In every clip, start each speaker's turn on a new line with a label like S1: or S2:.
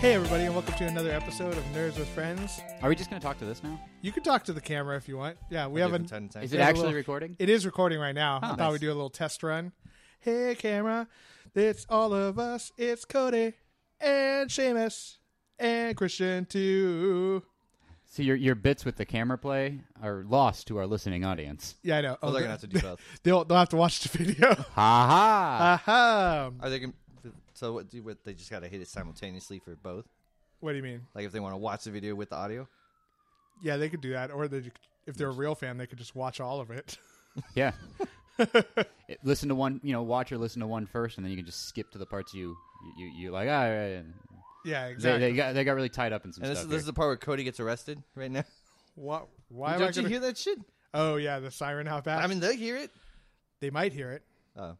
S1: Hey, everybody, and welcome to another episode of Nerds with Friends.
S2: Are we just going to talk to this now?
S1: You can talk to the camera if you want. Yeah, we have a.
S3: Ten
S2: Is
S3: times.
S2: it
S1: There's a
S2: actually
S1: little-
S2: recording? Oh,
S1: It is recording right now. I thought
S2: nice.
S1: we'd do a little test run. Hey, camera, it's all of us. It's Cody and Seamus and Christian too.
S2: So your your bits with the camera play are lost to our listening audience.
S1: Yeah, I know.
S3: Oh,
S1: Oh,
S3: they're gonna have to do both.
S1: They'll they'll have to watch the video.
S2: Ha
S3: Uh.
S2: ha!
S1: Aha!
S3: Are they gonna? So what? Do what? They just gotta hit it simultaneously for both.
S1: What do you mean?
S3: Like if they want to watch the video with the audio.
S1: Yeah, they could do that, or they could- if they're a real fan, they could just watch all of it.
S2: yeah. It- listen to one, you know, watch or listen to one first, and then you can just skip to the parts you you you like. Ah, right.
S1: Yeah,
S2: they,
S1: exactly.
S2: they got they got really tied up in some
S3: And this,
S2: stuff.
S3: is- this is
S2: here.
S3: the part where Cody gets arrested right now.
S1: What? Why am I
S3: Don't you
S1: gonna-
S3: hear that shit?
S1: Oh yeah, the siren. How fast?
S3: I mean, they hear it.
S1: they might hear it.
S3: Oh,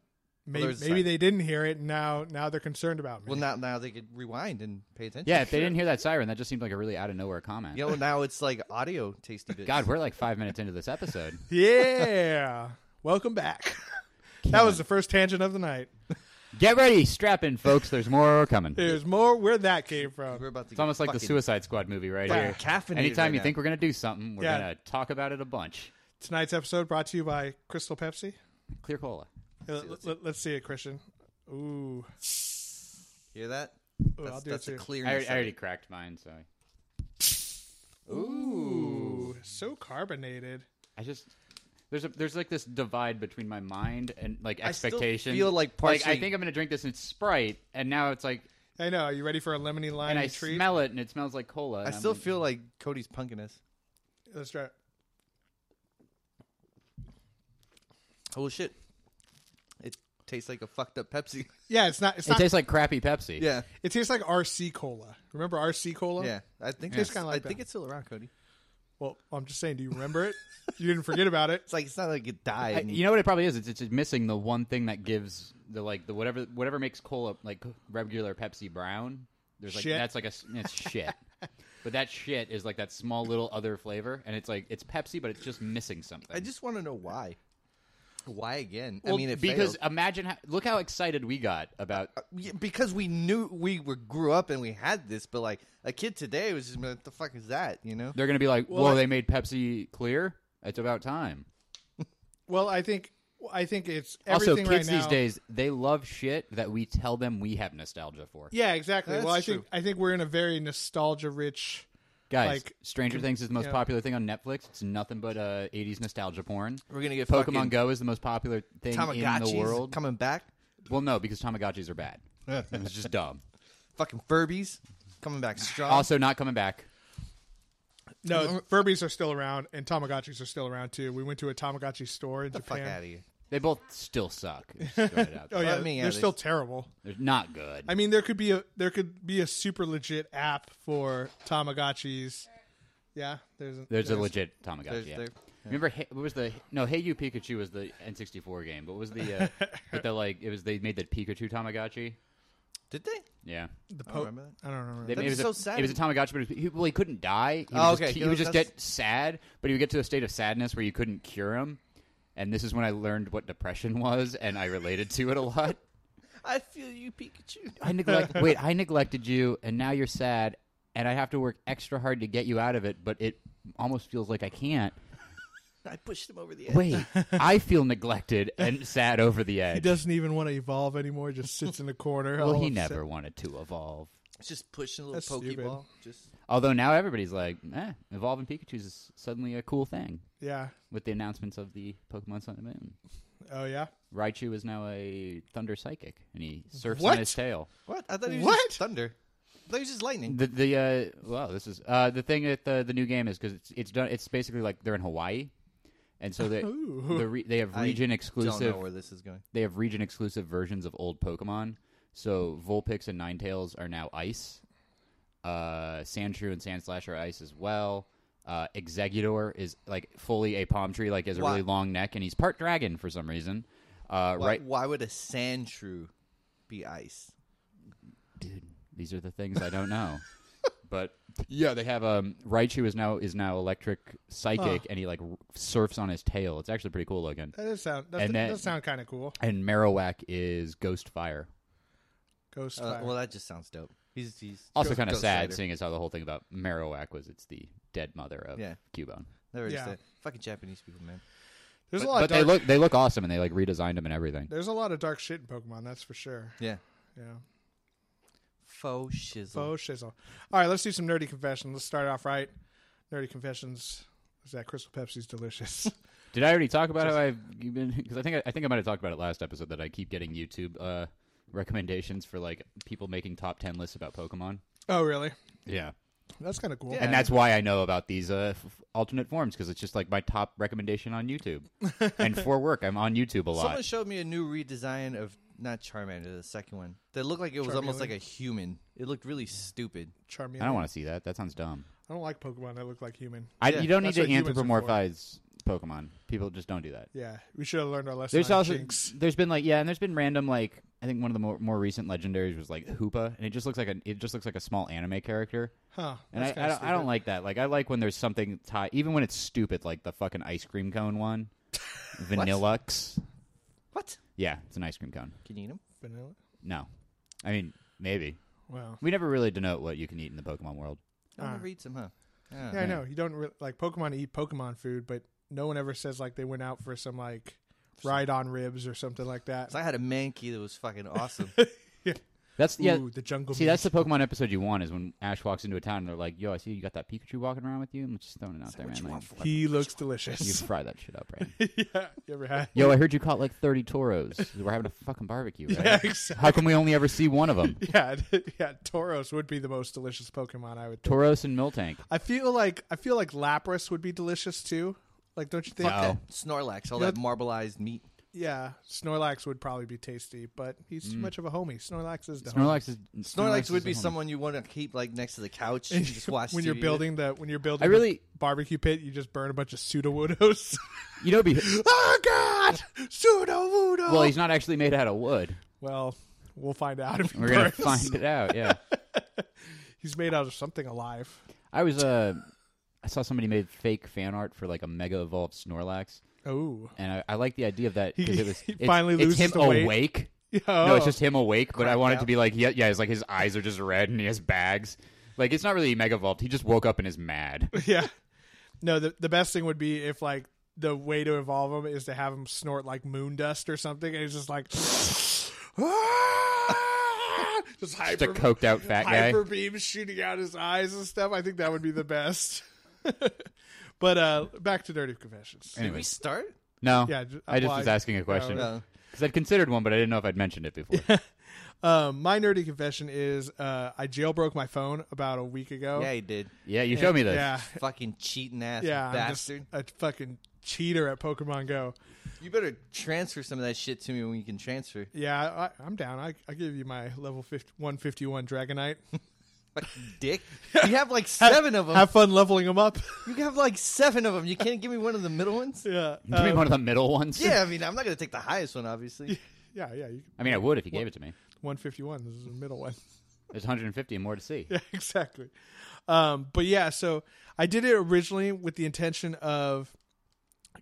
S1: Maybe,
S3: there's a
S1: maybe
S3: sign.
S1: they didn't hear it, and now now they're concerned about me.
S3: well now now they could rewind and pay attention.
S2: yeah, if they didn't hear that siren, that just seemed like a really out of nowhere comment.
S3: You know, now it's like audio tasty bits.
S2: God, we're like five minutes into this episode.
S1: yeah, welcome back. that was the first tangent of the night.
S2: Get ready, strap in, folks. There's more coming.
S1: There's more where that came from.
S3: we're about to.
S2: It's almost like the Suicide Squad movie right
S1: Fucking
S2: here.
S3: caffeinated
S2: Anytime
S3: right
S2: you
S3: now.
S2: think we're going to do something, we're
S1: Yeah.
S2: going to talk about it a bunch.
S1: Tonight's episode brought to you by Crystal Pepsi.
S2: Clear cola.
S1: Let- let- Let's see, it, Christian. Ooh,
S3: Hear that? That's,
S1: I'll do it
S3: that's
S1: too.
S3: a clear.
S2: I already, I
S3: sound.
S2: already cracked mine, so I-
S1: ooh, so carbonated.
S2: I just there's a there's like this divide between my mind and like
S3: I still
S2: expectation.
S3: feel like
S2: I
S3: partially-
S2: think I'm gonna drink this in Sprite, and now it's like,
S1: I know. Are you ready for a lemony lime
S2: and I
S1: treat?
S2: smell it, and it smells like cola.
S3: I
S2: and I'm
S3: still
S2: like-
S3: feel like Cody's punking us.
S1: Let's try. It.
S3: Holy shit! It tastes like a fucked up Pepsi.
S1: Yeah, it's not. It's
S2: it
S1: not.
S2: tastes like crappy Pepsi.
S3: yeah,
S1: it tastes like RC cola. Remember RC cola?
S3: yeah. I think
S1: Tastes
S3: that's-
S1: kinda like
S3: I think
S1: that.
S3: it's still around, Cody.
S1: Well, I'm just saying. Do you remember it? you didn't forget about it.
S3: It's like it's not like it died.
S2: I-
S3: and-
S2: you know what it probably is? It's it's just missing the one thing that gives the like the whatever whatever makes cola like regular Pepsi brown. There's like
S1: Shit.
S2: that's like a s- it's shit. But that shit is like that small little other flavor, and it's like it's Pepsi, but it's just missing something.
S3: I just want to know why. Why again? I
S2: Well,
S3: mean, it
S2: because
S3: failed.
S2: imagine how, look how excited we got about
S3: Yeah, because we knew we were grew up and we had this, but like a kid today was just like, "What the fuck is that?" You know?
S2: They're going to be like,
S1: Well,
S2: "Well,
S1: I-
S2: they made Pepsi clear. It's about time."
S1: Well, I think I think it's
S2: Also,
S1: everything
S2: kids
S1: right now.
S2: these days they love shit that we tell them we have nostalgia for.
S1: Yeah, exactly.
S3: That's
S1: well, I think
S3: true.
S1: I think we're in a very nostalgia rich.
S2: Guys,
S1: like-
S2: Stranger Things is the most
S1: yeah.
S2: popular thing on Netflix. It's nothing but uh, '80s nostalgia porn.
S3: We're gonna get
S2: Pokemon
S3: fucking
S2: Go is the most popular thing in
S3: Tamagotchis
S2: the world.
S3: coming back.
S2: well, no, because Tamagotchis are bad. it's just dumb.
S3: Fucking Furbies coming back strong.
S2: Also, not coming back.
S1: No, Furbies are still around and Tamagotchis are still around too. We went to a Tamagotchi store in
S3: Get the fuck
S1: Japan.
S3: out of here.
S2: They both still suck. Just throw it out
S1: Oh
S2: there.
S1: yeah,
S3: I mean, yeah,
S1: they're
S3: they-
S1: still terrible.
S2: They're not good.
S1: I mean, there could be a there could be a super legit app for Tamagotchis. Yeah, there's a,
S2: There's a legit Tamagotchi.
S3: There's-
S2: yeah.
S3: there-
S2: Remember, Hey- what was the no? Hey You Pikachu was the N64 game, but what was the uh, with the like it was they made the Pikachu Tamagotchi.
S3: Did they?
S2: Yeah,
S1: the
S3: I
S1: po-
S3: Oh, remember that.
S1: I don't remember.
S2: they,
S1: that.
S3: That'd
S2: it
S3: be
S2: was
S3: so
S2: a,
S3: sad.
S2: It was a Tamagotchi, but he, well, he couldn't die. He
S3: Oh,
S2: was
S3: okay.
S2: just, he would just
S3: That's-
S2: get sad, but he would get to a state of sadness where you couldn't cure him. And this is when I learned what depression was, and I related to it a lot.
S3: I feel you, Pikachu.
S2: I neglect. wait, I neglected you, and now you're sad, and I have to work extra hard to get you out of it. But it almost feels like I can't.
S3: I pushed him over the edge.
S2: Wait, I feel neglected and sad over the edge.
S1: He doesn't even want to evolve anymore. He just sits in the corner.
S2: well,
S1: all
S2: he
S1: upset.
S2: never wanted to evolve.
S3: It's just pushing a little
S1: That's stupid.
S3: pokeball. Just
S2: Although now everybody's like, eh, evolving Pikachu's is suddenly a cool thing
S1: Yeah.
S2: with the announcements of the Pokemon Sun and Moon.
S1: Oh yeah.
S2: Raichu is now a thunder psychic, and he surfs
S3: What?
S2: on his tail.
S3: what? I thought he was
S1: What?
S3: just thunder. I thought he was just lightning.
S2: The the uh, wow, this is uh, the thing that the the new game is because it's it's done. It's basically like they're in Hawaii, and so they
S1: Ooh.
S2: the re- they have
S3: I
S2: region
S3: Don't
S2: exclusive
S3: know where this is going.
S2: they have region exclusive versions of old Pokemon. So Vulpix and Ninetales are now ice. Uh, Sandshrew and Sandslash are ice as well. Uh, Exeggutor is like fully a palm tree, like has a
S3: Why-
S2: really long neck, and he's part dragon for some reason. Uh,
S3: Why,
S2: right,
S3: why would a sand shrew be ice?
S2: dude. These are the things I don't know. but yeah, they have um Raichu is now is now electric psychic, and he like r- surfs on his tail. It's actually pretty cool looking.
S1: That does sound. That,
S2: And
S1: that
S2: then-
S1: does sound kind of cool.
S2: And Marowak is Ghost Fire.
S1: Ghost
S3: Uh,
S1: fire.
S3: well, that just sounds dope. He's he's
S2: Also,
S3: Ghost-
S2: kind of
S3: Ghost
S2: sad,
S3: Rider.
S2: seeing as how the whole thing about Marowak was it's the dead mother of
S3: Yeah.
S2: Cubone.
S3: Never
S1: Yeah.
S3: understood. Fucking Japanese people, man.
S1: there's
S2: But,
S1: a lot.
S2: but
S1: of
S2: they
S1: dark,
S2: look they look awesome, and they like redesigned them and everything.
S1: There's a lot of dark shit in Pokemon. That's for sure.
S3: Yeah.
S1: Yeah.
S3: Faux shizzle.
S1: Faux shizzle. All right, let's do some nerdy confessions. Let's start off right. Nerdy confessions is that Crystal Pepsi's delicious.
S2: Did I already talk about how I've been? Because I think I, I think I might have talked about it last episode that I keep getting YouTube uh, recommendations for like people making top ten lists about Pokemon.
S1: oh really?
S2: Yeah,
S1: That's kind of cool.
S3: Yeah.
S2: and that's why I know about these uh, f- alternate forms because it's just like my top recommendation on YouTube. and for work, I'm on YouTube a lot.
S3: Someone showed me a new redesign of not Charmander, the second one. That looked like it was almost
S1: Charmeleon.
S3: like a human. It looked really stupid.
S1: Charmeleon.
S2: I don't want to see that. That sounds dumb.
S1: I don't like Pokemon that look like human.
S2: I,
S3: Yeah,
S2: you don't need
S1: that's
S2: to
S1: what humans are for.
S2: anthropomorphize Pokemon. People just don't do that.
S1: Yeah, we should have learned our lesson.
S2: There's
S1: on
S2: also
S1: Jinx.
S2: there's been like yeah, and there's been random like I think one of the more, more recent legendaries was like Hoopa, and it just looks like a it just looks like a small anime character,
S1: Huh.
S2: and I,
S1: that's
S2: I,
S1: kinda
S2: don't, I don't like that. Like I like when there's something tied, even when it's stupid, like the fucking ice cream cone one, Vanillux.
S3: What?
S2: Yeah, it's an ice cream cone.
S3: Can you eat him?
S1: stupid. vanilla.
S2: No, I mean maybe
S1: Wow.
S2: we never really denote what you can eat in the Pokemon world.
S3: I want
S1: Ah.
S3: to read some, huh? Ah.
S1: Yeah, I know. You don't re- like Pokemon eat Pokemon food, but no one ever says like they went out for some like ride on ribs or something like that.
S3: So I had a Mankey that was fucking awesome.
S2: That's yeah.
S1: Ooh, the jungle.
S2: See, that's
S1: meat.
S2: the Pokemon episode you want is when Ash walks into a town and they're like, "Yo, I see you got that Pikachu walking around with you." I'm just throwing it out there, man. Like,
S1: he looks
S2: you
S1: delicious.
S2: fry that shit up, right?
S1: yeah, you ever had?
S2: Yo, I heard you caught like 30 toros. We're having a fucking barbecue, right?
S1: Yeah, exactly.
S2: How come we only ever see one of them?
S1: Yeah, yeah. Tauros would be the most delicious Pokemon I would. Think.
S2: Toros and Miltank.
S1: I feel like I feel like Lapras would be delicious too. Like, don't you think?
S2: Uh-oh.
S3: That Snorlax, all
S1: You know-
S3: that marbleized meat.
S1: Yeah, Snorlax would probably be tasty, but he's too much of a homie. Snorlax is the homie.
S2: Mm. Snorlax is
S3: Snorlax,
S2: is
S3: would be
S2: the homie.
S3: someone you want to keep like next to the couch and just watch
S1: when you're
S3: TV.
S1: building the when you're building
S2: I really-
S1: the barbecue pit, you just burn a bunch of pseudo
S2: You know, be
S1: oh God, pseudo voodoo.
S2: well, he's not actually made out of wood.
S1: Well, we'll find out if he
S2: We're gonna
S1: burns.
S2: find it out. Yeah,
S1: He's made out of something alive.
S2: I was uh, I saw somebody made fake fan art for like a mega evolved Snorlax,
S1: Oh,
S2: and I, I like the idea of that because
S1: He-
S2: it was
S1: he
S2: it's-
S1: finally
S2: it's
S1: loses
S2: him
S1: the weight.
S2: awake.
S1: yeah.
S2: No, it's just him awake. But I
S3: Cracked
S2: wanted
S3: out.
S2: to be like, yeah, yeah, it's like his eyes are just red and he has bags. Like it's not really mega evolved. He just woke up and is mad.
S1: yeah. No, the the best thing would be if like the way to evolve him is to have him snort like moon dust or something, and he's just like, just
S2: Just a
S1: hyper
S2: coked out fat guy.
S1: hyper beams shooting out his eyes and stuff. I think that would be the best. but uh back to dirty confessions.
S3: Did we start?
S2: No.
S1: Yeah, ju- Oh,
S2: I just
S1: well,
S2: was
S1: I-
S2: asking a question.
S3: No.
S2: Because I'd considered one, but I didn't know if I'd mentioned it before.
S1: Um, my nerdy confession is uh, I jailbroke my phone about a week ago.
S3: Yeah, he did.
S2: yeah, you showed me this.
S1: Yeah,
S3: Fucking cheating ass
S1: yeah, I'm just
S3: bastard.
S1: a fucking cheater at Pokemon Go.
S3: You better transfer some of that shit to me when you can transfer.
S1: Yeah, I, I'm down. I, I give you my level 50, 151 Dragonite.
S3: Fucking dick. You have like seven of them.
S1: Have fun leveling them up.
S3: you have like seven of them. You can't give me one of the middle ones?
S1: yeah,
S2: Give me
S1: um,
S2: one of the middle ones.
S3: Yeah, I mean, I'm not going to take the highest one, obviously.
S1: yeah, yeah. You,
S2: I mean, I would if you gave it to me.
S1: 151 this is the middle one.
S2: There's 150 and more to see.
S1: Yeah, exactly. Um, but yeah, so I did it originally with the intention of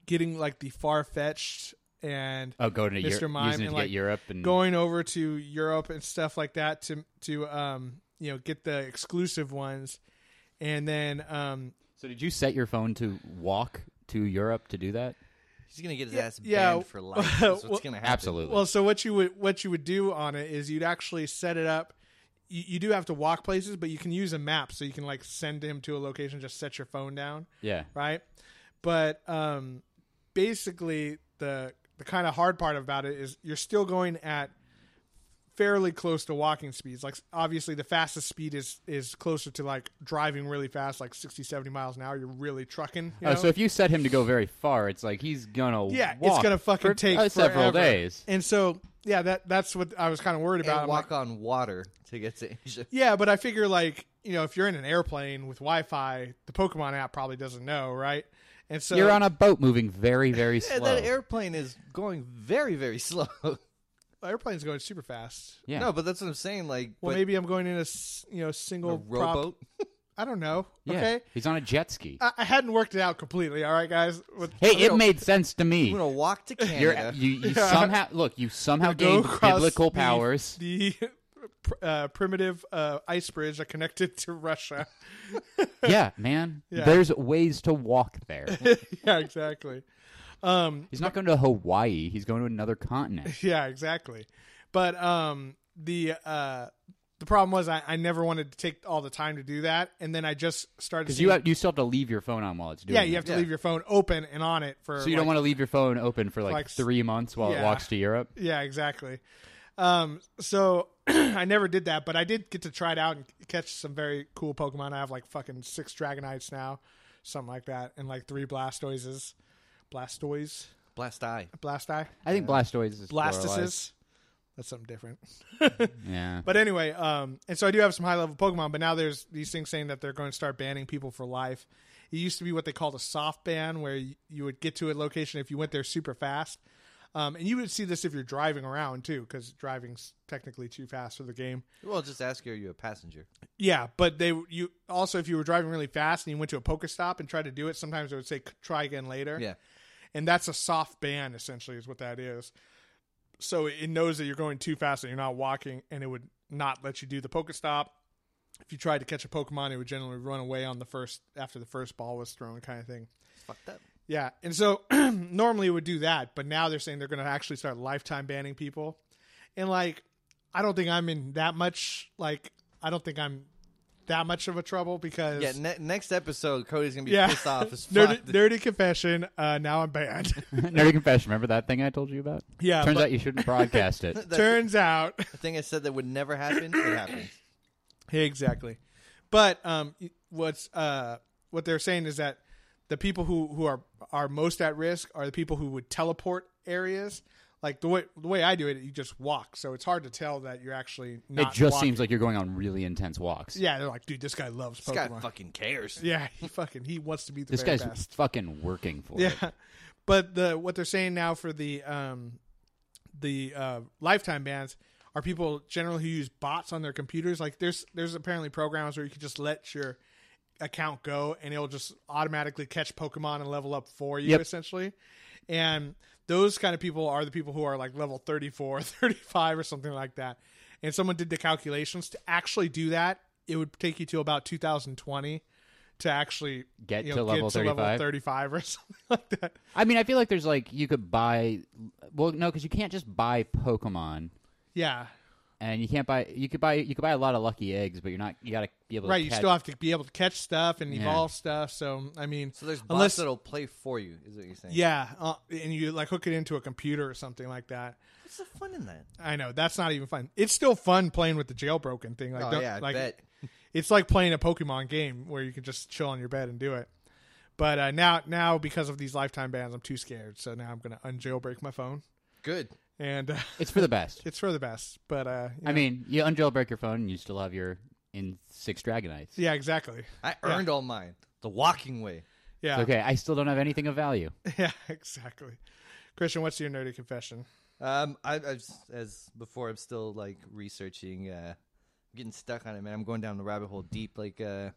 S1: getting like the far fetched and
S2: Oh, go to
S1: Mr.
S2: Europe.
S1: Mime
S2: Using it
S1: and,
S2: to
S1: like,
S2: get Europe and
S1: going over to Europe and stuff like that to to um you know get the exclusive ones, and then um
S2: So did you set your phone to walk to Europe to do that?
S3: He's gonna get his ass banned
S1: yeah,
S3: for life. That's what's
S1: well,
S3: gonna happen.
S2: Absolutely.
S1: Well, so what you would what you would do on it is you'd actually set it up. You, you do have to walk places, but you can use a map, so you can like send him to a location. Just set your phone down,
S2: yeah.
S1: right? But um, basically, the the kind of hard part about it is you're still going at fairly close to walking speeds. Like obviously, the fastest speed is is closer to like driving really fast, like 60, 70 miles an hour. You're really trucking. You
S2: Oh,
S1: know?
S2: so if you set him to go very far, it's like he's gonna
S1: yeah, it's
S2: walk
S1: gonna fucking
S2: for,
S1: take
S2: uh, several
S1: forever.
S2: days.
S1: And so yeah, that that's what I was kind of worried
S3: And
S1: about. I'm like,
S3: walk on water to get to Asia.
S1: Yeah, but I figure like you know if you're in an airplane with Wi-Fi, the Pokemon app probably doesn't know, right? And so
S2: You're on a boat moving very very
S3: Yeah,
S2: slow.
S3: that airplane is going very, very slow.
S1: airplane's going super fast.
S2: yeah.
S3: No, but that's what I'm saying. Like,
S1: Well,
S3: but
S1: maybe I'm going in a s- you know
S3: a
S1: single prop-
S3: rowboat.
S1: I don't know.
S2: yeah.
S1: Okay,
S2: He's on a jet ski.
S1: I-, I hadn't worked it out completely. All right, guys. With-
S2: hey, it
S3: gonna-
S2: made sense to me.
S3: I'm gonna walk to
S2: You're,
S3: Canada.
S2: you you
S1: Yeah.
S2: somehow look. You somehow
S1: go
S2: gained
S1: across
S2: biblical
S1: the-
S2: powers.
S1: The pr- uh, primitive uh, ice bridge that connected to Russia.
S2: yeah, man.
S1: Yeah.
S2: There's ways to walk there.
S1: yeah, exactly. Um,
S2: He's not going to Hawaii. He's going to another continent.
S1: Yeah, exactly. But um, the uh, the problem was I, I never wanted to take all the time to do that, and then I just started.
S2: Because you
S1: seeing-
S2: have, you still have to leave your phone on while it's doing.
S1: yeah, you
S2: that.
S1: have to
S3: yeah.
S1: leave your phone open and on it for.
S2: So you don't
S1: like-
S2: want to leave your phone open for like,
S1: like s-
S2: three months while
S1: yeah.
S2: it walks to Europe.
S1: Yeah, exactly. Um, so I never did that, but I did get to try it out and catch some very cool Pokemon. I have like fucking six Dragonites now, something like that, and like three Blastoises, Blastoise,
S3: Blast eye.
S1: Blasteye,
S2: I think Blastoise is pluralized.
S1: Blastises. That's something different.
S2: Yeah.
S1: But anyway, um, and so I do have some high level Pokemon, but now there's these things saying that they're going to start banning people for life. It used to be what they called a soft ban, where you, you would get to a location if you went there super fast. Um, and you would see this if you're driving around too, because driving's technically too fast for the game.
S3: Well, just ask you, are you a passenger?
S1: Yeah, but they you also if you were driving really fast and you went to a Pokestop and tried to do it, sometimes it would say try again later
S3: Yeah.
S1: and that's a soft ban essentially is what that is so it knows that you're going too fast and you're not walking and it would not let you do the pokestop if you tried to catch a pokemon it would generally run away on the first after the first ball was thrown kind of thing
S3: It's fucked up.
S1: yeah and so normally it would do that but now they're saying they're going to actually start lifetime banning people and like i don't think i'm in that much like i don't think i'm that much of a trouble because
S3: Yeah. Ne- next episode, Cody's gonna be
S1: yeah
S3: pissed off as fuck.
S1: nerdy, nerdy confession uh now i'm banned
S2: Nerdy confession. Remember that thing I told you about?
S1: yeah
S2: Turns
S1: but-
S2: out you shouldn't broadcast it.
S3: That
S1: turns out
S3: the thing I said that would never happen. It happens.
S1: exactly but um what's uh what they're saying is that the people who who are are most at risk are the people who would teleport areas like the way the way I do it you just walk so it's hard to tell that you're actually
S2: It
S1: not
S2: just
S1: walking.
S2: seems like you're going on really intense walks.
S1: yeah they're like dude this guy loves
S3: This guy
S1: Pokemon
S3: fucking cares.
S1: yeah he fucking he wants to be the
S2: This
S1: very
S2: guy's
S1: best
S2: fucking working for it.
S1: yeah but the what they're saying now for the um the uh lifetime bans are people generally who use bots on their computers like there's there's apparently programs where you can just let your account go and it'll just automatically catch pokemon and level up for you
S2: Yep.
S1: essentially and those kind of people are the people who are like level 34 35 or something like that and someone did the calculations to actually do that it would take you to about 2020 to actually
S2: Get
S1: you
S2: to
S1: know,
S2: level
S1: get to level
S2: 35?
S1: 35 or something like that
S2: I mean, I feel like there's like you could buy. Well, no, because you can't just buy Pokemon,
S1: yeah
S2: and you can't buy. You could buy. You could buy a lot of lucky eggs, but you're not. You gotta be able to.
S1: right you
S2: catch-
S1: still have to be able to catch stuff and
S2: Yeah.
S1: evolve stuff so i mean
S3: So there's bots
S1: Unless-
S3: that'll play for you. Is what you're saying?
S1: yeah uh, and you like hook it into a computer or something like that
S3: What's the fun in that?
S1: i know that's not even fun it's still fun playing with the jailbroken thing like
S3: oh
S1: don't-
S3: yeah, I
S1: like
S3: bet.
S1: it's like playing a Pokemon game where you can just chill on your bed and do it. But uh, now, now because of these lifetime bans, I'm too scared. So now I'm gonna unjailbreak my phone,
S3: Good.
S1: and uh,
S2: It's for the best.
S1: it's for the best. But uh, you
S2: I
S1: know-
S2: mean, you unjailbreak your phone, and you still have your in six Dragonites.
S1: yeah, exactly.
S3: I earned all mine the walking way.
S1: Yeah,
S2: It's okay, I still don't have anything of value.
S1: yeah, exactly. Christian, what's your nerdy confession?
S3: Um, I, I've as before, I'm still like researching. Uh, getting stuck on it, man. I'm going down the rabbit hole deep, like uh,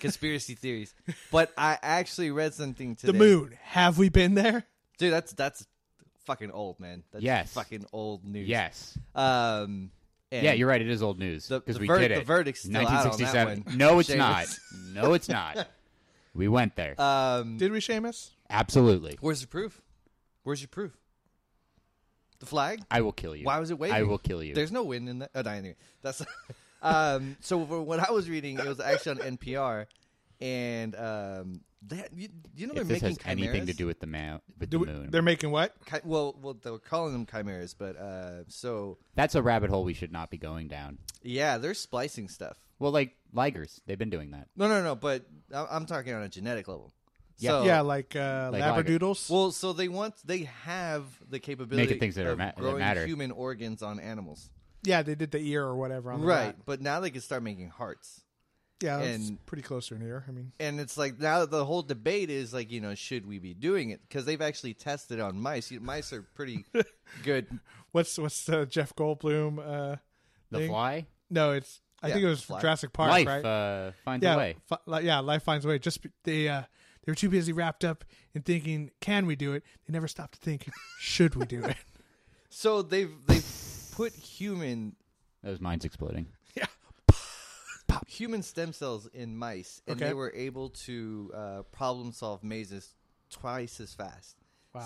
S3: conspiracy theories. But I actually read something today.
S1: The moon. Have we been there?
S3: dude. That's that's fucking old, man. That's
S2: Yes.
S3: fucking old news.
S2: Yes.
S3: Um. And
S2: yeah, you're right. It is old news
S3: The-
S2: because
S3: the
S2: we
S3: ver-
S2: did
S3: the
S2: it.
S3: verdict's still out on that
S2: 1967.
S3: one.
S2: No, it's
S3: Seamus.
S2: not. No, it's not. We went there.
S3: Um.
S1: Did we, Seamus?
S2: Absolutely.
S3: Where's the proof? Where's your proof? The flag?
S2: I will kill you.
S3: Why was it waving?
S2: I will kill you.
S3: There's no wind in that. Oh, no, anyway, that's. um, so for what I was reading, it was actually on NPR, and um, they, you, you know
S2: if
S3: they're
S2: this
S3: making
S2: has anything to
S3: chimeras?
S2: do with the, ma- with
S1: Do
S2: the
S1: we-
S2: moon.
S1: they're making what?
S3: Chi- well, well, they were calling them chimeras, but uh, so
S2: That's a rabbit hole we should not be going down.
S3: yeah, they're splicing stuff.
S2: Well, like ligers, they've been doing that.
S3: No, no, no. But I- I'm talking on a genetic level.
S2: Yeah.
S3: So-
S1: yeah, like, uh,
S2: Oh. Like
S1: labradoodles.
S3: Well, so they want they have the capability
S2: things that are
S3: of
S2: ma- that
S3: growing
S2: matter.
S3: human organs on animals,
S1: yeah, they did the ear or whatever on the
S3: right?
S1: rat.
S3: But now they can start making hearts,
S1: Yeah, it's
S3: And-
S1: pretty close to an ear. I mean,
S3: and it's like now the whole debate is like you know should we be doing it because they've actually tested on mice. You- Mice are pretty good.
S1: what's what's uh, Jeff Goldblum? Uh,
S2: The
S1: thing?
S2: fly,
S1: No, it's I
S3: Yeah,
S1: think it was
S3: fly.
S1: Jurassic Park,
S2: life
S1: right?
S2: uh, finds
S1: yeah,
S2: a way.
S1: fi- li- yeah, life finds a way. Just be- they uh, they were too busy wrapped up in thinking, can we do it? They never stopped to think, should we do it?
S3: So they've they've put human
S2: That was mine's exploding.
S3: human stem cells in mice, and
S1: Okay.
S3: they were able to uh, problem solve mazes twice as fast.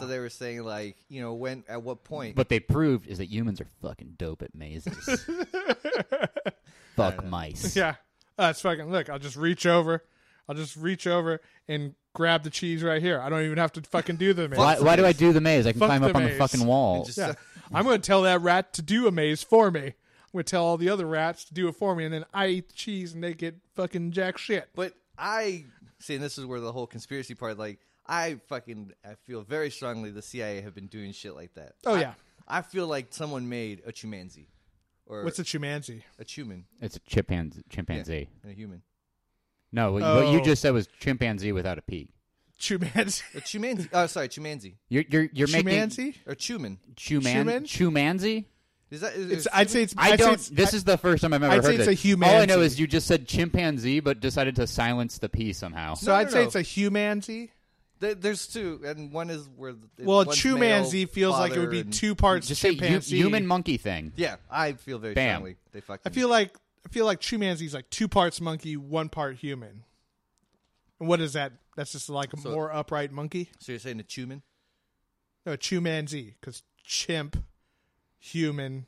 S3: So they were saying like you know when at what point
S2: What they proved is that humans are fucking dope at mazes. Fuck mice.
S1: yeah, uh, it's fucking. Look, I'll just reach over, I'll just reach over and grab the cheese right here. I don't even have to fucking do the maze.
S2: Why, why do I do the maze? I can
S1: Fuck
S2: climb
S1: the
S2: up on the
S1: maze.
S2: fucking wall.
S3: just-
S1: Yeah, I'm gonna tell that rat to do a maze for me. I'm gonna tell all the other rats to do it for me, and then I eat the cheese and they get fucking jack shit.
S3: But I see, and this is where the whole conspiracy part. Like, I fucking I feel very strongly the CIA have been doing shit like that.
S1: Oh
S3: I-
S1: yeah,
S3: I feel like someone made a chimpanzee, or
S1: what's a chimanzi?
S3: a human
S2: It's a chimpanzee. chimpanzee.
S3: and a human,
S2: No, what, what you
S1: Oh.
S2: just said was chimpanzee without a p.
S1: Chimanzi.
S3: a chimpanzee. oh, sorry, chimpanzee
S2: You're you're you're making
S1: Chimanzi?
S3: or chuman.
S1: Chuman?
S2: chuman chumanzi.
S3: Is that? Is,
S1: It's,
S3: is-
S1: I'd say it's.
S2: I
S1: I'd say
S2: don't.
S1: it's-
S2: This is the first time I've ever
S1: I'd
S2: heard
S1: say
S2: of
S1: it's a
S2: it. All I know
S1: humanzee.
S2: is you just said chimpanzee, but decided to silence the p somehow.
S1: So
S3: No,
S1: I'd
S3: no,
S1: say
S3: no.
S1: it's a humanzee.
S3: there- there's two, and one is where the,
S1: Well, a
S3: one's
S1: chumanzee
S3: male,
S1: feels like it would
S3: father,
S1: be
S3: and-
S1: two parts
S2: just say hu-
S1: chimpanzee.
S2: human monkey thing.
S3: Yeah, I feel very
S2: Bam.
S3: strongly they fucking.
S1: I feel like I feel like chumanzee is like two parts monkey, one part human. And what is that? That's just like a
S3: So-
S1: more upright monkey.
S3: so. You're saying a chuman?
S1: No, chumanzee because chimp, human,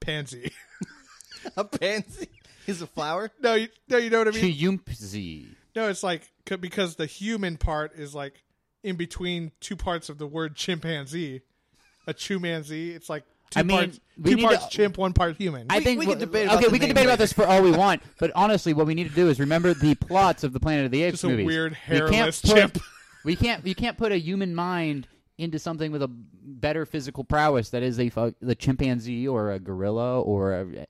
S1: pansy.
S3: a pansy is a flower.
S1: no, you, no, you know what I mean.
S2: Chiyumpzi.
S1: No, it's like c- because the human part is like in between two parts of the word chimpanzee, a chumanzee. It's like two
S2: I mean,
S1: parts,
S2: we
S1: two
S2: need
S1: parts
S2: to- uh,
S1: chimp, one part human.
S2: I
S3: We-
S2: think
S3: we can
S2: w-
S3: debate about
S2: okay,
S3: the
S2: we can
S3: name
S2: debate about this for all we want, but honestly, what we need to do is remember the plots of the Planet of the Apes
S1: Just a
S2: movies.
S1: weird
S2: We can't
S1: hairless
S2: put-
S1: chimp.
S2: We can't. You can't put a human mind into something with a better physical prowess that is a fu- the chimpanzee or a gorilla or a,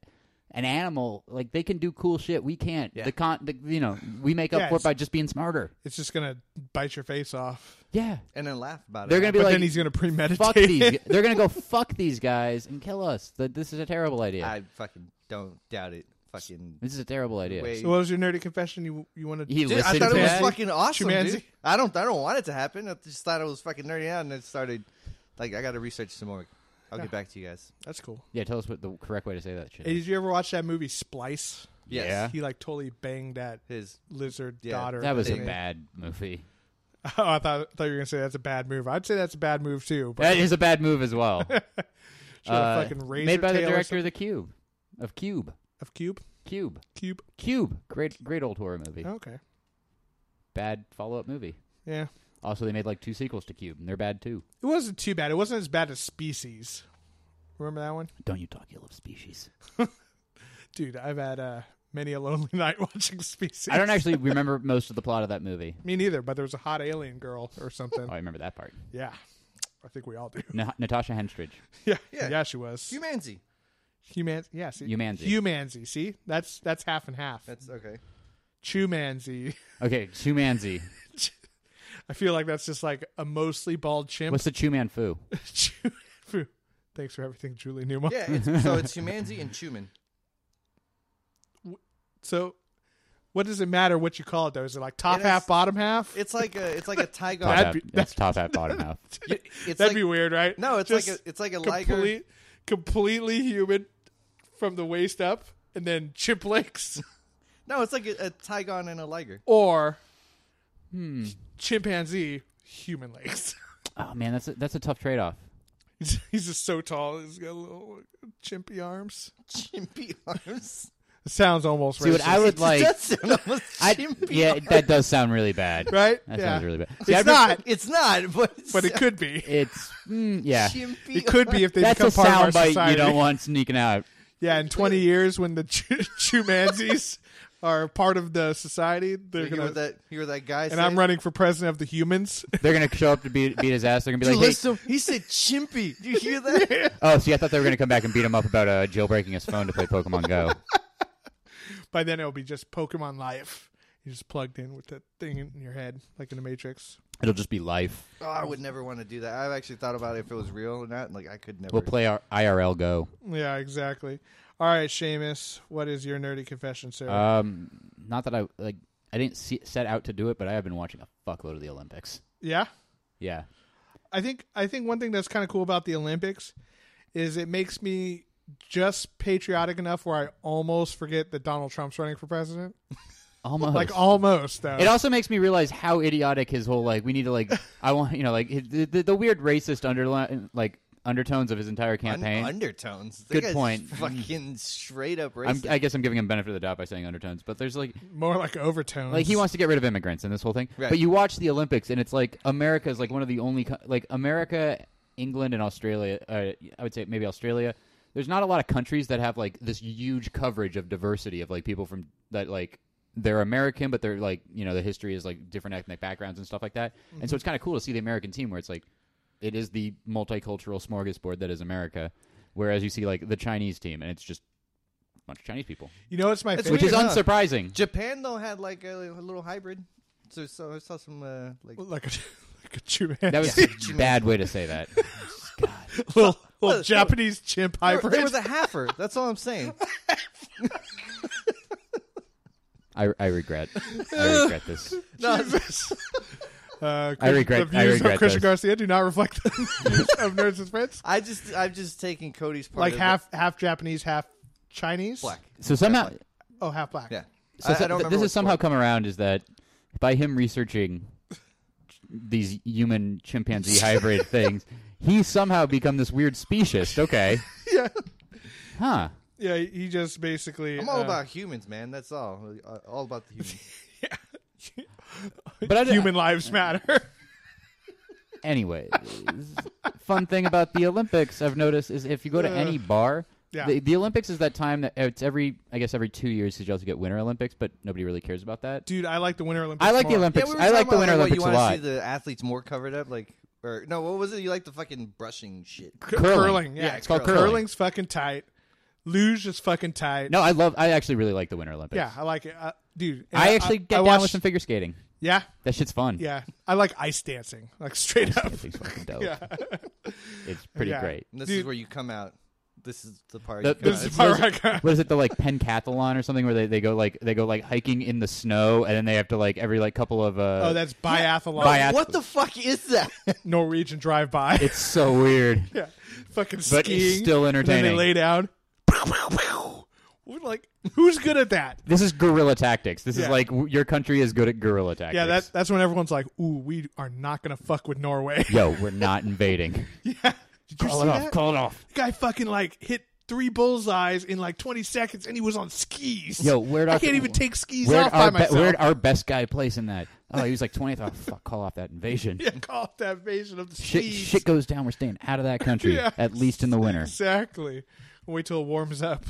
S2: an animal. Like they can do cool shit. We can't.
S3: Yeah.
S2: The con. The, you know, we make up
S1: Yeah,
S2: for it
S1: it's-
S2: by just being smarter.
S1: it's just gonna bite your face off.
S2: Yeah.
S3: And then laugh about
S2: They're
S3: it.
S2: gonna be
S1: but
S2: like,
S1: then he's gonna premeditate.
S2: fuck these.
S1: it.
S2: gu- They're gonna go fuck these guys and kill us. That this is a terrible idea.
S3: I fucking don't doubt it. Fucking
S2: this is a terrible idea.
S3: Wait.
S1: So what was your nerdy confession? You you want
S2: He
S1: to?
S3: Dude, uh, I
S2: listened
S3: thought
S2: to
S3: it was
S1: that.
S3: fucking awesome,
S1: Chimpanzee.
S3: dude. e- I don't, I don't want it to happen. I just thought it was fucking nerdy out, and it started. Like, I got to research some more. I'll get back to you guys.
S1: That's cool.
S2: Yeah, tell us what the correct way to say that shit.
S1: Hey,
S2: Is.
S1: did you ever watch that movie Splice?
S3: Yes.
S2: Yeah.
S1: He like totally banged that
S3: His
S1: lizard
S3: Yeah,
S1: daughter.
S2: That was a
S3: thing.
S2: bad movie.
S1: Oh, I thought, thought you were gonna say that's a bad move. I'd say that's a bad move too. But
S2: That is a bad move as well.
S1: Should have
S2: Uh,
S1: fucking razor
S2: made by the
S1: tail or
S2: director of the Cube, of Cube,
S1: of Cube,
S2: Cube,
S1: Cube.
S2: Cube. Great, great old horror movie.
S1: Okay.
S2: Bad follow-up movie.
S1: Yeah.
S2: Also, they made like two sequels to Cube, and they're bad too.
S1: It wasn't too bad. It wasn't as bad as Species. Remember that one,
S2: Don't you talk ill of Species?
S1: dude? I've had uh, many a lonely night watching Species.
S2: I don't actually remember most of the plot of that movie.
S1: Me neither. But there was a hot alien girl or something.
S2: Oh, I remember that part.
S1: Yeah, I think we all do.
S2: Na- Natasha Henstridge.
S1: Yeah,
S3: Yeah.
S1: yeah, she was.
S3: Humanzy.
S1: Human, yeah, see,
S2: Humanzy.
S1: Humanzy. See, that's that's half and half.
S3: That's okay.
S1: Chumanzy.
S2: Okay, Chumanzi.
S1: I feel like that's just like a mostly bald chimp.
S2: What's the Chuman Fu?
S1: Chew- Thanks for everything, Julie Newman.
S3: Yeah, it's, so it's Humanzy and Chuman.
S1: So, what does it matter what you call it though? Is it like top
S3: It is-
S1: half, bottom half?
S3: It's like a, it's like a tiger.
S2: Top
S1: That'd
S2: hat-
S1: be-
S2: that's top hat, bottom half.
S3: You- It's
S1: That'd
S3: like,
S1: be weird, right?
S3: No, it's
S1: Just
S3: like a, it's like a liger.
S1: complete, completely human from the waist up, and then chip legs
S3: No, it's like a, a tigon and a liger.
S2: Hmm.
S1: or chimpanzee human legs.
S2: Oh man, that's a, that's a tough trade off.
S1: he's, he's just so tall. He's got little chimpy arms.
S3: Chimpy arms.
S1: It sounds almost
S2: See, what
S1: racist,
S2: I would
S3: Like,
S2: like, I
S3: chimpy
S2: yeah, that does sound really bad.
S1: right?
S2: That
S1: yeah,
S2: sounds really bad. See,
S1: it's
S2: I've-
S1: not,
S3: It's not, but it's
S1: but it could be.
S2: It's mm, yeah.
S3: Chimpy
S1: It could be if they
S2: That's a
S1: become part of our
S2: soundbite
S1: society.
S2: you don't want sneaking out.
S1: Yeah, in 20 years when the Chu- Chumansies are part of the society, they're
S3: You hear
S1: going
S3: what
S1: to
S3: that, you hear what that guy
S1: and I'm running for president of the humans.
S2: They're gonna show up to beat, beat his ass. They're gonna be
S3: Dude,
S2: like, hey,
S3: listen, he said chimpy. Do you hear that?
S2: oh, see, I thought they were gonna come back and beat him up about uh, jailbreaking his phone to play Pokemon Go.
S1: By then it'll be just Pokemon Life. You just plugged in with that thing in your head, like in the Matrix.
S2: It'll just be life.
S3: oh, I would never want to do that. I've actually thought about if it was real or not. Like I could never.
S2: We'll play our IRL Go.
S1: Yeah, exactly. All right, Seamus, what is your nerdy confession, sir?
S2: Um, not that I like. I didn't see, set out to do it, but I have been watching a fuckload of the Olympics.
S1: yeah,
S2: Yeah,
S1: I think I think one thing that's kind of cool about the Olympics is it makes me just patriotic enough where I almost forget that Donald Trump's running for president.
S2: almost.
S1: Like almost, though.
S2: Oh,
S3: Uh-huh.
S2: it also makes me realize how idiotic his whole like. We need to like. I want you know like the, the, the weird racist underline like undertones of his entire
S3: Un-
S2: campaign.
S3: undertones. That
S2: Good
S3: guy's
S2: point.
S3: Fucking straight up
S2: I'm,
S3: racist.
S2: I guess I'm giving him benefit of the doubt by saying undertones, but there's like
S1: More like overtones.
S2: like he wants to get rid of immigrants and this whole thing.
S3: Right.
S2: But you watch the Olympics and it's like America is like one of the only co- like America, England, and Australia. Uh, I would say maybe Australia. There's not a lot of countries that have like this huge coverage of diversity of like people from that like they're American, but they're like you know the history is like different ethnic backgrounds and stuff like that. And so it's kind of cool to see the American team where it's like it is the multicultural smorgasbord that is America. Whereas you see like the Chinese team and it's just a bunch of Chinese people,
S1: You know, it's my
S3: That's
S1: favorite.
S2: which is
S3: Weird, huh?
S2: unsurprising.
S3: Japan though had like a, a little hybrid. So, so I saw some uh, like
S1: like a like a chimpanzee,
S2: That was a bad way to say that.
S1: little, little
S3: Well,
S1: Japanese chimp
S3: there, there
S1: hybrid.
S3: was a halfer. That's all I'm saying.
S2: I, I regret. I regret this.
S1: Jesus. Uh,
S2: I regret-
S1: The views
S2: I regret
S1: of Christian
S2: those.
S1: Garcia do not reflect the views of Nerds and Friends.
S3: I just I'm just taking Cody's part.
S1: Like
S3: of
S1: half half Japanese, half Chinese.
S3: it. black.
S2: So somehow,
S1: Oh, half black.
S3: Yeah.
S2: so,
S3: I, I
S2: so-
S3: don't remember
S2: this
S3: what
S2: has somehow
S3: sport.
S2: come around is that by him researching these human chimpanzee hybrid things, he somehow become this weird speciest. Okay,
S1: yeah,
S2: huh?
S1: yeah. He just basically.
S3: I'm all
S1: uh,
S3: about humans, man. That's all. Uh, All about the humans.
S2: But uh, I,
S1: human lives matter.
S2: Anyway, fun thing about the Olympics I've noticed is if you go to
S3: Uh,
S2: any bar,
S1: Yeah.
S2: the, the Olympics is that time that uh, it's every I guess every two years because you also get Winter Olympics, but nobody really cares about that.
S1: Dude, I like the Winter Olympics.
S2: I like the
S1: more.
S2: Olympics.
S3: we were
S2: I like
S3: talking
S2: the
S3: about,
S2: Winter
S3: like, what,
S2: Olympics
S3: you
S2: a
S3: wanna
S2: lot.
S3: See the athletes more covered up, like or no, what was it? You like the fucking brushing shit.
S1: C-
S2: curling.
S1: curling. Yeah,
S3: Yeah,
S1: it's
S3: it's
S1: called
S3: curling.
S1: curling. Curling's fucking tight. Luge is fucking tight.
S2: No, I love. I actually really like the Winter Olympics.
S1: Yeah, I like it, uh, dude. and
S2: I, actually get
S1: I
S2: down with
S1: watched-
S2: some figure skating.
S1: Yeah,
S2: That shit's fun.
S1: yeah. I like ice dancing, like straight up.
S2: That thing's fucking dope.
S1: Yeah.
S2: It's pretty
S1: Yeah.
S2: great.
S3: And this
S1: Dude.
S3: is where you come out. This is the part.
S2: The-
S3: you come
S1: This
S3: out.
S1: is the part
S2: It's-
S1: where I got-
S2: What is it? The like pencathlon or something where they, they go like they go like hiking in the snow and then they have to like every like couple of uh.
S1: Oh, that's biathlon.
S2: Biath-
S3: what the fuck is that?
S1: Norwegian drive by.
S2: it's so weird.
S1: yeah, fucking
S2: But it's
S1: skiing.
S2: still
S1: And then
S2: entertaining.
S1: they lay down. We're like, who's good at that?
S2: This is guerrilla tactics. This
S1: Yeah.
S2: is like w- your country is good at guerrilla tactics.
S1: Yeah, that, that's when everyone's like, "Ooh, we are not gonna fuck with Norway."
S2: Yo, we're not invading.
S1: yeah, did you
S2: call
S1: see
S2: it off.
S1: that?
S2: Call it off.
S1: The guy fucking like hit three bullseyes in like 20 seconds, and he was on skis.
S2: Yo, where'd
S1: I
S2: our-
S1: can't even take skis
S2: Where'd
S1: off by
S2: our, be-
S1: myself.
S2: where'd our best guy place in that? Oh, he was like twentieth. Oh, fuck! Call off that invasion.
S1: yeah, call it the invasion of the
S2: Shit,
S1: skis.
S2: shit goes down. We're staying out of that country
S1: Yeah.
S2: at least in the winter.
S1: exactly. Wait till it warms up.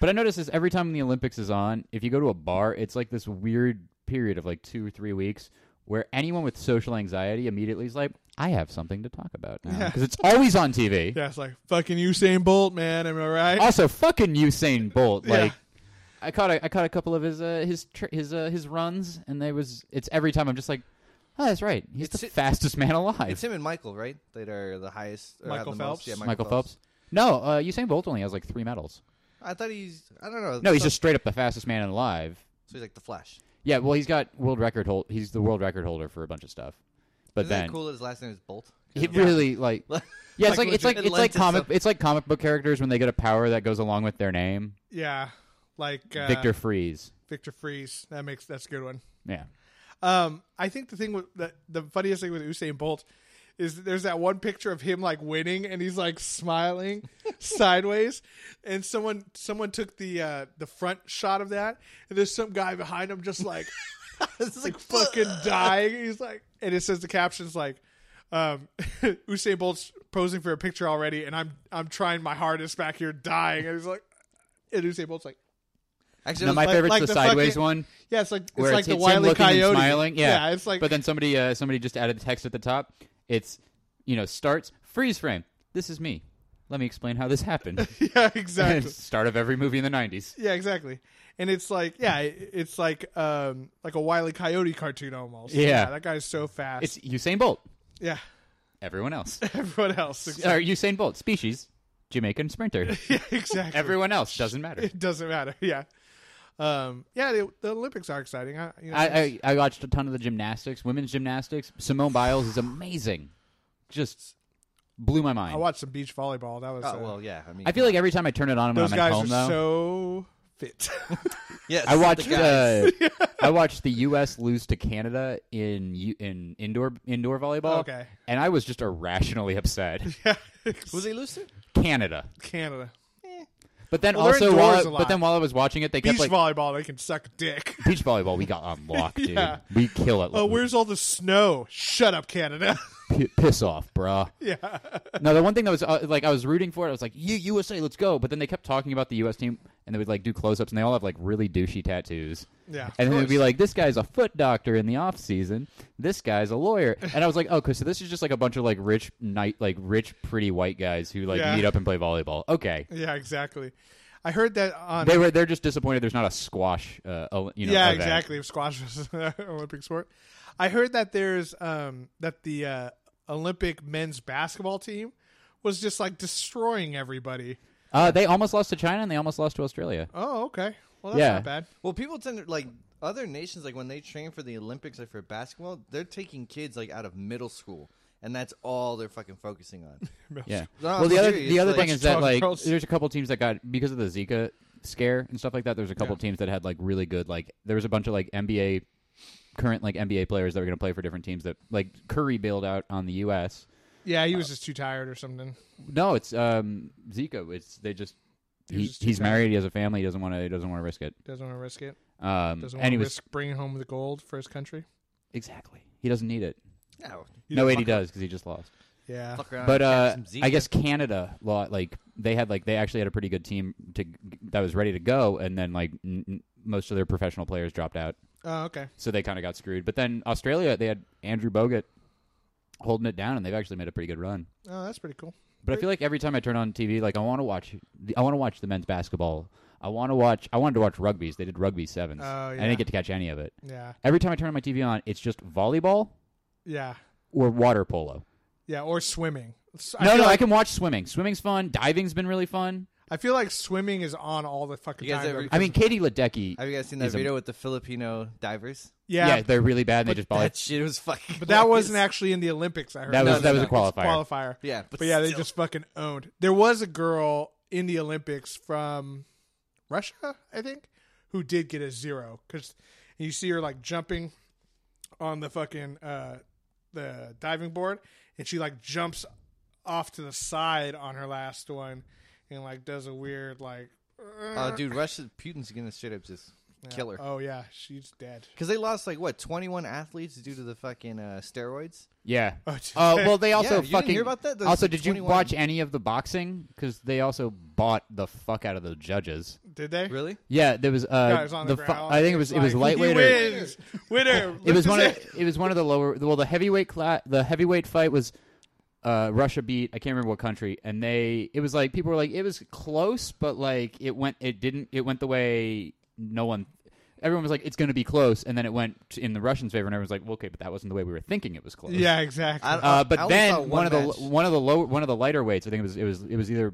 S2: But I notice this every time the Olympics is on, if you go to a bar, it's like this weird period of like two or three weeks where anyone with social anxiety immediately is like, I have something to talk about now. Because it's always on TV.
S1: Yeah, it's like fucking Usain Bolt, man. Am I right?
S2: Also, fucking Usain Bolt.
S1: Yeah.
S2: Like, I caught a, I caught a couple of his uh, his tr- his uh, his runs, and they was it's every time I'm just like, oh, that's right, he's
S3: It's
S2: the
S3: it-
S2: fastest man
S3: It's
S2: alive.
S3: him and Michael, right? That are the highest. or
S1: Michael
S3: have the
S1: Phelps?
S3: Most. Yeah, Michael,
S2: Michael Phelps. No, uh, Usain Bolt only has like three medals.
S3: I thought he's. I don't know.
S2: No, he's
S3: So-
S2: just straight up the fastest man alive.
S3: So he's like the Flash.
S2: Yeah, well, he's got world record hold. He's the world record holder for a bunch of stuff. But
S3: Isn't
S2: then
S3: that cool that his last name is Bolt?
S2: it really like yeah, it's like it's like it's
S3: legit.
S2: like
S3: Atlantis
S2: comic
S3: up.
S2: it's like comic book characters when they get a power that goes along with their name.
S1: Yeah, like uh,
S2: Victor Freeze.
S1: Victor Freeze. That makes that's a good one.
S2: Yeah,
S1: Um, I think the thing with the, the funniest thing with Usain Bolt is that there's that one picture of him like winning and he's like smiling sideways, and someone someone took the uh, the front shot of that, and there's some guy behind him just like
S3: It's
S1: like fucking dying. He's like, and it says the captions like, um, Usain Bolt's posing for a picture already, and I'm I'm trying my hardest back here, dying. And he's like, and Usain Bolt's like,
S3: Actually,
S2: No,
S3: it
S2: my
S3: was-
S1: like-
S2: favorite's
S1: like
S2: the,
S1: the
S2: sideways
S1: fucking-
S2: one
S1: yeah, it's like it's
S2: where
S1: like
S2: it's,
S1: the
S2: it's him
S1: wily
S2: looking and
S1: coyote,
S2: smiling. Yeah.
S1: it's like
S2: But then somebody uh, somebody just added the text at the top. It's you know starts freeze frame. This is me. Let me explain how this happened.
S1: yeah,
S2: And
S1: exactly.
S2: start of every movie in the '90s.
S1: Yeah, exactly. And it's like, yeah, it- it's like um like a wily coyote cartoon almost.
S2: Yeah.
S1: that guy's so fast.
S2: It's Usain Bolt.
S1: yeah,
S2: Everyone else,
S1: everyone else. ex-
S2: or Usain Bolt species Jamaican sprinter.
S1: yeah, exactly.
S2: Everyone else doesn't matter.
S1: it doesn't matter. Yeah, um, yeah. The, the Olympics are exciting. I, you know,
S2: I, I I watched a ton of the gymnastics, women's gymnastics. Simone Biles is amazing. Just blew my
S1: I
S2: mind. I,
S1: watched some beach volleyball. That was uh,
S3: Oh, well, yeah. I mean,
S2: feel like every time I turn it on when
S1: those
S2: I'm
S1: guys
S2: at home,
S1: are
S2: though,
S1: so fit.
S3: yes,
S2: I
S3: the
S2: watched
S3: guys.
S2: uh, I watched the U.S. lose to Canada in U- in indoor indoor volleyball.
S1: Okay.
S2: and I was just irrationally upset.
S1: yeah,
S3: Who they lose to?
S2: Canada,
S1: Canada
S2: but then
S1: Well, they're
S2: also
S1: indoors
S2: while
S1: a
S2: I,
S1: lot.
S2: but then while I was watching it, they
S1: beach
S2: kept like
S1: volleyball. They can suck dick.
S2: beach volleyball. We got on lock, dude.
S1: Yeah.
S2: We kill it.
S1: Oh, where's all the snow? Shut up, Canada.
S2: P- piss off, bruh.
S1: yeah,
S2: No, the one thing that was uh, like I was rooting for it. I was like, "You USA, let's go!" But then they kept talking about the U.S. team, and they would like do close-ups, and they all have like really douchey tattoos.
S1: Yeah, of
S2: and then
S1: course.
S2: it'd be like, "This guy's a foot doctor in the off season. This guy's a lawyer." And I was like, "Oh, 'cause so this is just like a bunch of like rich night, like rich, pretty white guys who like
S1: Yeah.
S2: meet up and play volleyball." Okay,
S1: yeah, exactly. I heard that on
S2: they were they're just disappointed. There's not a squash, uh, Oli- you know,
S1: yeah,
S2: event.
S1: exactly. If squash was an Olympic sport, I heard that there's um, that the uh, Olympic men's basketball team was just like destroying everybody.
S2: Uh, they almost lost to China, and they almost lost to Australia.
S1: Oh, okay. Well, that's
S2: Yeah.
S1: not bad.
S3: Well, people tend to like other nations like when they train for the Olympics like for basketball, they're taking kids like out of middle school, and that's all they're fucking focusing on.
S2: Yeah.
S3: No,
S2: well,
S3: I'm
S2: the other
S3: serious,
S2: the other
S3: like-
S2: thing is that
S1: Strong
S2: like
S1: girls.
S2: there's a couple teams that got because of the Zika scare and stuff like that. There's a couple teams that had like really good like there was a bunch of like NBA current like NBA players that were going to play for different teams that like Curry bailed out on the U.S.
S1: Yeah,
S2: Uh,
S1: he was just too tired or something.
S2: No, it's um Zika. It's they just.
S1: He was
S2: He,
S1: just too
S2: he's
S1: tired.
S2: married. He has a family. He doesn't want to. He doesn't want to risk it.
S1: Doesn't want to risk it.
S2: Um,
S1: Doesn't want
S2: and he
S1: to
S2: was
S1: risk bringing home the gold for his country.
S2: exactly. He doesn't need it.
S3: No,
S2: no, wait, he does because he just lost.
S1: Yeah,
S3: fuck around
S2: but
S3: and catch
S2: uh,
S3: some Zika.
S2: I guess Canada, lo- like they had, like they actually had a pretty good team to that was ready to go, and then like n- n- most of their professional players dropped out,
S1: Oh, okay.
S2: so they kind of got screwed. But then Australia, they had Andrew Bogut holding it down, and they've actually made a pretty good run.
S1: Oh, that's pretty cool.
S2: But I feel like every time I turn on TV, like I want to watch, the, I want to watch the men's basketball. I want to watch. I wanted to watch rugby's. They did rugby sevens.
S1: Oh,
S2: I
S1: yeah.
S2: didn't get to catch any of it.
S1: Yeah,
S2: Every time I turn my TV on, it's just volleyball
S1: yeah,
S2: or water polo.
S1: yeah. Or swimming. S-
S2: no,
S1: feel
S2: no, I
S1: like,
S2: can watch swimming. Swimming's fun. Diving's been really fun.
S1: I feel like swimming is on all the fucking
S3: You guys
S1: time.
S3: ever-
S1: though,
S2: I mean, Katie Ledecky.
S3: have you guys seen that
S2: is a-
S3: video with the Filipino divers?
S1: yeah,
S2: yeah, they're really bad. and They just ball.
S3: That shit was fucking.
S1: But that wasn't
S3: hilarious.
S1: actually in the Olympics. I heard
S2: That
S3: was- that was
S1: It's
S3: a
S2: qualifier.
S1: Qualifier.
S3: Yeah,
S1: but,
S3: but
S1: yeah, they
S3: still.
S1: just fucking owned. There was a girl in the Olympics from Russia, I think, who did get a zero because you see her like jumping on the fucking uh, the diving board, and she like jumps off to the side on her last one, and like does a weird like.
S3: Oh, dude, Russia Putin's gonna straight up just kill her
S1: Oh yeah, she's dead.
S3: because they lost like what twenty one athletes due to the fucking uh, steroids.
S2: yeah.
S1: Oh,
S2: Uh,
S1: did they?
S2: well, they
S3: Yeah,
S2: also
S3: you didn't
S2: fucking.
S3: hear about that? There's
S2: also,
S3: like
S2: did you
S3: 21.
S2: watch any of the boxing? Because they also bought the fuck out of the judges.
S1: Did they?
S3: Really?
S2: Yeah, there was uh,
S1: Guys on the,
S2: fu-
S1: ground.
S2: I think it was it was
S1: Like,
S2: lightweight.
S1: He
S2: Or,
S1: wins. Winner.
S2: it was
S1: Lift
S2: one
S1: his
S2: of
S1: hand.
S2: it was one of the lower. Well, the heavyweight cla- the heavyweight fight was. Uh, Russia beat I can't remember what country, and they it was like people were like it was close, but like it went it didn't it went the way no one everyone was like it's going to be close, and then it went t- in the Russians' favor, and everyone was like well, okay, but that wasn't the way we were thinking it was close.
S1: Yeah, exactly.
S3: I-
S2: Uh,
S3: I
S2: but
S3: only saw
S2: then
S3: one
S2: one, of the
S3: match.
S2: one of the low one of the lighter weights, I think it was it was it was either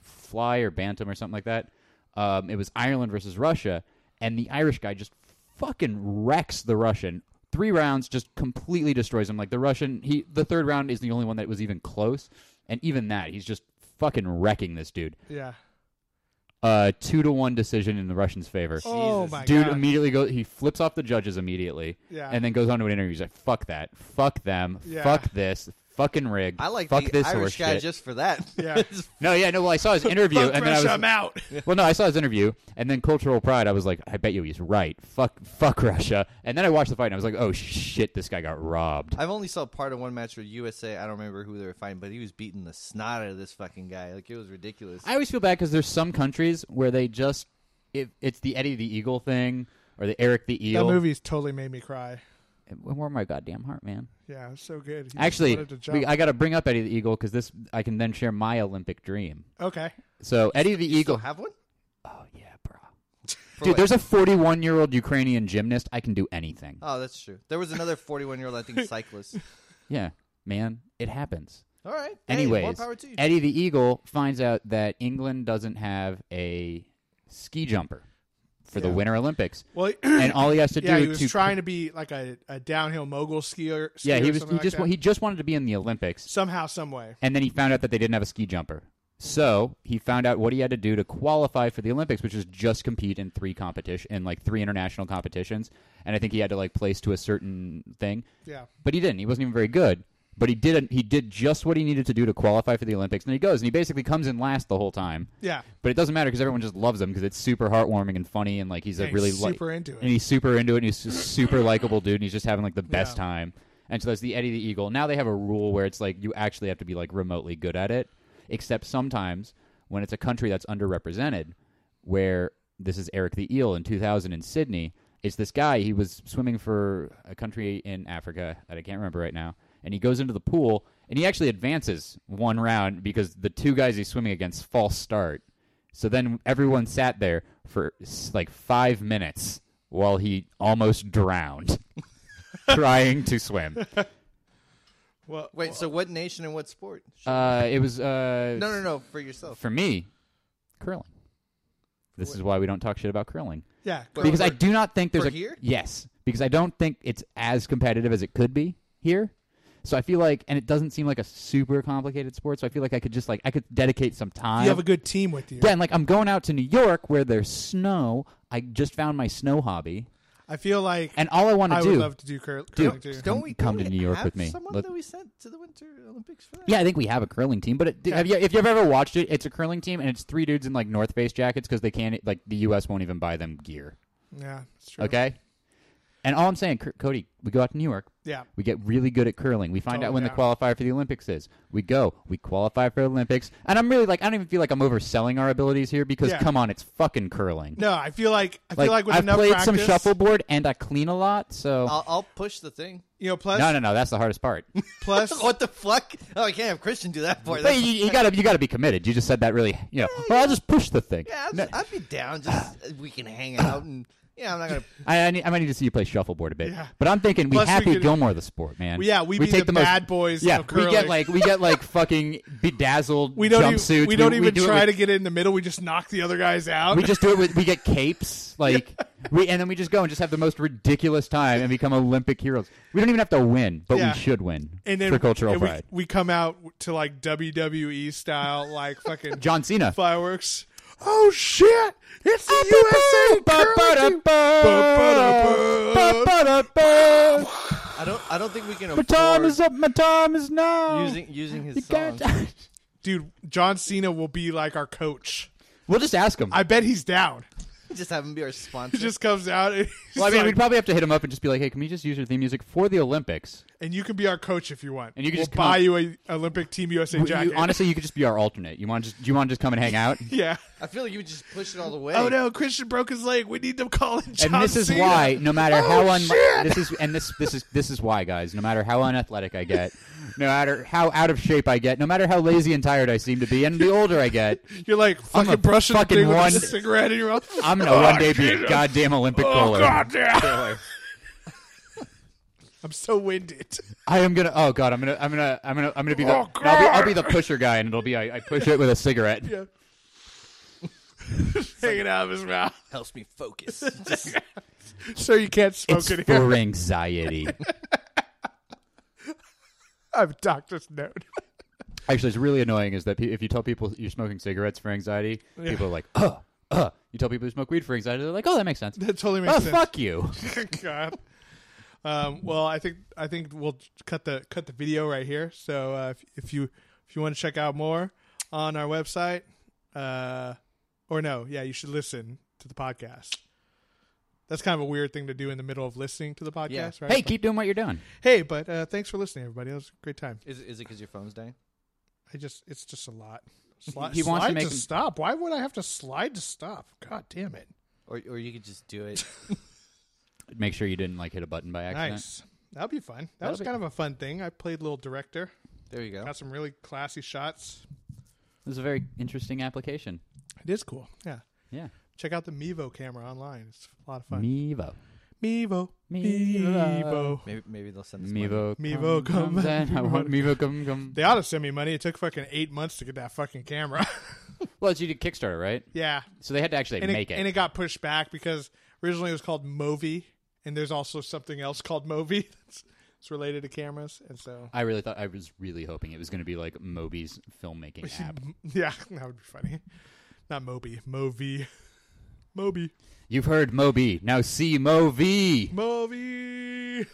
S2: fly or bantam or something like that. Um, it was Ireland versus Russia, and the Irish guy just fucking wrecks the Russian. Three rounds just completely destroys him. Like the Russian, he the third round is the only one that was even close, and even that he's just fucking wrecking this dude.
S1: yeah.
S2: uh, two to one decision in the Russians' favor.
S1: Oh
S3: Jesus.
S1: my
S2: Dude
S1: god.
S2: immediately goes. He flips off the judges immediately,
S1: Yeah.
S2: and then goes on to an interview. He's like, "Fuck that. Fuck them.
S1: Yeah.
S2: Fuck this. Fucking rig.
S3: I like
S2: fuck
S3: the
S2: this
S3: Irish
S2: horseshit."
S3: guy just for that.
S1: Yeah.
S2: No, yeah, no. Well, I saw his interview,
S4: Fuck
S2: and then I
S4: Russia,
S2: was
S4: I'm out.
S2: well, no, I saw his interview, and then Cultural Pride. I was like, I bet you he's right. Fuck, fuck Russia. And then I watched the fight, and I was like, oh shit, this guy got robbed.
S3: I've only saw part of one match for USA. I don't remember who they were fighting, but he was beating the snot out of this fucking guy. Like it was ridiculous.
S2: I always feel bad because there's some countries where they just it, it's the Eddie the Eagle thing or the Eric the
S1: That
S2: Eel.
S1: movie's totally made me cry.
S2: Where my goddamn heart, man.
S1: Yeah, it's so good. He just
S2: Actually,
S1: wanted to jump.
S2: we, I got to bring up Eddie the Eagle because this I can then share my Olympic dream.
S1: okay.
S2: So Eddie the
S3: Still
S2: Eagle.
S3: have one.
S2: Oh yeah, bro.
S3: For
S2: Dude,
S3: what?
S2: there's a 41 year old Ukrainian gymnast. I can do anything.
S1: Uh.
S3: Oh, that's true. There was another 41 year old, I think, cyclist.
S2: Yeah, man, it happens.
S3: All right. Hey, more
S2: Anyways,
S3: power to you.
S2: Eddie the Eagle finds out that England doesn't have a ski jumper for the
S1: Yeah.
S2: Winter Olympics,
S1: Well,
S2: and all he has to
S1: yeah,
S2: do
S1: he was
S2: to
S1: trying to be like a, a downhill mogul skier. skier
S2: yeah he was
S1: or
S2: he
S1: something
S2: just
S1: like
S2: wa-
S1: that.
S2: he just wanted to be in the Olympics,
S1: somehow, some way.
S2: and then he found out that they didn't have a ski jumper. So he found out what he had to do to qualify for the Olympics, which is just compete in three competition in like three international competitions, and I think he had to like place to a certain thing.
S1: Yeah.
S2: but he didn't. He wasn't even very good. But he did. He did just what he needed to do to qualify for the Olympics, and he goes and he basically comes in last the whole time.
S1: Yeah.
S2: But it doesn't matter because everyone just loves him because it's super heartwarming and funny, and like he's a
S1: Yeah, he's
S2: really li-
S1: super into it.
S2: and he's super into it, and he's just super likable dude, and he's just having like the best
S1: Yeah.
S2: time. And so that's the Eddie the Eagle. Now they have a rule where it's like you actually have to be like remotely good at it, except sometimes when it's a country that's underrepresented, where this is Eric the Eel in 2000 in Sydney. It's this guy. He was swimming for a country in Africa that I can't remember right now, and he goes into the pool and he actually advances one round because the two guys he's swimming against false start. So then everyone sat there for s- like five minutes while he almost drowned trying to swim.
S1: Well,
S3: Wait, so what nation and what sport?
S2: Uh, it was uh,
S3: no, no, no, for yourself.
S2: for me curling. This is why we don't talk shit about curling
S1: yeah.
S3: But-
S2: because I
S3: for-
S2: do not think there's
S3: for
S2: a
S3: here?
S2: yes because I don't think it's as competitive as it could be here. So I feel like, and it doesn't seem like a super complicated sport. So I feel like I could just like I could dedicate some time.
S1: you have a good team with you.
S2: Yeah, and like I'm going out to New York where there's snow. I just found my snow hobby,
S1: I feel like
S2: and all I want
S1: I
S2: to
S1: would
S2: do.
S1: love to do cur-
S2: Dude,
S1: curling too.
S2: just
S3: Don't
S2: come-
S3: we
S2: come
S3: don't
S2: to
S3: we
S2: New York
S3: have
S2: with me.
S3: Someone
S2: Look-
S3: that we sent to the Winter Olympics for that.
S2: yeah, I think we have a curling team, but it, have you, if you've ever watched it, it's a curling team, and it's three dudes in like North Face jackets because they can't. e, Like the U.S. won't even buy them gear.
S1: Yeah, it's true.
S2: Okay, and all I'm saying, C- Cody, we go out to New York.
S1: Yeah.
S2: We get really good at curling. We find
S1: Oh,
S2: out when
S1: yeah.
S2: the qualifier for the Olympics is. We go. We qualify for Olympics, and I'm really like I don't even feel like I'm overselling our abilities here because
S1: Yeah.
S2: come on, it's fucking curling.
S1: No, I feel like I feel like, with
S2: I've
S1: enough
S2: played
S1: practice,
S2: some shuffleboard and I clean a lot, so
S3: I'll, I'll push the thing.
S1: you know, plus
S2: no, no, no. That's the hardest part.
S1: plus
S3: What the fuck? Oh, I can't have Christian do that for
S2: But you, you gotta, you gotta be committed. You just said that really, you know. Well, I'll just push the thing.
S3: Yeah, I'd,
S2: No,
S3: I'd be down. Just uh, we can hang out and yeah, I'm not gonna.
S2: I, I, need, I might need to see you play shuffleboard a bit.
S1: Yeah.
S2: But I'm thinking we
S1: Plus we
S2: happy
S1: could-
S2: Gilmore the sport, man.
S1: Well, yeah, we be
S2: take
S1: the bad boys
S2: Yeah,
S1: of
S2: we get
S1: curling.
S2: like we get like fucking bedazzled
S1: we don't
S2: jumpsuits.
S1: even, we don't even
S2: do it
S1: try
S2: with-
S1: to get in the middle. We just knock the other guys out.
S2: We just do it with we get capes like we and then we just go and just have the most ridiculous time and become Olympic heroes. We don't even have to win, but
S1: Yeah.
S2: we should win
S1: and then
S2: for cultural
S1: and we,
S2: pride.
S1: we come out to like WWE style, like fucking
S2: John Cena. Ah,
S1: fireworks. Oh shit! It's the USA curling team. Ba-ba-da-ba.
S2: My
S3: I don't. I don't think we can
S2: time
S3: afford
S2: is up. My time is now.
S3: using using his song.
S2: God.
S1: Dude, John Cena will be like our coach.
S2: We'll just ask him.
S1: I bet he's down.
S3: Just have him be our sponsor.
S1: He just comes out. And, he's
S2: well, I mean,
S1: like,
S2: we'd probably have to hit him up and just be like, "Hey, can we just use your theme music for the Olympics?"
S1: and you can be our coach if you want.
S2: And you can
S1: we'll
S2: just come-
S1: buy you a Olympic Team USA
S2: You-
S1: jacket.
S2: honestly, you could just be our alternate. You want to just you want to just come and hang out.
S1: yeah.
S3: I feel like you would just push it all the way.
S1: Oh no, Christian broke his leg. We need to call in John
S2: and this is
S1: Cena. Oh,
S2: why, no matter how un-
S1: shit!
S2: this is, and this this is this is why, guys. No matter how unathletic I get, no matter how out of shape I get, no matter how lazy and tired I seem to be, and the older I get,
S1: You're like fucking
S2: a
S1: brushing
S2: fucking
S1: the thing
S2: one-
S1: with a cigarette in your mouth.
S2: I'm gonna one day be a goddamn Olympic
S1: Oh
S2: bowler.
S1: god damn. I'm so winded.
S2: I am gonna. Oh god, I'm gonna. I'm gonna. I'm gonna. I'm gonna be the.
S1: Oh,
S2: I'll be. I'll
S1: God.
S2: be the pusher guy, and it'll be. I, I push it with a cigarette.
S1: Yeah. Hanging out of his mouth.
S3: helps me focus.
S1: So you can't smoke
S2: It's
S1: in here.
S2: for anxiety.
S1: I have a doctor's note.
S2: Actually, it's really annoying. Is that pe- if you tell people you're smoking cigarettes for anxiety, people are like, "Oh, uh, you tell people who smoke weed for anxiety, they're like, oh, that makes sense.
S1: That totally makes
S2: oh,
S1: sense.
S2: fuck you.
S1: God. Um, well, I think I think we'll cut the cut the video right here. So uh, if, if you if you want to check out more on our website, uh, or no, yeah, you should listen to the podcast. That's kind of a weird thing to do in the middle of listening to the podcast,
S3: Yeah.
S1: right?
S2: Hey, keep doing what you're doing.
S1: But- hey, but uh, thanks for listening, everybody. It was a great time.
S3: Is, is it because your phone's dying?
S1: I just it's just a lot. Sli-
S2: He wants to
S1: slide
S2: make him-
S1: stop. Why would I have to slide to stop? God damn it!
S3: Or, or you could just do it.
S2: Make sure you didn't like hit a button by accident.
S1: Nice. That'll be fun. That
S2: That'll
S1: was
S2: be-
S1: kind of a fun thing. I played little director.
S3: There you go.
S1: Got some really classy shots.
S2: This is a very interesting application.
S1: It is cool. Yeah.
S2: Yeah.
S1: Check out the Mevo camera online. It's a lot of fun.
S2: Mevo.
S1: Mevo.
S2: Mevo.
S3: Maybe, maybe they'll send us money.
S2: Mevo.
S1: Mevo come-
S2: comes in. I want Mevo come come.
S1: They ought to send me money. It took fucking eight months to get that fucking camera.
S2: Well, it's you did Kickstarter, right?
S1: yeah.
S2: So they had to actually
S1: And
S2: make
S1: it,
S2: it.
S1: and it got pushed back because originally it was called Movi, and there's also something else called Movi that's it's related to cameras. And so,
S2: I really thought I was really hoping it was going to be like Moby's filmmaking app.
S1: yeah, that would be funny. Not Moby, Movi, Moby,
S2: You've heard Moby, now see
S1: Uh,
S2: Moby.
S1: Movi.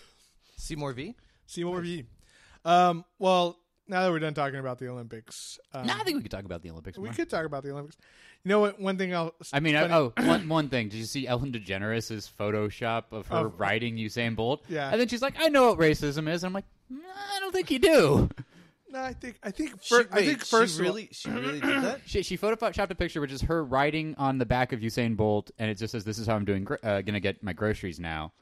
S3: Seymour V?
S1: Seymour V. Um, well, now that we're done talking about the Olympics, um,
S2: No, I think we could talk about the Olympics.
S1: we
S2: more.
S1: could talk about the Olympics. You know what? One thing I'll.
S2: I mean, I,
S1: funny-
S2: oh, one, one thing. Did you see Ellen DeGeneres' Photoshop of her
S1: Of-
S2: riding Usain Bolt?
S1: Yeah.
S2: And then she's like, I know what racism is. And I'm like, "Mm, I don't think you do.
S1: no, I think I think
S3: She-
S1: fir- I
S3: wait,
S1: think
S3: she
S1: first of all-
S3: really, she really did that.
S2: She, she photoshopped a picture, which is her riding on the back of Usain Bolt, and it just says, "This is how I'm doing. Gr- uh, gonna get my groceries now."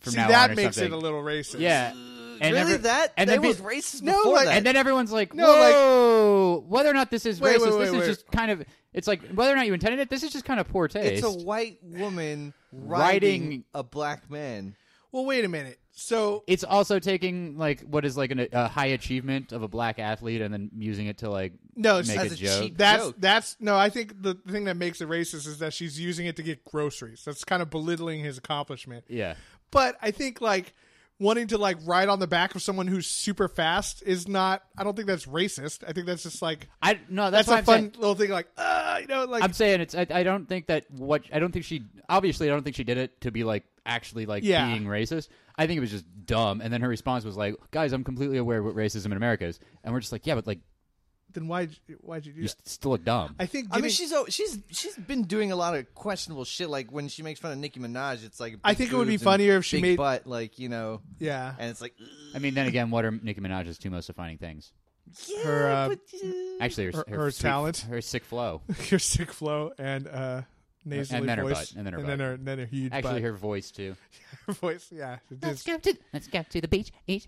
S2: From
S1: see
S2: now on
S1: that
S2: or
S1: makes it
S2: something.
S1: a little racist.
S2: yeah. And
S3: really
S2: every-
S3: that?
S2: And
S3: they
S2: then be-
S3: was racist
S1: No,
S3: before
S1: like-
S3: that.
S2: And then everyone's like,
S1: No, like-
S2: "Whoa, whether or not this is
S1: Wait,
S2: racist,
S1: wait,
S2: this
S1: wait,
S2: is
S1: wait.
S2: just kind of it's like whether or not you intended it. This is just kind of poor taste."
S3: it's a white woman
S2: Riding-
S3: riding, a black man.
S1: Well, wait a minute. So
S2: it's also taking like what is like an, a high achievement of a black athlete and then using it to like
S1: no,
S2: make
S1: that's
S2: a
S3: as a
S2: joke.
S3: cheap-
S1: that's,
S3: joke.
S1: that's no. I think the thing that makes it racist is that she's using it to get groceries. That's kind of belittling his accomplishment.
S2: yeah,
S1: But I think like wanting to like ride on the back of someone who's super fast is not. I don't think that's racist. I think that's just like
S2: I no, that's,
S1: that's,
S2: what
S1: a
S2: I'm
S1: fun
S2: Saying.
S1: little thing. Like, uh, you know, like
S2: I'm saying it's. I, I don't think that what I don't think she obviously I don't think she did it to be like actually like
S1: Yeah.
S2: being racist. I think it was just dumb. And then her response was like, "Guys, I'm completely aware of what racism in America is," and we're just like, "Yeah, but like
S1: then why why'd you do
S2: you
S1: that?
S2: st- still look dumb."
S1: I think
S3: I mean,
S1: giving-
S3: she's al- she's she's been doing a lot of questionable shit. Like when she makes fun of Nicki Minaj, it's like
S1: I
S3: big
S1: think it would be
S3: boobs and
S1: funnier if she
S3: big
S1: made-
S3: butt, like you know,
S1: yeah.
S3: and it's like
S2: I mean, then again, what are Nicki Minaj's two most defining things?
S3: yeah,
S1: Her, uh,
S3: but, uh,
S2: Actually, her,
S1: Her- her
S2: sweet-
S1: talent.
S2: her sick flow.
S1: Your sick flow and uh nasally
S2: then her
S1: voice
S2: butt, and then her
S1: and
S2: butt.
S1: then her, and then her huge
S2: Actually,
S1: butt.
S2: her voice too.
S1: her voice yeah it
S5: Let's
S1: is.
S5: go to let's go to the beach. Each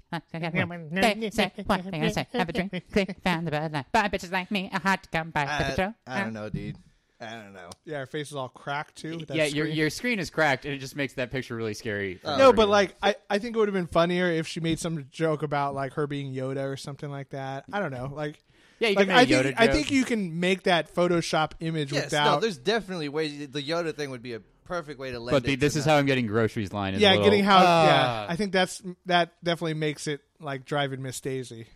S5: they say one thing I say. Have a drink. Click found the bird life. Bye bitches like me are hard to come by. The
S3: Uh, I,
S5: patrol.
S3: I don't know, dude. I don't know.
S1: yeah her face is all cracked too with that
S2: yeah, your
S1: screen.
S2: your screen is cracked, and it just makes that picture really scary. for
S1: no
S2: whatever
S1: but
S2: reason.
S1: like I, I think it would have been funnier if she made some joke about like her being yoda or something like that i don't know like
S2: yeah, you
S1: like
S2: can
S1: i
S2: make a Yoda
S1: think i
S2: joke.
S1: think you can make that photoshop image
S3: Yes, no,
S1: without
S3: there's definitely ways. The Yoda thing would be a perfect way to lend
S2: But
S3: it
S2: the,
S3: to
S2: this is
S3: that.
S2: how I'm getting groceries line. Is a
S1: yeah
S2: little,
S1: getting how yeah
S3: uh,
S2: Ah.
S1: i think that's that definitely makes it like driving miss daisy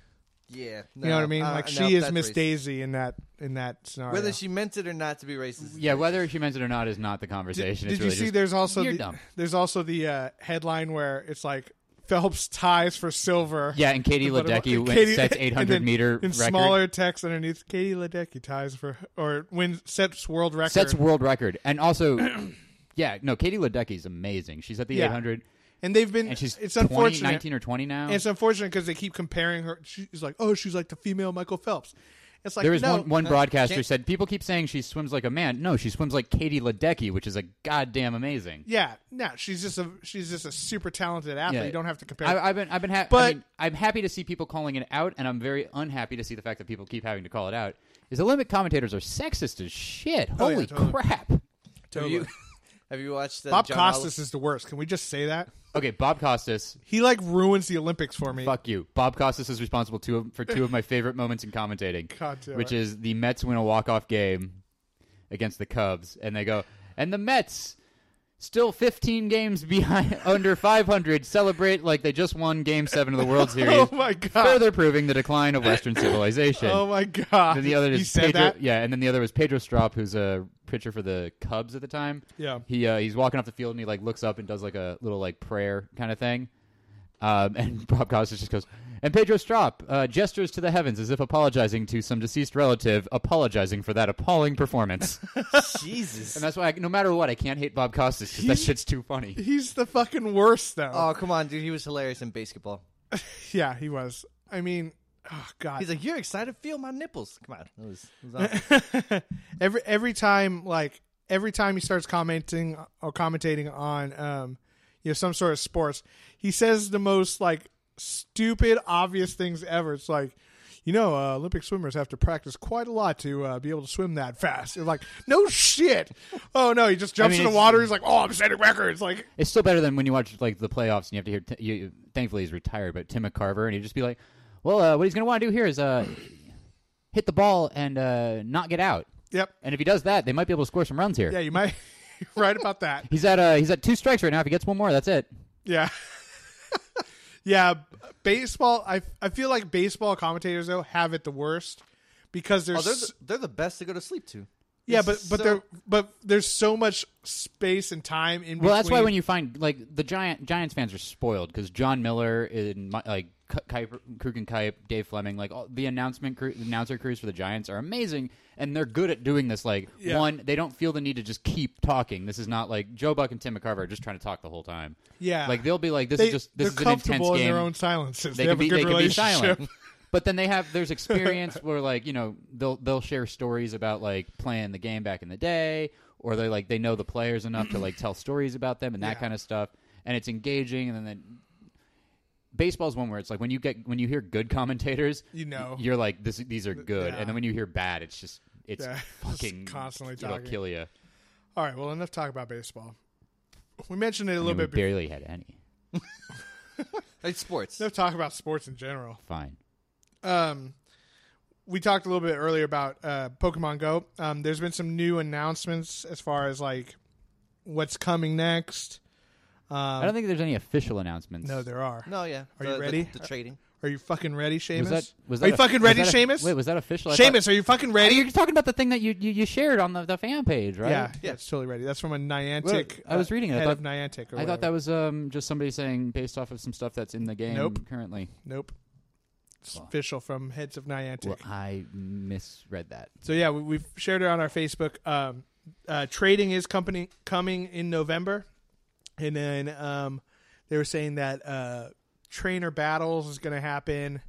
S3: Yeah,
S1: you know
S3: no,
S1: what i mean
S3: uh,
S1: like
S3: no,
S1: she is
S3: that's
S1: miss
S3: racist.
S1: daisy in that in that scenario
S3: Whether she meant it or not to be racist.
S2: Yeah, whether she meant it or not is not the
S1: Did-
S2: conversation.
S1: Did,
S2: it's really
S1: you see?
S2: just,
S1: there's also
S2: you're
S1: the,
S2: dumb.
S1: there's also the uh, headline where it's like Phelps ties for silver.
S2: Yeah, and Katie
S1: But about-
S2: Ledecky went,
S1: Katie-
S2: sets
S1: and
S2: 800
S1: then
S2: meter
S1: in
S2: record.
S1: smaller text underneath. Katie Ledecky ties for or wins sets world record.
S2: sets world record, and also, yeah, no, Katie Ledecky's amazing. She's at the
S1: Yeah.
S2: 800,
S1: and they've been.
S2: and she's
S1: it's
S2: 20,
S1: unfortunate.
S2: 19 or 20 now.
S1: and it's unfortunate because they keep comparing her. She's like, oh, she's like the female Michael Phelps. It's like
S2: there was
S1: no,
S2: one, one broadcaster
S3: can't-
S2: said people keep saying she swims like a man. No, she swims like Katie Ledecky, which is a goddamn amazing.
S1: Yeah, no, she's just a she's just a super talented athlete.
S2: Yeah.
S1: You don't have to compare.
S2: I, I've been, I've been, ha- I
S1: But-
S2: mean, I'm happy to see people calling it out, and I'm very unhappy to see the fact that people keep having to call it out. Is Olympic commentators are sexist as shit.
S1: Oh, yeah,
S2: Holy
S1: totally.
S2: crap!
S3: Have you, have you watched that?
S1: Bob
S3: John
S1: Costas is the worst. Can we just say that?
S2: Okay, Bob Costas,
S1: He like ruins the Olympics for me.
S2: fuck you. Bob Costas is responsible two of, for two of my favorite moments in commentating,
S1: God damn
S2: which
S1: it.
S2: is the Mets win a walk-off game against the Cubs, and they go, and the Mets. Still 15 games behind under 500 celebrate like they just won game 7 of the World Series.
S1: Oh my god.
S2: Further proving the decline of western civilization.
S1: Oh my god!
S2: Then the other
S1: he
S2: is
S1: said
S2: Pedro,
S1: that.
S2: yeah, and then the other was Pedro Strop, who's a pitcher for the Cubs at the time.
S1: Yeah.
S2: He uh, he's walking off the field and he like looks up and does like a little like prayer kind of thing. Um, and Bob Costas just goes, and Pedro Strop uh, gestures to the heavens as if apologizing to some deceased relative, apologizing for that appalling performance.
S3: Jesus.
S2: and that's why, I, no matter what, I can't hate Bob Costas 'cause that shit's too funny.
S1: He's the fucking worst though.
S3: Oh come on, dude. He was hilarious in basketball.
S1: yeah, he was. I mean, oh god.
S3: He's like, "You're excited? Feel my nipples." Come on. That was, that was awesome.
S1: every every time like every time he starts commenting or commentating on um you know some sort of sports he says the most like stupid obvious things ever it's like you know uh, olympic swimmers have to practice quite a lot to uh, be able to swim that fast it's like no shit oh no he just jumps
S2: mean,
S1: in the
S2: it's-
S1: water he's like oh i'm setting records like
S2: It's still better than when you watch like the playoffs and you have to hear. T- you, you- thankfully, he's retired, but Tim McCarver, and he'd just be like, "Well, uh, what he's going to want to do here is uh, hit the ball and uh, not get out.
S1: yep
S2: And if he does that, they might be able to score some runs here.
S1: yeah you might you're right about that
S2: He's at uh, he's at two strikes right now. If he gets one more, that's it.
S1: Yeah. yeah, b- baseball I I feel like baseball commentators though have it the worst because there's
S3: Oh, they're the, they're the best to go to sleep to.
S1: yeah,
S3: it's
S1: but but
S3: so-
S1: there but there's so much space and time in
S2: Well, that's why when you find like the giant Giants fans are spoiled because John Miller and my- like K- Kuiper, Kruk and Kuip, Dave Fleming, like all, the announcement crew, announcer crews for the Giants are amazing, and they're good at doing this. Like
S1: Yeah.
S2: one, they don't feel the need to just keep talking. This is not like Joe Buck and Tim McCarver are just trying to talk the whole time.
S1: Yeah.
S2: like they'll be like, this
S1: they,
S2: is just
S1: they're
S2: this is an intense
S1: comfortable in
S2: game.
S1: their own silences. They,
S2: they can
S1: have
S2: be
S1: a good
S2: they can be
S1: relationship.
S2: silent. But then they have there's experience where like you know they'll they'll share stories about like playing the game back in the day, or they like they know the players enough to like tell stories about them and that
S1: Yeah.
S2: kind of stuff, and it's engaging. And then the, baseball's one where it's like when you get when you hear good commentators,
S1: You know.
S2: you're like this these are good,
S1: Yeah.
S2: and then when you hear bad, it's just it's
S1: Yeah. Just
S2: fucking
S1: constantly
S2: it'll
S1: talking.
S2: kill you.
S1: All right, well enough talk about baseball. We mentioned it a
S2: And
S1: little
S2: we
S1: bit before.
S2: barely had any.
S3: It's sports.
S1: Enough talk about sports in general.
S2: Fine.
S1: um, we talked a little bit earlier about uh, Pokemon Go. Um, there's been some new announcements as far as like what's coming next.
S2: I don't think there's any official announcements.
S1: Um, No, there are.
S3: No, yeah.
S1: Are
S3: the,
S1: you
S3: the-
S1: ready?
S3: The, trading.
S1: Are you fucking ready, Seamus?
S2: was that, was that
S1: are you
S2: a-
S1: fucking
S2: was
S1: ready,
S2: that a-
S1: Seamus?
S2: Wait, was that official? I thought-
S1: Seamus, are you fucking
S2: Oh,
S1: ready?
S2: You're talking about the thing that you, you, you shared on the, the fan page, right?
S1: yeah, yeah,
S3: Yeah.
S1: it's totally ready. That's from a Niantic.
S2: Well, I was
S1: uh,
S2: reading it. I
S1: Head
S2: thought-
S1: of Niantic. Or
S2: I
S1: whatever.
S2: thought that was um, just somebody saying based off of some stuff that's in the game
S1: Nope.
S2: currently.
S1: Nope. It's official from heads of Niantic.
S2: Well, I misread that.
S1: So yeah, we, we've shared it on our Facebook. Um, uh, trading is company coming in November, and then um, they were saying that uh, trainer battles is going to happen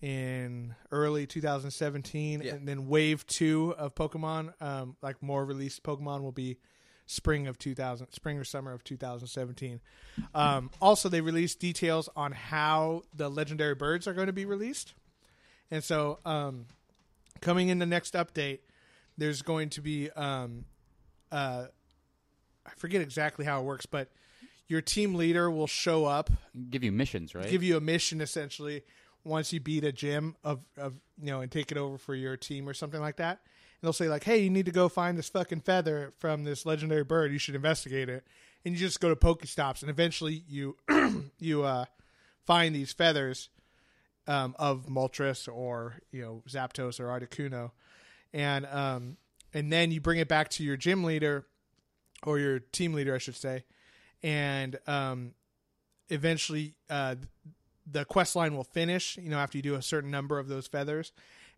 S1: in early 2017,
S3: Yeah.
S1: and then Wave Two of Pokemon, um, like more released Pokemon, will be spring of 2000, spring or summer of 2017. Um, also, they released details on how the legendary birds are going to be released, and so. Um, coming in the next update, there's going to be um, uh, I forget exactly how it works, but your team leader will show up,
S2: Give you missions, right?
S1: give you a mission essentially once you beat a gym of, of you know and take it over for your team or something like that. And they'll say like, "Hey, you need to go find this fucking feather from this legendary bird. You should investigate it." And you just go to Pokestops, and eventually you you uh, find these feathers um, of Moltres or you know Zapdos or Articuno, and um, and then you bring it back to your gym leader or your team leader, I should say, and um, eventually uh, the quest line will finish. You know, after you do a certain number of those feathers,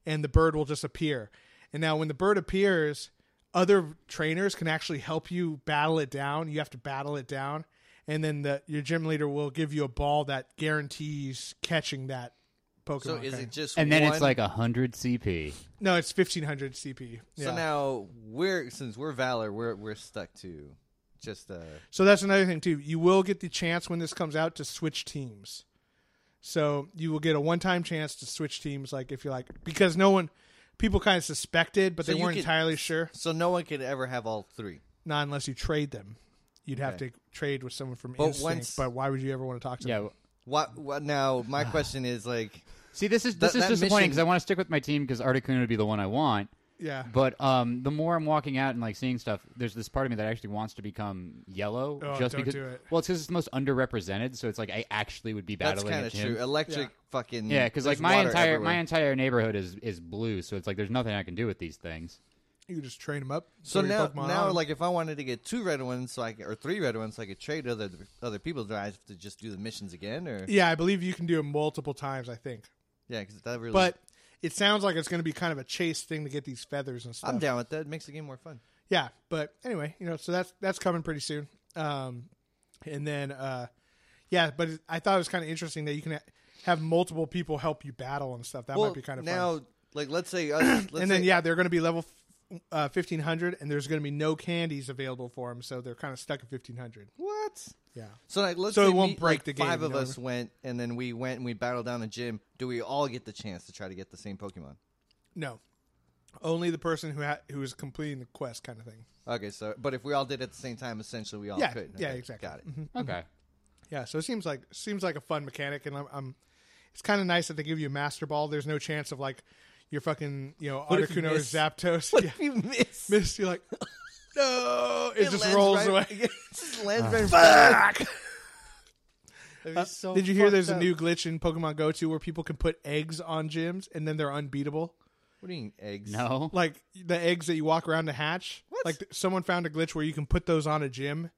S1: and the bird will just appear. And now, when the bird appears, other trainers can actually help you battle it down. You have to battle it down, and then the your gym leader will give you a ball that guarantees catching that Pokemon.
S3: So is
S1: Okay.
S3: it just
S2: and then it's
S3: one-
S2: like 100 CP.
S1: no? It's fifteen hundred CP. Yeah.
S3: So now we're since we're Valor, we're we're stuck to just uh
S1: So that's another thing too. You will get the chance when this comes out to switch teams. So you will get a one-time chance to switch teams, like if you're like because no one, people kind of suspected, but
S3: So
S1: they
S3: you
S1: weren't
S3: could-
S1: entirely sure.
S3: so no one could ever have all three.
S1: Not unless you trade them, you'd have to trade with someone from
S3: But
S1: Instinct.
S3: once-
S1: but why would you ever want to talk to?
S2: Yeah.
S1: them?
S2: w-
S3: What, what now my question is like
S2: See, this is this
S3: That-
S2: is
S3: that
S2: disappointing
S3: mission-
S2: because I want to stick with my team because Articuno would be the one I want.
S1: yeah,
S2: But um, the more I'm walking out and like seeing stuff, there's this part of me that actually wants to become yellow.
S1: Oh,
S2: just
S1: don't
S2: because,
S1: do it.
S2: well, it's because it's the most underrepresented. So it's like I actually would be
S3: that's
S2: battling.
S3: kind
S2: a
S3: of
S2: gym.
S3: true. Electric
S1: Yeah.
S3: fucking
S2: Yeah, because like
S3: Mm. there's
S2: my
S3: water
S2: entire my
S3: everywhere.
S2: entire neighborhood is is blue, so it's like there's nothing I can do with these things.
S1: You could just train them up.
S3: So
S1: throw your
S3: now,
S1: Pokemon
S3: now,
S1: on 'em.
S3: like if I wanted to get two red ones, so I could, or three red ones, so I could trade other other people. Do I have to just do the missions again, or
S1: yeah, I believe you can do it multiple times. I think,
S3: yeah? Because that really,
S1: but it sounds like it's going to be kind of a chase thing to get these feathers and stuff.
S3: I'm down with that. It makes the game more fun.
S1: yeah but anyway you know so that's that's coming pretty soon um and then uh yeah but it- i thought it was kind of interesting that you can ha- have multiple people help you battle and stuff that
S3: well,
S1: might be kind of
S3: now,
S1: fun
S3: like let's say, us, let's
S1: and then
S3: say-
S1: yeah they're going to be level f- uh, 1500 and there's going to be no candies available for them so they're kind of stuck at 1500
S3: what?
S1: yeah
S3: So like, let's
S1: So
S3: say
S1: it won't
S3: we-
S1: break
S3: like,
S1: the game,
S3: Five
S1: you
S3: of
S1: know what I
S3: us went, and then we went and we battled down a gym. Do we all get the chance to try to get the same Pokemon?
S1: no only the person who ha- who is completing the quest kind of thing
S3: Okay, so but if we all did at the same time, essentially we all
S1: Yeah,
S3: could.
S1: yeah,
S3: Okay,
S1: exactly. Mm-hmm.
S3: Got it.
S2: Okay.
S1: Yeah, so it seems like seems like a fun mechanic, and I'm, I'm it's kind of nice that they give you a master ball. There's no chance of like your fucking you know
S3: What if you
S1: Articuno or
S3: miss?
S1: Zapdos. yeah,
S3: You miss.
S1: miss, you're like, no, it, just
S3: lands
S1: rolls
S3: right-
S1: away.
S3: it just lands right in front of us. That'd be
S1: Uh,
S3: so
S1: Did you hear?
S3: fucked
S1: There's a
S3: up.
S1: new glitch in Pokemon Go 2 where people can put eggs on gyms, and then they're unbeatable.
S3: What do you mean eggs?
S2: No.
S1: Like the eggs that you walk around to hatch.
S3: What?
S1: Like th- someone found a glitch where you can put those on a gym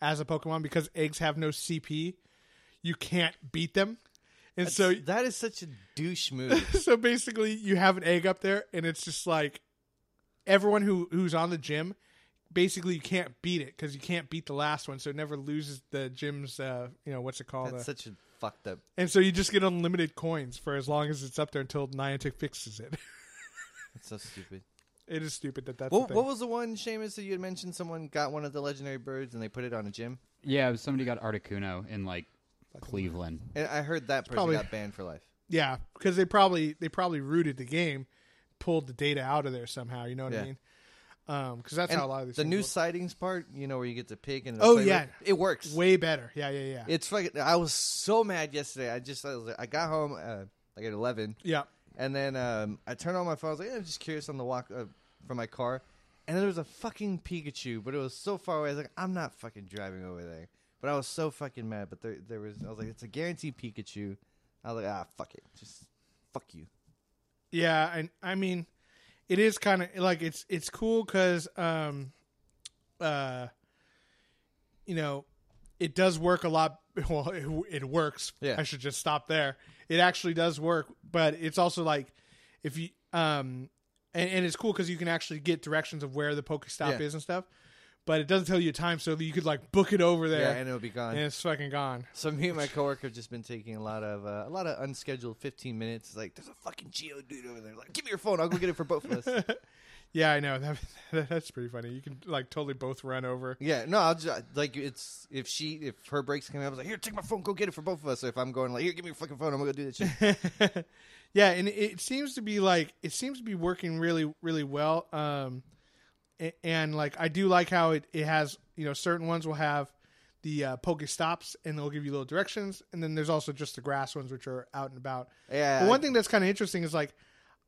S1: as a Pokemon because eggs have no CP. You can't beat them, and so
S3: that is such a douche move.
S1: so basically you have an egg up there and it's just like everyone who who's on the gym basically you can't beat it because you can't beat the last one so it never loses the gym's uh you know what's it called
S3: That's
S1: uh,
S3: such a fucked up.
S1: and so you just get unlimited coins for as long as it's up there until niantic fixes it
S3: That's so stupid.
S1: it is stupid that that's the
S3: What,
S1: thing.
S3: what was the one, Seamus, that you had mentioned? Someone got one of the legendary birds and they put it on a gym.
S2: Yeah, somebody got Articuno in like Cleveland.
S3: And I heard that person
S1: probably-
S3: got banned for life.
S1: yeah because they probably they probably rooted the game pulled the data out of there somehow you know what i
S3: Yeah.
S1: mean um because that's
S3: And
S1: how a lot of these
S3: the
S1: things
S3: new
S1: work.
S3: sightings part, you know, where you get to pick and
S1: Oh,
S3: play with-
S1: yeah.
S3: it works.
S1: way better yeah yeah yeah
S3: It's fucking. I was so mad yesterday. I just I, was, I got home uh, like at eleven,
S1: yeah
S3: and then um, I turned on my phone. I was like, "Eh, I'm just curious on the walk uh, from my car, and there was a fucking Pikachu, but it was so far away. I was like, I'm not fucking driving over there. But I was so fucking mad. But there, there was. I was like, it's a guaranteed Pikachu. I was like, ah, fuck it, just fuck you.
S1: Yeah, and I mean, it is kind of like it's it's cool because um, uh, you know, it does work a lot. Well, it, it works.
S3: Yeah.
S1: I should just stop there. It actually does work, but it's also like if you um, and, and it's cool because you can actually get directions of where the Pokestop
S3: Yeah.
S1: is and stuff. But it doesn't tell you a time, so that you could like book it over there,
S3: Yeah,
S1: and,
S3: and it'll be gone.
S1: it's fucking gone.
S3: So me and my coworker have just been taking a lot of uh, a lot of unscheduled fifteen minutes. Like, there's a fucking Geo dude over there. Like, give me your phone. I'll go get it for both of us.
S1: Yeah, I know that, that's pretty funny. You can like totally both run over.
S3: Yeah, no, I'll just like it's if she if her breaks coming up, I was like, here, take my phone, go get it for both of us. So if I'm going like, here, give me your fucking phone, I'm gonna go do that shit.
S1: yeah, and it seems to be like it seems to be working really really well. Um, a- and like I do like how it it has you know certain ones will have the uh, stops and they'll give you little directions, and then there's also just the grass ones which are out and about.
S3: Yeah,
S1: But one
S3: I-
S1: thing that's kind of interesting is like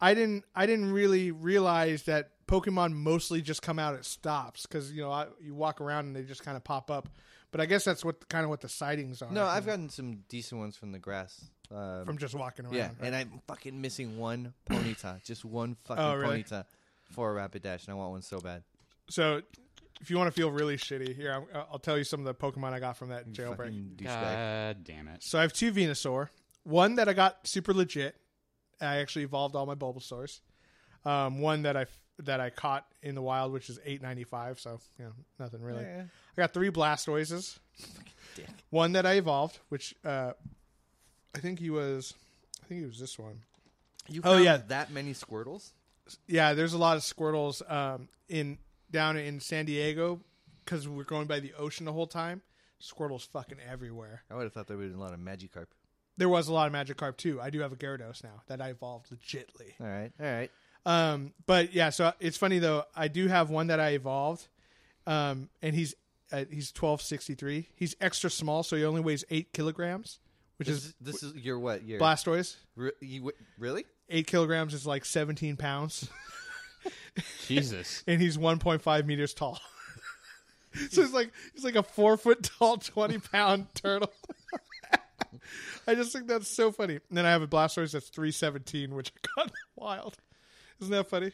S1: I didn't I didn't really realize that Pokemon mostly just come out at stops because you know I, you walk around and they just kind of pop up. But I guess that's what kind of what the sightings are.
S3: no,
S1: I
S3: I've
S1: think,
S3: gotten some decent ones from the grass. Um,
S1: from just walking around.
S3: yeah,
S1: right?
S3: and I'm fucking missing one Ponyta, just one fucking
S1: Oh, really?
S3: Ponyta for a rapid dash, and I want one so bad.
S1: So, if you want to feel really shitty, here I'm, I'll tell you some of the Pokemon I got from that jailbreak.
S3: Fucking douchebag.
S2: God damn it.
S1: So I have two Venusaur. One that I got super legit. I actually evolved all my Bulbasaur's. Um, one that I that I caught in the wild, which is eight ninety five. So you know, nothing really.
S3: Yeah.
S1: I got three Blastoises.
S3: dick.
S1: One that I evolved, which uh, I think he was. I think he was this one.
S3: You
S1: Oh,
S3: found
S1: yeah.
S3: that many Squirtles?
S1: yeah, there's a lot of squirtles um, in down in San Diego because we're going by the ocean the whole time. Squirtles fucking everywhere.
S3: I would have thought there would be a lot of Magikarp.
S1: There was a lot of Magikarp too. I do have a Gyarados now that I evolved legitly.
S3: All right, all right.
S1: Um, but yeah, so it's funny though. I do have one that I evolved, um, and he's uh, he's twelve sixty three. He's extra small, so he only weighs eight kilograms, which
S3: This
S1: is
S3: is, this is your what? Your
S1: Blastoise.
S3: Re- you, w- really?
S1: Eight kilograms is like seventeen pounds.
S2: Jesus.
S1: and he's 1.5 meters tall. so he's like he's like a four foot tall, 20 pound turtle. I just think that's so funny. And then I have a Blastoise that's 317, which I got wild. Isn't that funny?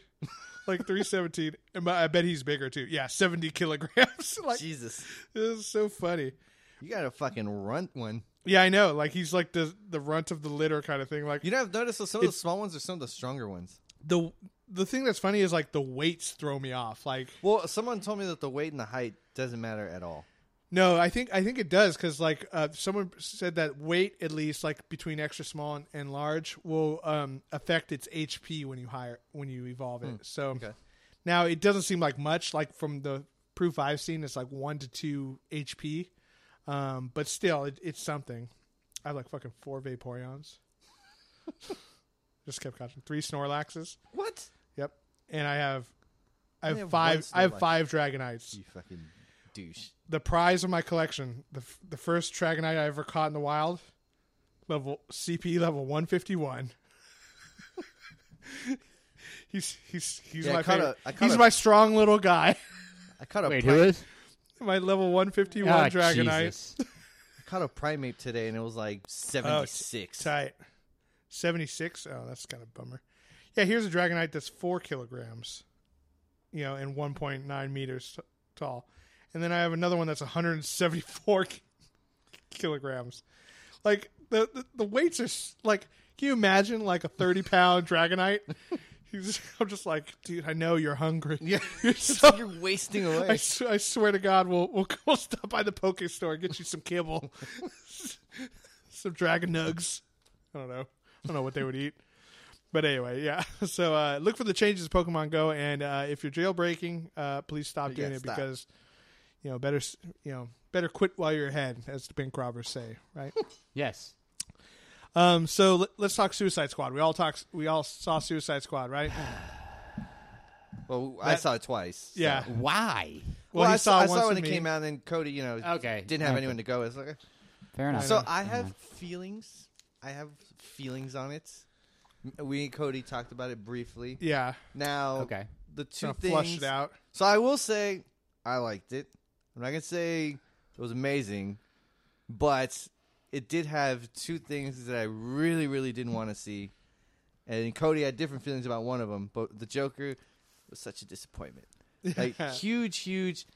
S1: like 317. And my, I bet he's bigger too. Yeah, 70 kilograms. like,
S3: Jesus,
S1: this is so funny.
S3: you got a fucking runt one.
S1: Yeah, I know. Like, he's like the the runt of the litter kind of thing. Like,
S3: You know, I've noticed that some of the small ones are some of the stronger ones.
S1: the the thing that's funny is like the weights throw me off. Like,
S3: Well, someone told me that the weight and the height doesn't matter at all.
S1: no, I think I think it does because like uh, someone said that weight at least like between extra small and, and large will um, affect its HP when you hire when you evolve
S3: Hmm,
S1: it. so now it doesn't seem like much. Like from the proof I've seen, it's like one to two HP, um, but still it, it's something. I have like fucking four Vaporeons. Just kept catching three Snorlaxes.
S3: What?
S1: Yep. And I have I have
S3: have
S1: five
S3: one
S1: I have
S3: Snorlax.
S1: five Dragonites.
S3: You fucking douche.
S1: The prize of my collection, the f- the first Dragonite I ever caught in the wild, level CP level 151. he's he's he's
S3: Yeah, I
S1: my
S3: caught a-
S1: favorite-
S3: I caught
S1: he's
S3: a-
S1: my strong little guy.
S3: I caught a
S2: Wait,
S3: pri-
S2: who is?
S1: my level 151
S2: Ah,
S1: Dragonite.
S2: Jesus.
S3: caught a primate today, and it was
S1: Oh,
S3: like seventy six.
S1: Tight. 76. Oh, that's kind of a bummer. Yeah, here's a Dragonite that's 4 kilograms, you know, and 1.9 meters t- tall. And then I have another one that's 174 ki- kilograms. Like, the, the, the weights are, s- like, can you imagine, like, a 30 pound Dragonite? He's, I'm just like, dude, I know you're hungry.
S3: yeah,
S1: You're
S3: It's
S1: so
S3: like you're wasting
S1: I,
S3: away.
S1: s- I swear to God, we'll, we'll we'll stop by the poke store and get you some kibble, some dragon nugs. I don't know. I don't know what they would eat. But anyway, yeah. So uh, look for the changes to Pokemon Go, and uh, if you're jailbreaking, uh, please stop doing
S3: Yeah,
S1: it
S3: stop.
S1: because you know better. s- You know better quit while you're ahead, as the bank robbers say, right?
S2: Yes.
S1: um. So let, let's talk Suicide Squad. We all talk. We all saw Suicide Squad, right?
S3: Well, I
S1: That-
S3: saw it twice. so-
S1: Yeah.
S2: Why?
S3: Well, I
S1: he
S3: saw, I
S1: once
S3: saw when it
S1: with me.
S3: came out, and then Cody, you know,
S2: Okay.
S3: didn't have
S2: Okay.
S3: anyone to go. It's like,
S2: Fair enough.
S3: so I have feelings. I have feelings on it. We and Cody talked about it briefly.
S1: Yeah.
S3: Now,
S2: Okay.
S3: the two
S1: Kind of
S3: things.
S1: flushed it out.
S3: So I will say I liked it. I'm not gonna say it was amazing, but it did have two things that I really, really didn't want to see. And Cody had different feelings about one of them, but the Joker was such a disappointment. Like huge, huge.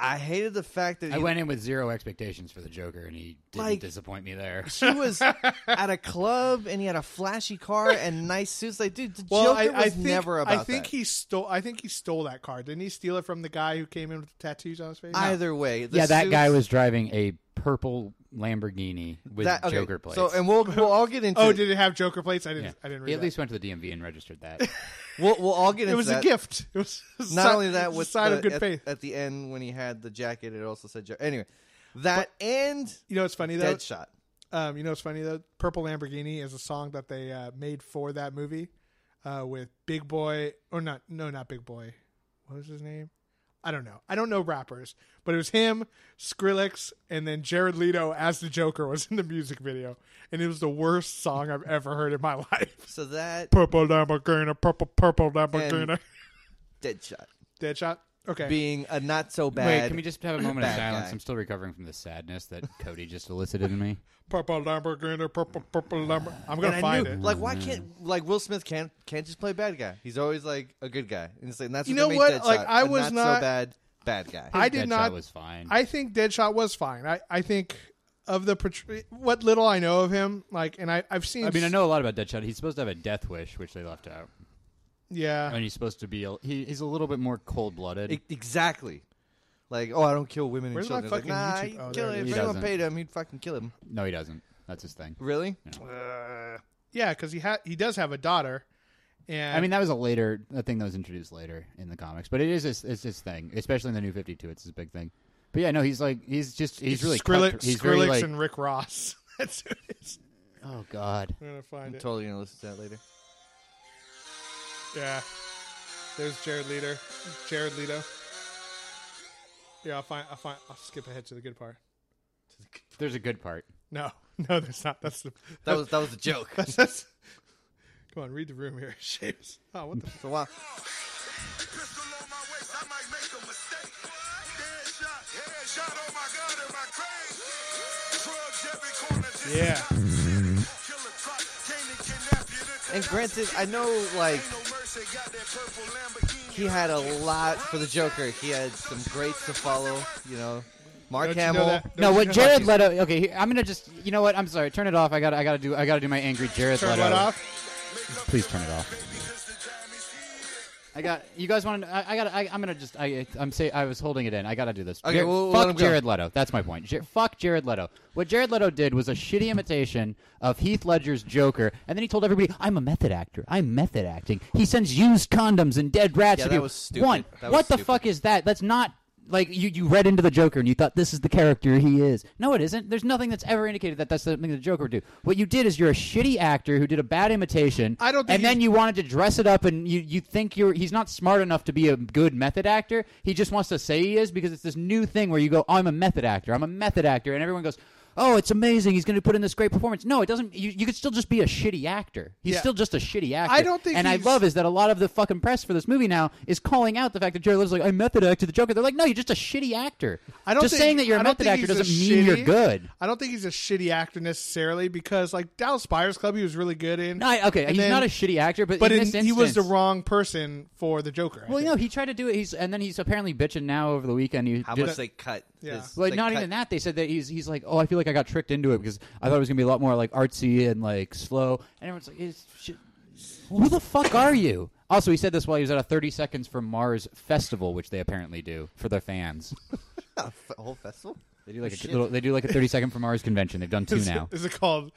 S3: I hated the fact that
S2: I
S3: he-
S2: went in with zero expectations for the Joker, and he didn't
S3: Like-
S2: disappoint me there.
S3: he was at a club and he had a flashy car and nice suits. Like, dude, the
S1: Well,
S3: Joker
S1: I, I
S3: was
S1: think,
S3: never about
S1: I think
S3: that.
S1: he stole. I think he stole that car. Didn't he steal it from the guy who came in with the tattoos on his face?
S3: Either way, the
S2: yeah, that
S3: suits-
S2: guy was driving a purple Lamborghini with
S3: that, okay,
S2: Joker plates.
S3: So, and we'll we'll all get into.
S1: oh, did it have Joker plates? I didn't.
S2: Yeah.
S1: I didn't
S2: he
S1: read.
S2: at least went to the DMV and registered that.
S3: we'll we'll all get
S1: that.
S3: into
S1: it was
S3: that.
S1: a gift. It was a
S3: not
S1: si-
S3: only that,
S1: it's a
S3: with
S1: sign
S3: the,
S1: of good
S3: at,
S1: faith.
S3: at the end when he had the jacket, it also said Joker. Anyway, that and
S1: You know what's funny though?
S3: Deadshot.
S1: Um, you know what's funny though? Purple Lamborghini is a song that they uh, made for that movie uh, with Big Boy or not? No, not Big Boy. What was his name? I don't know. I don't know rappers, but it was him, Skrillex, and then Jared Leto as the Joker was in the music video, and it was the worst song I've ever heard in my life.
S3: So that
S1: purple Lamborghini, purple purple Lamborghini.
S3: And- Deadshot
S1: Deadshot. Okay.
S3: being a not so bad.
S2: Wait, can we just have a moment of
S3: bad
S2: silence?
S3: guy.
S2: I'm still recovering from the sadness that Cody just elicited in me.
S1: purple Lamborghini, purple purple Lamborghini. I'm
S3: and
S1: gonna
S3: I
S1: find
S3: knew,
S1: it.
S3: like, why can't like Will Smith can't can't just play bad guy? He's always like a good guy, and, it's like, and that's
S1: You
S3: they
S1: know
S3: made
S1: what?
S3: Deadshot,
S1: Like, I
S3: a
S1: was
S3: so
S1: not-
S3: bad bad guy.
S1: I did
S2: Deadshot
S1: not.
S2: was fine.
S1: I think Deadshot was fine. I I think of the portray- what little I know of him, like, and I I've seen.
S2: I mean, I know a lot about Deadshot. He's supposed to have a death wish, which they left out,
S1: Yeah.
S2: and he's supposed to be a, he, he's a little bit more cold blooded.
S3: E- exactly. Like, oh, I don't kill women
S1: Where's
S3: and
S1: my
S3: children. It's like,
S1: fucking YouTube-
S3: nah, he'd
S1: oh,
S3: kill
S1: there it
S2: is.
S3: him. If
S2: He
S3: anyone
S2: doesn't.
S3: paid him, he'd fucking kill him.
S2: No, he doesn't. That's his thing.
S3: Really?
S1: Yeah, because he ha- he does have a daughter, and
S2: I mean, that was a later a thing that was introduced later in the comics, but it is his, it's his thing, especially in the New Fifty Two. It's his big thing. But yeah, no, he's like he's just he's, really
S1: Skrillex,
S2: cutthroat. he's
S1: Skrillex
S2: very like
S1: and Rick Ross. That's who it is.
S2: oh god.
S1: I'm gonna find
S3: I'm
S1: it.
S3: totally gonna listen to that later.
S1: Yeah. There's Jared Leader. Jared Leto. Yeah, I'll find. I'll find. I'll skip ahead to the good part.
S2: There's a good part.
S1: No, no, there's not. That's the.
S3: That was that was a joke.
S1: That's, that's, come on, read the room here, Shapes. Oh, what the?
S3: So wow.
S6: Pistol on my waist, I might make a mistake. Dead shot, head shot, oh my god, am I crazy? Drugs every corner, this is
S1: Yeah.
S6: not shit. Killer crop, came to kidnap you, the
S3: And granted, I know like
S6: Ain't no mercy, got that purple Lamborghini.
S3: he had a lot for the Joker. He had some greats to follow. You know, Mark
S1: Don't you know
S3: Hamill.
S1: that?
S2: No,
S1: Don't
S2: what
S1: you know
S2: Jared
S1: that?
S2: Leto? Okay, here- I'm gonna just. You know what? I'm sorry. Turn it off. I got. to I got to do. I got to do my angry Jared
S1: Turn
S2: Leto.
S1: that off.
S2: Please turn it off. I got. You guys want to? I, I got. I, I'm gonna just. I. I'm say. I was holding it in. I got to do this.
S3: Okay,
S2: Jared-
S3: we'll- we'll let him
S2: fuck
S3: go.
S2: Jared Leto. That's my point. Jer- fuck Jared Leto. What Jared Leto did was a shitty imitation of Heath Ledger's Joker, and then he told everybody, "I'm a method actor. I'm method acting." He sends used condoms and dead rats.
S3: Yeah,
S2: to
S3: that
S2: people.
S3: was stupid.
S2: One.
S3: That was
S2: what the
S3: stupid.
S2: fuck is that? That's not. Like you, you read into the Joker and you thought this is the character he is. No, it isn't. There's nothing that's ever indicated that that's something the Joker would do. What you did is you're a shitty actor who did a bad imitation.
S1: I don't think
S2: and then
S1: he's-
S2: you wanted to dress it up and you, you think you're he's not smart enough to be a good method actor he just wants to say he is because it's this new thing where you go i'm a method actor i'm a method actor and everyone goes oh it's amazing he's going to put in this great performance no it doesn't you, you could still just be a shitty actor he's
S1: Yeah.
S2: still just a shitty actor
S1: I don't think
S2: and
S1: he's-
S2: i love is that a lot of the fucking press for this movie now is calling out the fact that jared Leto's like i method actor the joker they're like no you're just a shitty actor
S1: I don't
S2: just
S1: think-
S2: saying that you're
S1: I
S2: a
S1: don't
S2: method
S1: think
S2: actor
S1: he's a
S2: doesn't mean you're
S1: shitty-
S2: good
S1: I don't think he's a shitty actor necessarily because like Dallas Buyers Club, he was really good in.
S2: no, I, okay
S1: And
S2: he's
S1: then-
S2: not a shitty actor but,
S1: but
S2: in
S1: in-
S2: this
S1: he was the
S2: instance-
S1: wrong person for the Joker. I
S2: well,
S1: think.
S2: no, he tried to do it. He's and then he's apparently bitching now over the weekend. He
S3: How
S2: did-
S3: much they cut?
S1: Yeah.
S3: This-
S2: Like
S3: they
S2: not
S3: cut-
S2: even that. They said that he's he's like, oh, I feel like I got tricked into it because I thought it was gonna be a lot more like artsy and like slow. And everyone's like, it's shit. who the fuck are you? Also, he said this while he was at a 30 Seconds from Mars festival, which they apparently do for their fans.
S3: A f- whole festival.
S2: They
S1: Oh,
S2: do like a little, they do like a 30 Second from Mars convention. They've done two
S1: is,
S2: now.
S1: Is it called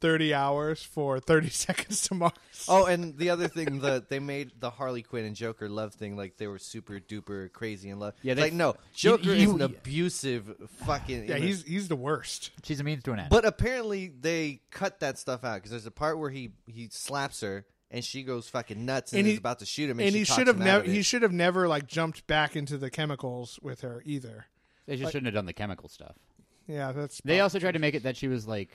S1: Thirty Hours for Thirty Seconds to Mars?
S3: Oh, and the other thing that they made the Harley Quinn and Joker love thing like they were super duper crazy in love.
S2: Yeah,
S3: It's
S2: they-
S3: like no,
S2: you-
S3: Joker
S2: you-
S3: is an abusive fucking.
S1: yeah, he's he's the worst.
S2: She's a means to an end.
S3: But apparently they cut that stuff out because there's a part where he he slaps her and she goes fucking nuts and,
S1: And
S3: is
S1: he-
S3: about to shoot him. And,
S1: And he
S3: she talks
S1: should have
S3: him out
S1: never
S3: of it.
S1: he should have never like jumped back into the chemicals with her either.
S2: they just shouldn't have done the chemical stuff. Oh.
S1: Yeah, that's
S2: They also tried to make it that she was like,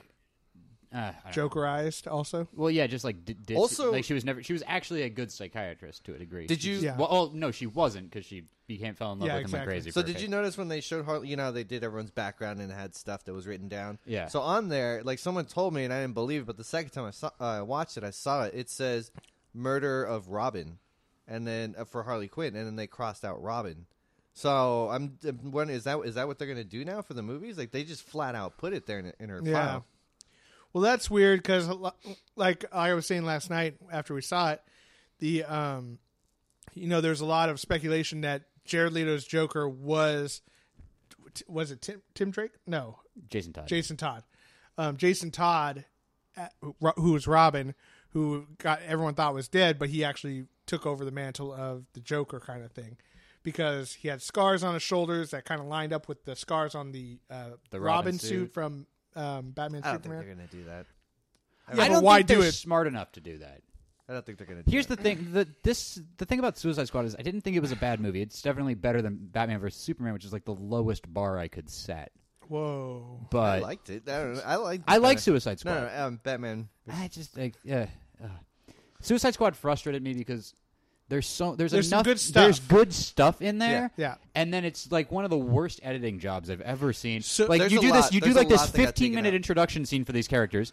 S2: uh, I don't know.
S1: Jokerized also.
S2: Well, yeah, just like d- d-
S3: Also-
S2: like she was never she was actually a good psychiatrist to a degree.
S3: Did
S2: She
S3: you-
S2: just-
S1: Yeah.
S2: Well, oh no, she wasn't because she became fell in love
S1: Yeah,
S2: with him like
S1: exactly.
S2: crazy.
S3: So
S2: for a
S3: did you
S2: bit.
S3: notice when they showed Harley? You know how they did everyone's background and had stuff that was written down.
S2: Yeah.
S3: So on there, like someone told me and I didn't believe it, but the second time I saw, uh, I watched it, I saw it. It says "Murder of Robin," and then uh, for Harley Quinn, and then they crossed out Robin. So I'm, I'm wondering, is that is that what they're gonna do now for the movies? Like they just flat out put it there in, in her
S1: Yeah.
S3: file.
S1: Well, that's weird because, like I was saying last night after we saw it, the um, you know, there's a lot of speculation that Jared Leto's Joker was, t- was it Tim Tim Drake? No,
S2: Jason Todd?
S1: Jason Todd. Um, Jason Todd, uh, who- who was Robin, who got everyone thought was dead, but he actually took over the mantle of the Joker kind of thing, because he had scars on his shoulders that kind of lined up with the scars on the uh,
S2: The
S1: Robin,
S2: Robin
S1: suit.
S2: suit.
S1: from um, Batman
S3: I don't think
S1: Superman.
S3: they're gonna do that.
S1: Yeah,
S2: I
S1: but
S2: don't
S1: why
S2: think
S1: do
S2: they're
S1: it?
S2: smart enough to do that.
S3: I don't think they're gonna. Do
S2: Here's
S3: that.
S2: the thing: the this the thing about Suicide Squad is I didn't think it was a bad movie. It's definitely better than Batman vs Superman, which is like the lowest bar I could set.
S1: Whoa.
S2: But
S3: I liked it. I, don't know. I like.
S2: I like Suicide Squad.
S3: No, no, um, Batman.
S2: I just like yeah. ugh. Suicide Squad frustrated me because there's so there's,
S1: There's some
S2: enough
S1: good stuff.
S2: there's good stuff in there.
S1: Yeah. Yeah.
S2: And then it's like one of the worst editing jobs I've ever seen.
S1: So-
S2: like
S3: There's
S2: you
S3: a
S2: do
S3: lot-
S2: this you do
S3: there's a
S2: like this
S3: lot that got
S2: 15
S3: taken
S2: minute
S3: out.
S2: introduction scene for these characters.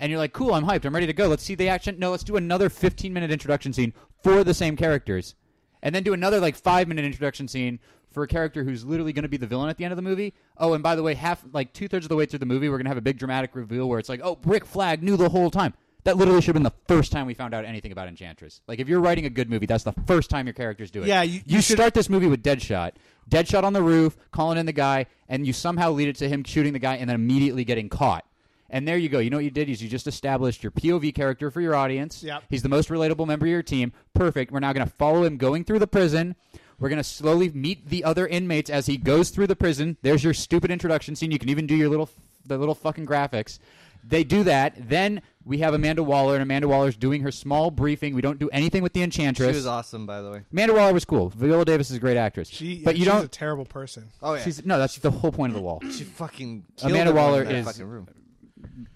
S2: And you're like, cool, I'm hyped, I'm ready to go. Let's see the action. No, let's do another 15 minute introduction scene for the same characters, and then do another like five minute introduction scene for a character who's literally going to be the villain at the end of the movie. Oh, and by the way, half like two thirds of the way through the movie, we're going to have a big dramatic reveal where it's like, oh, Rick Flag knew the whole time. That literally should have been the first time we found out anything about Enchantress. Like, if you're writing a good movie, that's the first time your characters do it.
S1: Yeah, you- you should-
S2: start this movie with Deadshot, Deadshot on the roof, calling in the guy, and you somehow lead it to him shooting the guy and then immediately getting caught. And there you go. You know what you did is you just established your POV character for your audience.
S1: Yep.
S2: He's the most relatable member of your team. Perfect. We're now going to follow him going through the prison. We're going to slowly meet the other inmates as he goes through the prison. There's your stupid introduction scene. You can even do your little the little fucking graphics. They do that. Then we have Amanda Waller, and Amanda Waller's doing her small briefing. We don't do anything with the
S3: She
S2: Enchantress.
S3: was awesome, by the way.
S2: Amanda Waller was cool. Viola Davis is a great actress.
S1: She,
S2: but you
S1: she's
S2: don't.
S1: a terrible person.
S3: Oh yeah,
S2: she's, no, that's the whole point of the wall.
S3: She fucking killed
S2: Amanda
S3: everyone
S2: Waller
S3: in that
S2: is-
S3: fucking room.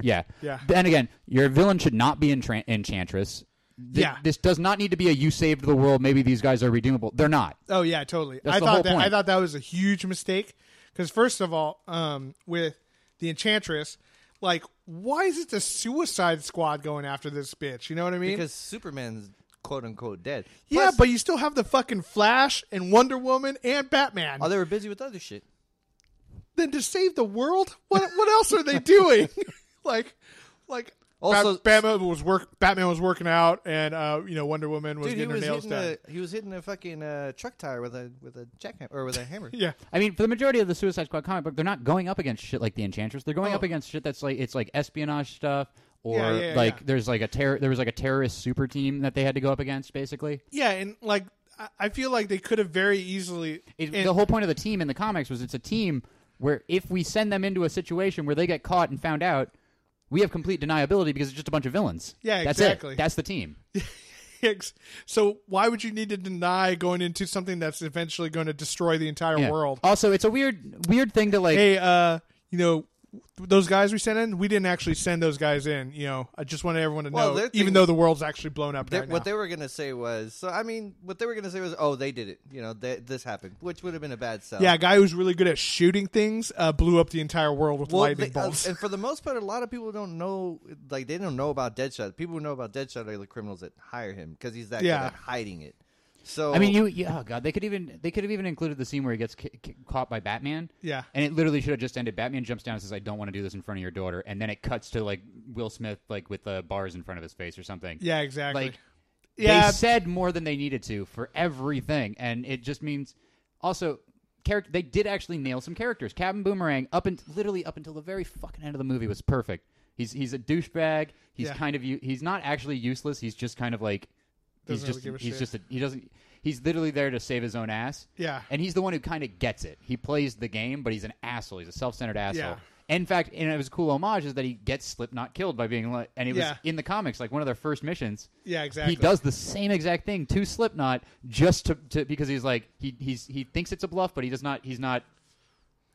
S2: Yeah.
S1: Yeah.
S2: Then again, your villain should not be Entran- Enchantress. Th-
S1: Yeah.
S2: This does not need to be a you saved the world. Maybe these guys are redeemable. They're not.
S1: Oh yeah, totally.
S2: That's
S1: I
S2: the
S1: thought
S2: whole
S1: that I
S2: point.
S1: thought that was a huge mistake because first of all, um, with the Enchantress, like why is it the Suicide Squad going after this bitch? You know what I mean?
S3: Because Superman's quote unquote dead.
S1: yeah,
S3: Plus,
S1: but you still have the fucking Flash and Wonder Woman and Batman.
S3: oh, they were busy with other shit.
S1: then to save the world, what what else are they doing? like, like.
S3: Also-
S1: Bat- Batman was work. Batman was working out, and uh, you know Wonder Woman was
S3: Dude, he
S1: getting her
S3: was
S1: nails
S3: hitting
S1: done.
S3: a he was hitting a fucking uh, truck tire with a with a jackhammer or with a hammer.
S1: Yeah,
S2: I mean, for the majority of the Suicide Squad comic book, they're not going up against shit like the Enchantress. They're going up against shit that's like it's like espionage stuff, or
S1: Oh. Yeah, yeah,
S2: like
S1: yeah.
S2: there's like a terror. There was like a terrorist super team that they had to go up against. Basically,
S1: yeah, and like I- I feel like they could have very easily.
S2: it,
S1: and-
S2: the whole point of the team in the comics was it's a team where if we send them into a situation where they get caught and found out, we have complete deniability because it's just a bunch of villains.
S1: Yeah,
S2: That's
S1: exactly.
S2: It. That's the team.
S1: Hicks. So why would you need to deny going into something that's eventually going to destroy the entire
S2: Yeah.
S1: world?
S2: Also, it's a weird, weird thing to like.
S1: Hey, uh, you know, those guys we sent in, we didn't actually send those guys in. You know, I just wanted everyone to
S3: Well,
S1: know,
S3: their
S1: even
S3: thing-
S1: though the world's actually blown up
S3: They-
S1: right
S3: what
S1: now.
S3: they were gonna say was so. I mean, what they were gonna say was, oh, they did it. You know, they, this happened, which would have been a bad sell.
S1: yeah, a guy who's really good at shooting things uh, blew up the entire world with
S3: Well,
S1: lightning
S3: they- uh,
S1: bolts.
S3: and for the most part, a lot of people don't know. Like, they don't know about Deadshot. People who know about Deadshot are the criminals that hire him because he's that
S1: Yeah.
S3: good at hiding it. So
S2: I mean, you, you. Oh god, they could even they could have even included the scene where he gets ki- ki- caught by Batman.
S1: Yeah.
S2: and it literally should have just ended. Batman jumps down and says, "I don't want to do this in front of your daughter," and then it cuts to like Will Smith like with the bars in front of his face or something.
S1: yeah, exactly.
S2: like
S1: Yeah.
S2: they said more than they needed to for everything, and it just means also character. They did actually nail some characters. Captain Boomerang up and literally up until the very fucking end of the movie was perfect. He's he's a douchebag. He's
S1: Yeah.
S2: kind of u- he's not actually useless. He's just kind of like
S1: Doesn't
S2: he's
S1: really
S2: just
S1: give a
S2: he's
S1: shit.
S2: just a, he doesn't he's literally there to save his own ass.
S1: Yeah.
S2: and he's the one who kind of gets it. He plays the game, but he's an asshole. He's a self centered asshole.
S1: Yeah.
S2: In fact, and it was a cool homage is that he gets Slipknot killed by being let, and it was
S1: Yeah.
S2: in the comics like one of their first missions.
S1: Yeah, exactly.
S2: He does the same exact thing to Slipknot just to, to because he's like he he's he thinks it's a bluff, but he does not. He's not.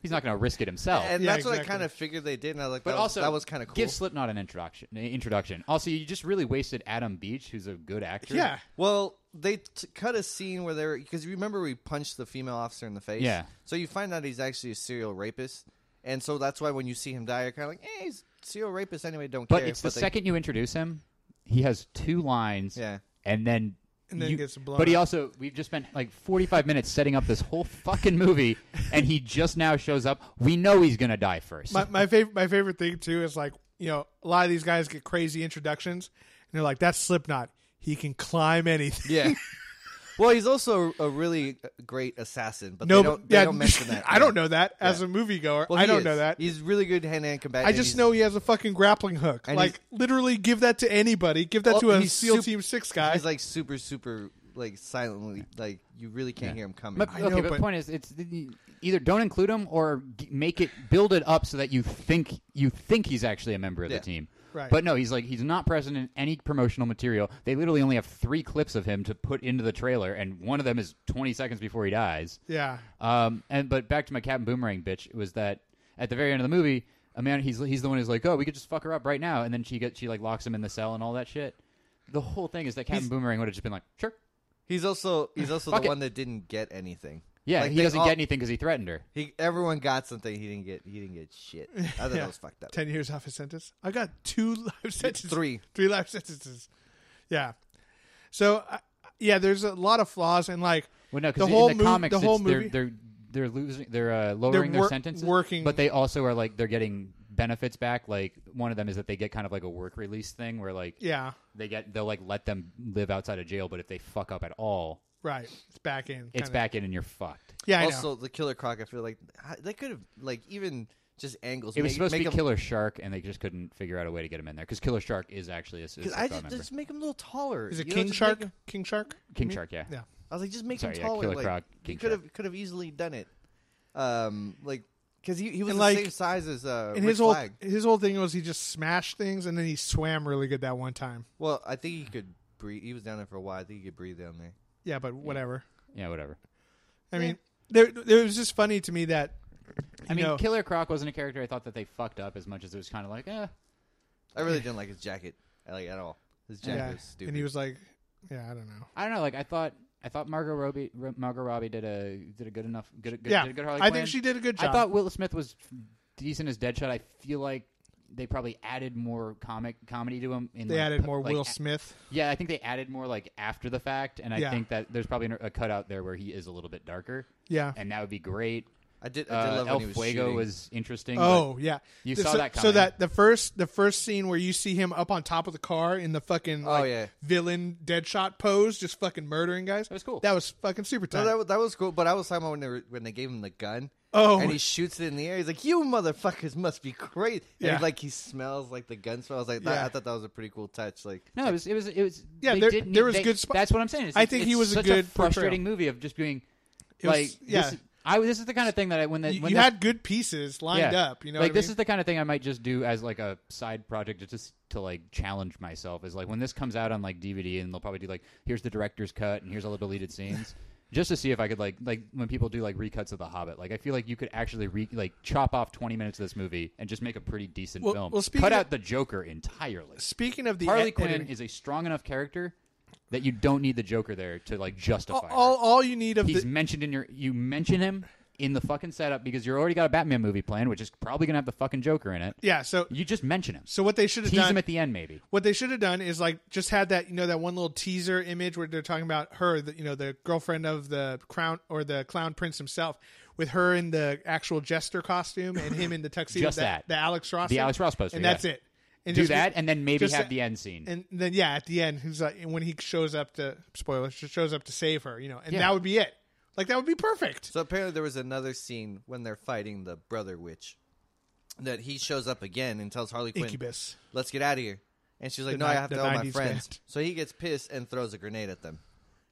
S2: He's not going to risk it himself.
S3: and
S1: Yeah,
S3: that's what I
S1: exactly.
S3: kind of figured they did. And I was like,
S2: but
S3: that,
S2: also
S3: that was kind of cool.
S2: Give Slipknot an introduction. an Introduction. Also, you just really wasted Adam Beach, who's a good actor.
S1: yeah,
S3: Well, they t- cut a scene where they were because you remember we punched the female officer in the face.
S2: Yeah.
S3: So you find out he's actually a serial rapist, and so that's why when you see him die, you're kind of like, eh, he's serial rapist anyway. Don't
S2: But
S3: care.
S2: it's the
S3: they-
S2: second you introduce him, he has two lines.
S3: Yeah.
S2: And then.
S1: And then
S2: you-
S1: gets blown
S2: But he
S1: up.
S2: also, we've just spent like 45 minutes setting up this whole fucking movie, and he just now shows up. We know he's going to die first.
S1: my my favorite my favorite thing too is like you know a lot of these guys get crazy introductions and they're like that's Slipknot. He can climb anything.
S3: Yeah. well, he's also a really uh, great assassin, but
S1: No,
S3: they
S1: but-
S3: don't, they
S1: yeah,
S3: don't mention that.
S1: I don't know that as a moviegoer.
S3: Well,
S1: I
S3: he
S1: don't
S3: is.
S1: know that.
S3: He's really good hand to hand combat.
S1: I just know he has a fucking grappling hook.
S3: And
S1: Like literally, give that to anybody. Give that to a SEAL Team Six guy.
S3: He's like super, super, like silently, like you really can't hear him coming.
S2: But, okay,
S1: know,
S2: but
S1: but-
S2: the point is, it's either don't include him or g- make it build it up so that you think you think he's actually a member of
S3: Yeah.
S2: the team.
S1: Right.
S2: But no, he's like he's not present in any promotional material. They literally only have three clips of him to put into the trailer, and one of them is 20 seconds before he dies.
S1: yeah,
S2: Um, and but back to my Captain Boomerang bitch was that at the very end of the movie, a man he's he's the one who's like, oh, we could just fuck her up right now, and then she gets she like locks him in the cell and all that shit. The whole thing is that Captain Boomerang would have just been like, sure,
S3: he's also he's also the
S2: Fuck it.
S3: one that didn't get anything.
S2: yeah,
S3: Like,
S2: he
S3: they
S2: doesn't
S3: all-
S2: get anything because he threatened her.
S3: He everyone got something. He didn't get. He didn't get shit. I thought
S1: Yeah.
S3: that was fucked up.
S1: ten years off his sentence. I got two life sentences.
S3: three.
S1: three life sentences. Yeah. So I yeah, there's a lot of flaws and like
S2: Well, no,
S1: the
S2: because
S1: whole
S2: in the
S1: mov-
S2: comics,
S1: the whole
S2: it's- they're,
S1: movie-
S2: they're they're losing, they're uh, lowering
S1: wor-
S2: their sentences,
S1: working-
S2: but they also are like they're getting benefits back. Like one of them is that they get kind of like a work release thing where like
S1: yeah,
S2: they get they'll like let them live outside of jail, but if they fuck up at all,
S1: right. It's back in.
S2: it's
S1: kinda.
S2: back in and you're fucked.
S1: Yeah, I know.
S3: also, the Killer Croc. I feel like how- they could have like even just angles.
S2: It was
S3: make-
S2: supposed to
S3: make
S2: be
S3: him-
S2: Killer Shark, and they just couldn't figure out a way to get him in there because Killer Shark is actually a, is a
S3: 'Cause I
S2: Slipknot
S3: just,
S2: member.
S3: just make him a little taller.
S1: Is it
S3: you know,
S1: King
S3: just make
S1: Shark?
S3: him-
S1: King Shark?
S2: King Shark, yeah.
S1: Yeah.
S3: I was like, just make
S2: Sorry,
S3: him
S2: yeah,
S3: taller.
S2: Killer
S3: like,
S2: Croc,
S3: he
S2: King
S3: could have could have easily done it. Um, like because he, he was
S1: And,
S3: the
S1: like,
S3: same size as uh,
S1: And
S3: Rick
S1: his whole
S3: Flag.
S1: his whole thing was he just smashed things and then he swam really good that one time.
S3: Well, I think he could breathe. He was down there for a while. I think he could breathe down there.
S1: Yeah, but whatever.
S2: Yeah, whatever.
S1: I mean, there, there was just funny to me that
S2: I mean,
S1: know-
S2: Killer Croc wasn't a character I thought that they fucked up as much as it was kind of like, eh.
S3: I really didn't like his jacket, like at all. His jacket
S1: yeah,
S3: was stupid.
S1: and he was like, yeah, I don't know.
S2: I don't know. Like I thought, I thought Margot Robbie, Ro- Margot Robbie did a did a good enough. Good, good,
S1: yeah,
S2: did a good Harley
S1: I
S2: Quinn.
S1: think she did a good job.
S2: I thought Will Smith was decent as Deadshot. I feel like they probably added more comic comedy to them. In
S1: They
S2: like,
S1: added
S2: po-
S1: more
S2: like,
S1: Will
S2: a-
S1: Smith.
S2: Yeah, I think they added more like after the fact, and I
S1: Yeah.
S2: think that there's probably an- a cutout there where he is a little bit darker,
S1: Yeah.
S2: and that would be great.
S3: I did. I did
S2: Uh,
S3: love
S2: El
S3: when he was
S2: Fuego
S3: shooting.
S2: was interesting. but
S1: Oh yeah,
S2: You
S1: The-
S2: saw
S1: so,
S2: that
S1: So
S2: coming.
S1: that the first the first scene where you see him up on top of the car in the fucking
S3: Oh,
S1: like,
S3: yeah.
S1: villain Deadshot pose, just fucking murdering guys. That
S2: was cool.
S1: That was fucking super tight.
S3: No, that, wa- that was cool, but I was talking about when they, were, when they gave him the gun.
S1: Oh.
S3: And he shoots it in the air. He's like, you motherfuckers must be crazy. And
S1: Yeah.
S3: he, like, he smells like the gun smell. I was like, that,
S1: Yeah.
S3: I thought that was a pretty cool touch. Like,
S2: No, it was it was it was.
S1: Yeah,
S2: they
S1: there-
S2: didn't
S1: there
S2: need-
S1: was
S2: they-
S1: good sp-
S2: That's what I'm saying. It's-
S1: I think
S2: it's
S1: he was a
S2: such
S1: good portrayal.
S2: frustrating movie of just being
S1: was-
S2: like
S1: yeah.
S2: This, I this is the kind of thing that I when the,
S1: you
S2: when
S1: you
S2: the-
S1: had good pieces lined
S2: yeah.
S1: up. You know,
S2: like
S1: what
S2: this
S1: I mean?
S2: is the kind of thing I might just do as like a side project just to like challenge myself. Is like when this comes out on like DVD and they'll probably do like here's the director's cut and here's all the deleted scenes. Just to see if I could like like when people do like recuts of The Hobbit, like I feel like you could actually re- like chop off twenty minutes of this movie and just make a pretty decent
S1: Well-
S2: film.
S1: well, speaking
S2: Cut
S1: of-
S2: out the Joker entirely.
S1: speaking of the
S2: Harley
S1: ed-
S2: Quinn
S1: editing-
S2: is a strong enough character that you don't need the Joker there to like justify. her.
S1: all all you need of
S2: He's
S1: the
S2: mentioned in your you mention him in the fucking setup because you're already got a Batman movie planned, which is probably gonna have the fucking Joker in it.
S1: yeah. So
S2: You just mention him.
S1: so what they should have
S2: Tease
S1: done
S2: him at the end, maybe.
S1: what they should have done is like just had that you know that one little teaser image where they're talking about her the, you know the girlfriend of the crown or the clown prince himself with her in the actual jester costume and him in the tuxedo
S2: Just that.
S1: the alex ross
S2: The
S1: thing.
S2: Alex Ross poster,
S1: and
S2: yeah.
S1: that's it and
S2: Do
S1: just-
S2: that, and then maybe
S1: just
S2: have
S1: that-
S2: the end scene.
S1: and then yeah at the end who's like when he shows up to spoilers just shows up to save her you know and
S2: Yeah.
S1: that would be it like that would be perfect
S3: so apparently there was another scene when they're fighting the brother witch that he shows up again and tells Harley Quinn,
S1: incubus
S3: let's get out of here. And she's like,
S1: The
S3: no, I
S1: ni-
S3: have
S1: the
S3: to tell my
S1: 90s
S3: friends.
S1: band.
S3: So he gets pissed and throws a grenade at them.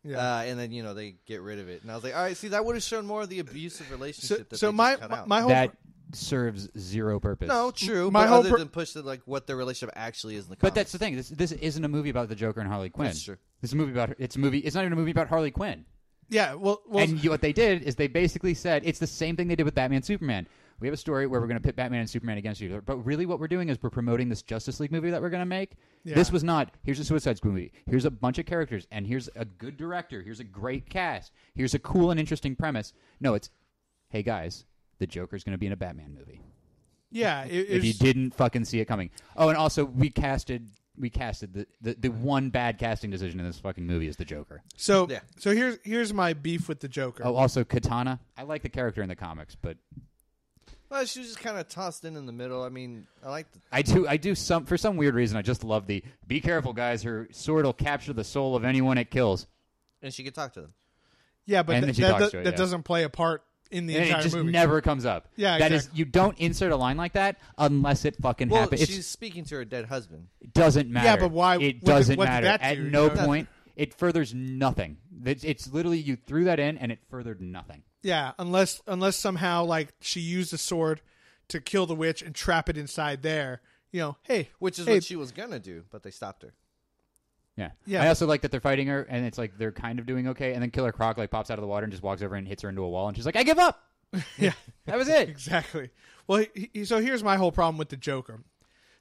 S1: yeah
S3: Uh, and then, you know, they get rid of it. And I was like, all right, see, that would have shown more of the abusive
S1: so,
S3: relationship that
S1: so
S3: they
S1: my,
S3: just cut
S1: my
S3: out.
S1: my whole
S2: that serves zero purpose.
S3: No, true.
S1: My
S3: but
S1: whole
S3: other
S1: per-
S3: than push to like what their relationship actually is in the
S2: But
S3: comics.
S2: that's the thing. This this isn't a movie about the Joker and Harley Quinn.
S3: That's true.
S2: It's a movie about her. It's a movie. It's not even a movie about Harley Quinn.
S1: yeah well, well
S2: and you, what they did is they basically said it's the same thing they did with Batman and Superman. We have a story where we're going to pit Batman and Superman against each other, but really what we're doing is we're promoting this Justice League movie that we're going to make. This was not here's a Suicide Squad movie. Here's a bunch of characters, and here's a good director. Here's a great cast. Here's a cool and interesting premise. No, it's hey guys, the Joker's going to be in a Batman movie.
S1: yeah it,
S2: If you
S1: it's-
S2: didn't fucking see it coming. Oh, and also we casted we casted the, the the one bad casting decision in this fucking movie is the Joker.
S1: so
S3: Yeah.
S1: so here's here's my beef with the joker
S2: Oh, also Katana. I like the character in the comics, but
S3: Well, she was just kind of tossed in in the middle. I mean, I like the.
S2: I do. I do some for some weird reason. I just love the "Be careful, guys! Her sword will capture the soul of anyone it kills."
S3: And she could talk to them.
S1: Yeah, but
S2: And
S1: that,
S2: then she
S1: that,
S2: talks
S1: that,
S2: to it,
S1: that
S2: yeah.
S1: doesn't play a part in the
S2: And
S1: entire
S2: it just
S1: movie.
S2: never comes up.
S1: Yeah,
S2: that is.
S1: exactly.
S2: You don't insert a line like that unless it fucking
S3: Well,
S2: happens.
S3: she's speaking to her dead husband.
S2: It doesn't matter.
S1: but why- what
S2: It
S1: did-
S2: doesn't
S1: what did
S2: matter.
S1: that
S2: At
S1: do, you
S2: no
S1: know?
S2: point, it furthers nothing. It's, it's literally you threw that in and it furthered nothing.
S1: Yeah, unless unless somehow like she used a sword to kill the witch and trap it inside there. You know, hey,
S3: Which is
S1: hey,
S3: what she was gonna do, but they stopped her.
S2: Yeah.
S1: Yeah.
S2: I also like that they're fighting her and it's like they're kind of doing okay. And then Killer Croc like pops out of the water and just walks over and hits her into a wall and she's like, "I give up."
S1: yeah,
S2: That was it.
S1: exactly. Well, he, he, so here's my whole problem with the Joker.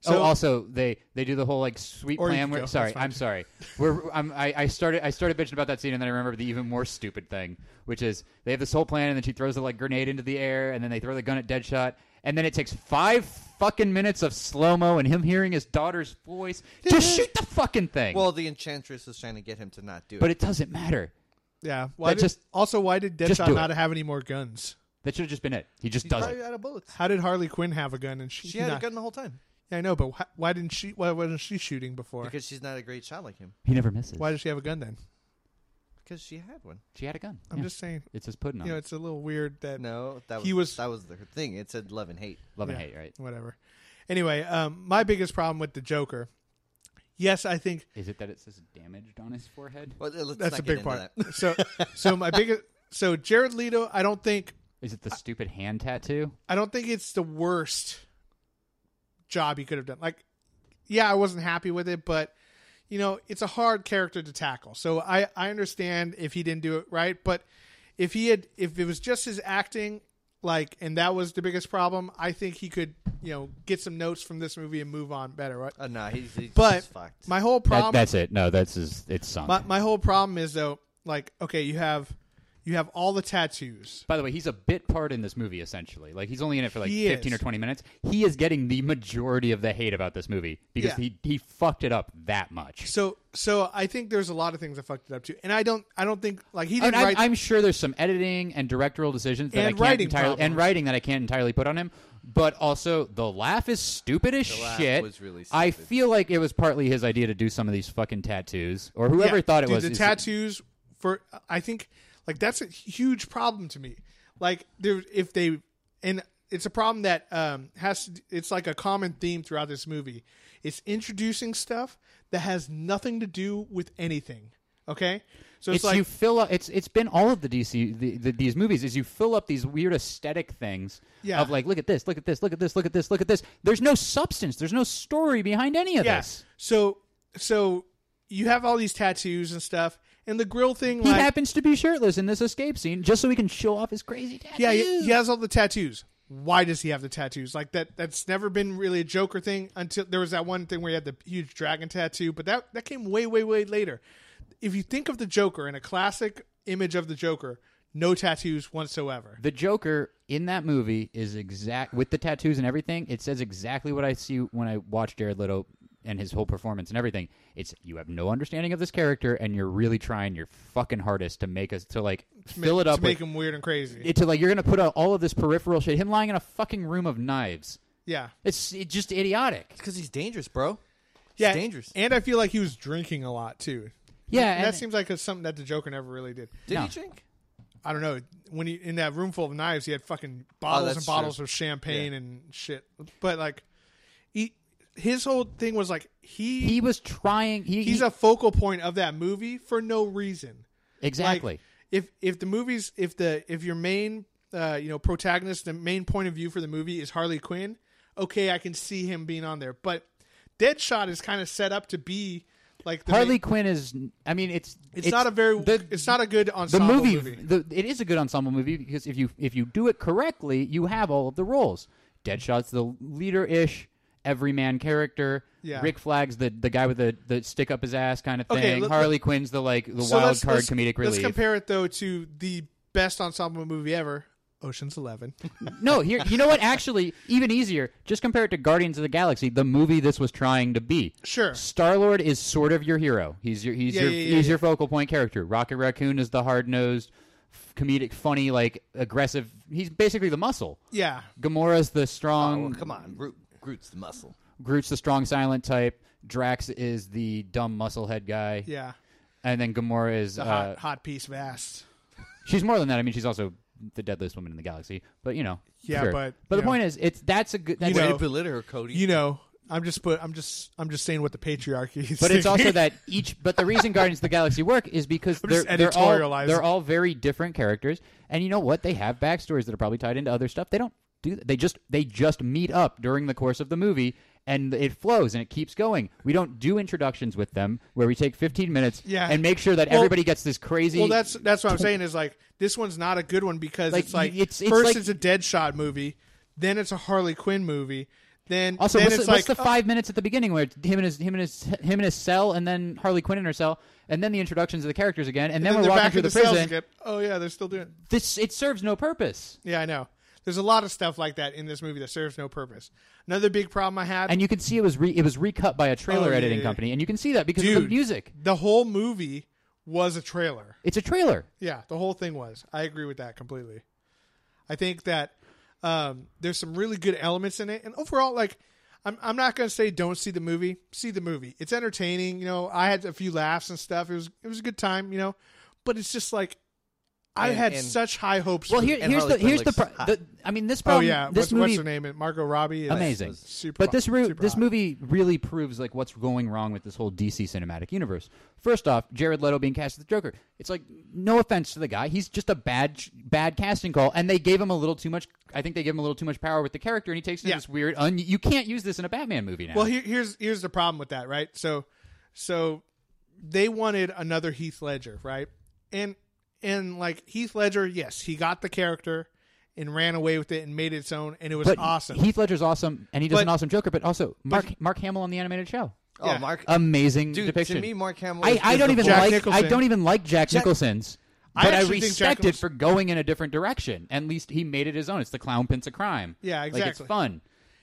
S1: So
S2: oh, also they they do the whole like sweet
S1: Or you
S2: plan.
S1: can
S2: Where,
S1: go,
S2: sorry,
S1: that's fine.
S2: I'm sorry. We're, I'm, I, I started I started bitching about that scene, and then I remember the even more stupid thing, which is they have this whole plan, and then she throws the like grenade into the air, and then they throw the gun at Deadshot, and then it takes five fucking minutes of slow mo and him hearing his daughter's voice. Just shoot the fucking thing.
S3: Well, the enchantress was trying to get him to not do it.
S2: but it doesn't matter.
S1: yeah, why
S2: that
S1: did,
S2: just-
S1: also why did
S2: just
S1: Deadshot
S2: do it.
S1: not have any more guns?
S2: That should have just been it. He just
S3: He's
S2: does
S3: probably
S2: it.
S3: out of bullets.
S1: How did Harley Quinn have a gun and she?
S3: She had
S1: not-
S3: a gun the whole time
S1: Yeah, I know, but why, why didn't she? Why wasn't she shooting before?
S3: because she's not a great shot like him.
S2: He never misses.
S1: why does she have a gun then?
S3: Because she had one.
S2: She had a gun.
S1: I'm
S2: Yeah.
S1: just saying.
S2: It's his pudding on.
S1: You know,
S2: it.
S1: it's a little weird that
S3: No, that was,
S1: He was-
S3: that was the her thing. It said love and hate.
S2: Love and
S1: Yeah.
S2: hate, right?
S1: whatever. Anyway, um, my biggest problem with the Joker, yes, I think
S2: Is it that it says damaged on his forehead?
S3: Well, let's
S1: that's
S3: not
S1: a
S3: get
S1: big
S3: into
S1: part.
S3: that.
S1: So, so my biggest, so Jared Leto, I don't think,
S2: Is it the stupid hand tattoo?
S1: I don't think it's the worst job he could have done. Like, yeah, I wasn't happy with it, but you know, it's a hard character to tackle. So I, I understand if he didn't do it right, but if he had, if it was just his acting, like, and that was the biggest problem, I think he could, you know, get some notes from this movie and move on better. Right?
S3: Oh, no, he's, he's
S1: But
S3: just fucked.
S1: my whole problem
S2: That, that's it. No, that's his. It's sunk.
S1: My, my whole problem is though, like, okay, you have You have all the tattoos.
S2: By the way, he's a bit part in this movie essentially. Like he's only in it for like
S1: He
S2: fifteen
S1: is.
S2: or twenty minutes. He is getting the majority of the hate about this movie because
S1: Yeah.
S2: he he fucked it up that much.
S1: So so I think there's a lot of things that fucked it up too. And I don't I don't think like he
S2: I
S1: didn't
S2: am
S1: write
S2: I'm sure there's some editing and directorial decisions that
S1: And
S2: I can't
S1: writing
S2: entirely and
S1: problems.
S2: writing that I can't entirely put on him. But also, the laugh is stupid as
S3: laugh
S2: shit.
S3: was really
S2: I
S3: stupid.
S2: feel like it was partly his idea to do some of these fucking tattoos, or whoever
S1: Yeah,
S2: thought it
S1: dude,
S2: was.
S1: the
S2: is-
S1: tattoos for I think like that's a huge problem to me. Like there if they and it's a problem that um has to, it's like a common theme throughout this movie. It's introducing stuff that has nothing to do with anything. Okay? So
S2: it's
S1: it's, like
S2: you fill up. It's it's been all of the DC the, the, these movies is you fill up these weird aesthetic things
S1: Yeah.
S2: of like look at this, look at this, look at this, look at this, look at this. There's no substance. There's no story behind any of
S1: yes.
S2: this.
S1: So so you have all these tattoos and stuff and the grill thing
S2: He
S1: like
S2: happens to be shirtless in this escape scene just so he can show off his crazy tattoos.
S1: Yeah, he, he has all the tattoos. Why does he have the tattoos? Like that that's never been really a Joker thing until there was that one thing where he had the huge dragon tattoo, but that that came way way way later. If you think of the Joker in a classic image of the Joker, no tattoos whatsoever.
S2: The Joker in that movie is exact with the tattoos and everything. It says exactly what I see when I watch Jared Leto and his whole performance and everything. It's you have no understanding of this character, and you're really trying your fucking hardest to make us to like fill it up
S1: to make
S2: with
S1: him weird and crazy.
S2: it to like you're gonna put out all of this peripheral shit. Him lying in a fucking room of knives.
S1: yeah.
S2: It's it's just idiotic.
S3: because he's dangerous, bro. He's
S1: Yeah.
S3: dangerous.
S1: And I feel like he was drinking a lot too.
S2: Yeah,
S1: And that
S2: and-
S1: seems like it's something that the Joker never really did.
S3: Did
S2: No.
S3: he drink?
S1: I don't know. When he in that room full of knives, he had fucking bottles
S3: Oh, that's
S1: and bottles
S3: true.
S1: of champagne and shit. But like, he his whole thing was like he,
S2: he was trying. He,
S1: he's
S2: he-
S1: a focal point of that movie for no reason. Like,
S2: exactly.
S1: if if the movies if the if your main uh, you know protagonist the main point of view for the movie is Harley Quinn, okay, I can see him being on there. But Deadshot is kind of set up to be like the
S2: Harley
S1: main-
S2: Quinn is. I mean, it's
S1: it's, not a very
S2: the,
S1: it's not a good
S2: the
S1: ensemble
S2: movie.
S1: movie.
S2: The, it is a good ensemble movie because if you if you do it correctly, you have all of the roles. Deadshot's the leader ish, everyman character.
S1: Yeah.
S2: Rick Flag's the, the guy with the, the stick up his ass kind of thing.
S1: Okay, let-
S2: Harley Quinn's the like the
S1: So
S2: wild
S1: let's-
S2: card
S1: let's-
S2: comedic
S1: Let's
S2: relief.
S1: compare it though to the best ensemble movie ever, Ocean's Eleven.
S2: No, here you know what? Actually, even easier. Just compare it to Guardians of the Galaxy, the movie this was trying to be.
S1: Sure.
S2: Star Lord is sort of your hero. He's your he's
S1: Yeah,
S2: your
S1: yeah, yeah,
S2: he's
S1: yeah.
S2: your focal point character. Rocket Raccoon is the hard nosed, comedic, funny, like aggressive. He's basically the muscle.
S1: yeah,
S2: Gamora's the strong.
S3: Oh, come on, Groot, Groot's the muscle.
S2: Groot's the strong, silent type. Drax is the dumb musclehead guy.
S1: yeah,
S2: And then Gamora is
S1: the
S2: uh,
S1: hot, hot piece vast.
S2: She's more than that. I mean, she's also the deadliest woman in the galaxy. But you know.
S1: Yeah,
S2: sure.
S1: but,
S2: but the
S1: you know.
S2: point is, it's that's a good. That's
S1: You
S3: Way
S1: know-
S3: to belittle her, Cody.
S1: You know, I'm just put. I'm just. I'm just saying what the patriarchy is.
S2: But it's also
S1: thinking.
S2: that each. But the reason Guardians of the Galaxy work is because
S1: I'm
S2: they're
S1: just
S2: they're all
S1: editorializing.
S2: they're all very different characters, and you know what? They have backstories that are probably tied into other stuff. They don't do. They just they just meet up during the course of the movie, and it flows and it keeps going. We don't do introductions with them where we take fifteen minutes
S1: Yeah.
S2: and make sure that
S1: Well-
S2: everybody gets this crazy.
S1: Well, that's that's what I'm saying is like this one's not a good one because
S2: Like,
S1: it's like
S2: it's- it's
S1: first
S2: like-
S1: it's a Deadshot movie, then it's a Harley Quinn movie, then
S2: also,
S1: then
S2: what's,
S1: it's
S2: the, what's
S1: like oh.
S2: the five minutes at the beginning where it's him and his him and his him and his cell, and then Harley Quinn and her cell, and then the introductions of the characters again,
S1: oh,
S2: and,
S1: then
S2: we're
S1: they're
S2: walking
S1: back
S2: through
S1: in
S2: the,
S1: cells
S2: prison.
S1: again. Oh yeah, they're still doing. It.
S2: This it serves no purpose.
S1: Yeah, I know. There's a lot of stuff like that in this movie that serves no purpose. Another big problem I had
S2: and you can see it was re- it was recut by a trailer
S1: Oh, yeah,
S2: editing
S1: yeah, yeah.
S2: company, and you can see that because of
S1: Dude,
S2: the music.
S1: The whole movie was a trailer.
S2: It's a trailer.
S1: Yeah, the whole thing was. I agree with that completely. I think that um, there's some really good elements in it, and overall, like, I'm I'm not gonna say don't see the movie. See the movie. It's entertaining. You know, I had a few laughs and stuff. It was it was a good time. You know, but it's just like I
S3: And-
S1: had
S3: and-
S1: such high hopes.
S2: Well,
S1: for
S2: here,
S1: it.
S3: And
S2: here's the
S3: Harley Quinn
S2: here's the,
S3: looks
S2: pro-
S3: hot.
S2: the I mean this
S1: oh
S2: problem.
S1: yeah, what's,
S2: This
S1: what's
S2: movie
S1: her name? Margot Robbie. Is
S2: amazing.
S1: Super
S2: but this re-
S1: movie,
S2: this movie really proves like what's going wrong with this whole DC cinematic universe. First off, Jared Leto being cast as the Joker. It's like no offense to the guy, he's just a bad bad casting call, and they gave him a little too much. I think they gave him a little too much power with the character, and he takes it
S1: Yeah.
S2: this weird. Un- you can't use this in a Batman movie now.
S1: Well, here, here's here's the problem with that, right? So, so they wanted another Heath Ledger, right? And and like Heath Ledger, yes, he got the character and ran away with it and made it its own, and it was
S2: but
S1: awesome.
S2: Heath Ledger's awesome, and he does
S1: But-
S2: an awesome Joker. But also, Mark Mark Hamill on the animated show.
S3: oh,
S1: yeah.
S3: Mark.
S2: amazing
S3: Dude,
S2: depiction.
S3: to me, Mark Hamill.
S2: I,
S3: is-
S2: I
S3: is
S2: don't
S3: the
S2: even
S3: voice-
S1: Jack
S2: like I
S1: Nicholson.
S2: don't even like Jack, Nicholson's
S1: I
S2: But I,
S1: actually think
S2: respect it
S1: Jackal's-
S2: for going in a different direction. At least he made it his own. It's the clown pins of crime.
S1: Yeah,
S2: Like it's
S1: exactly.
S2: fun.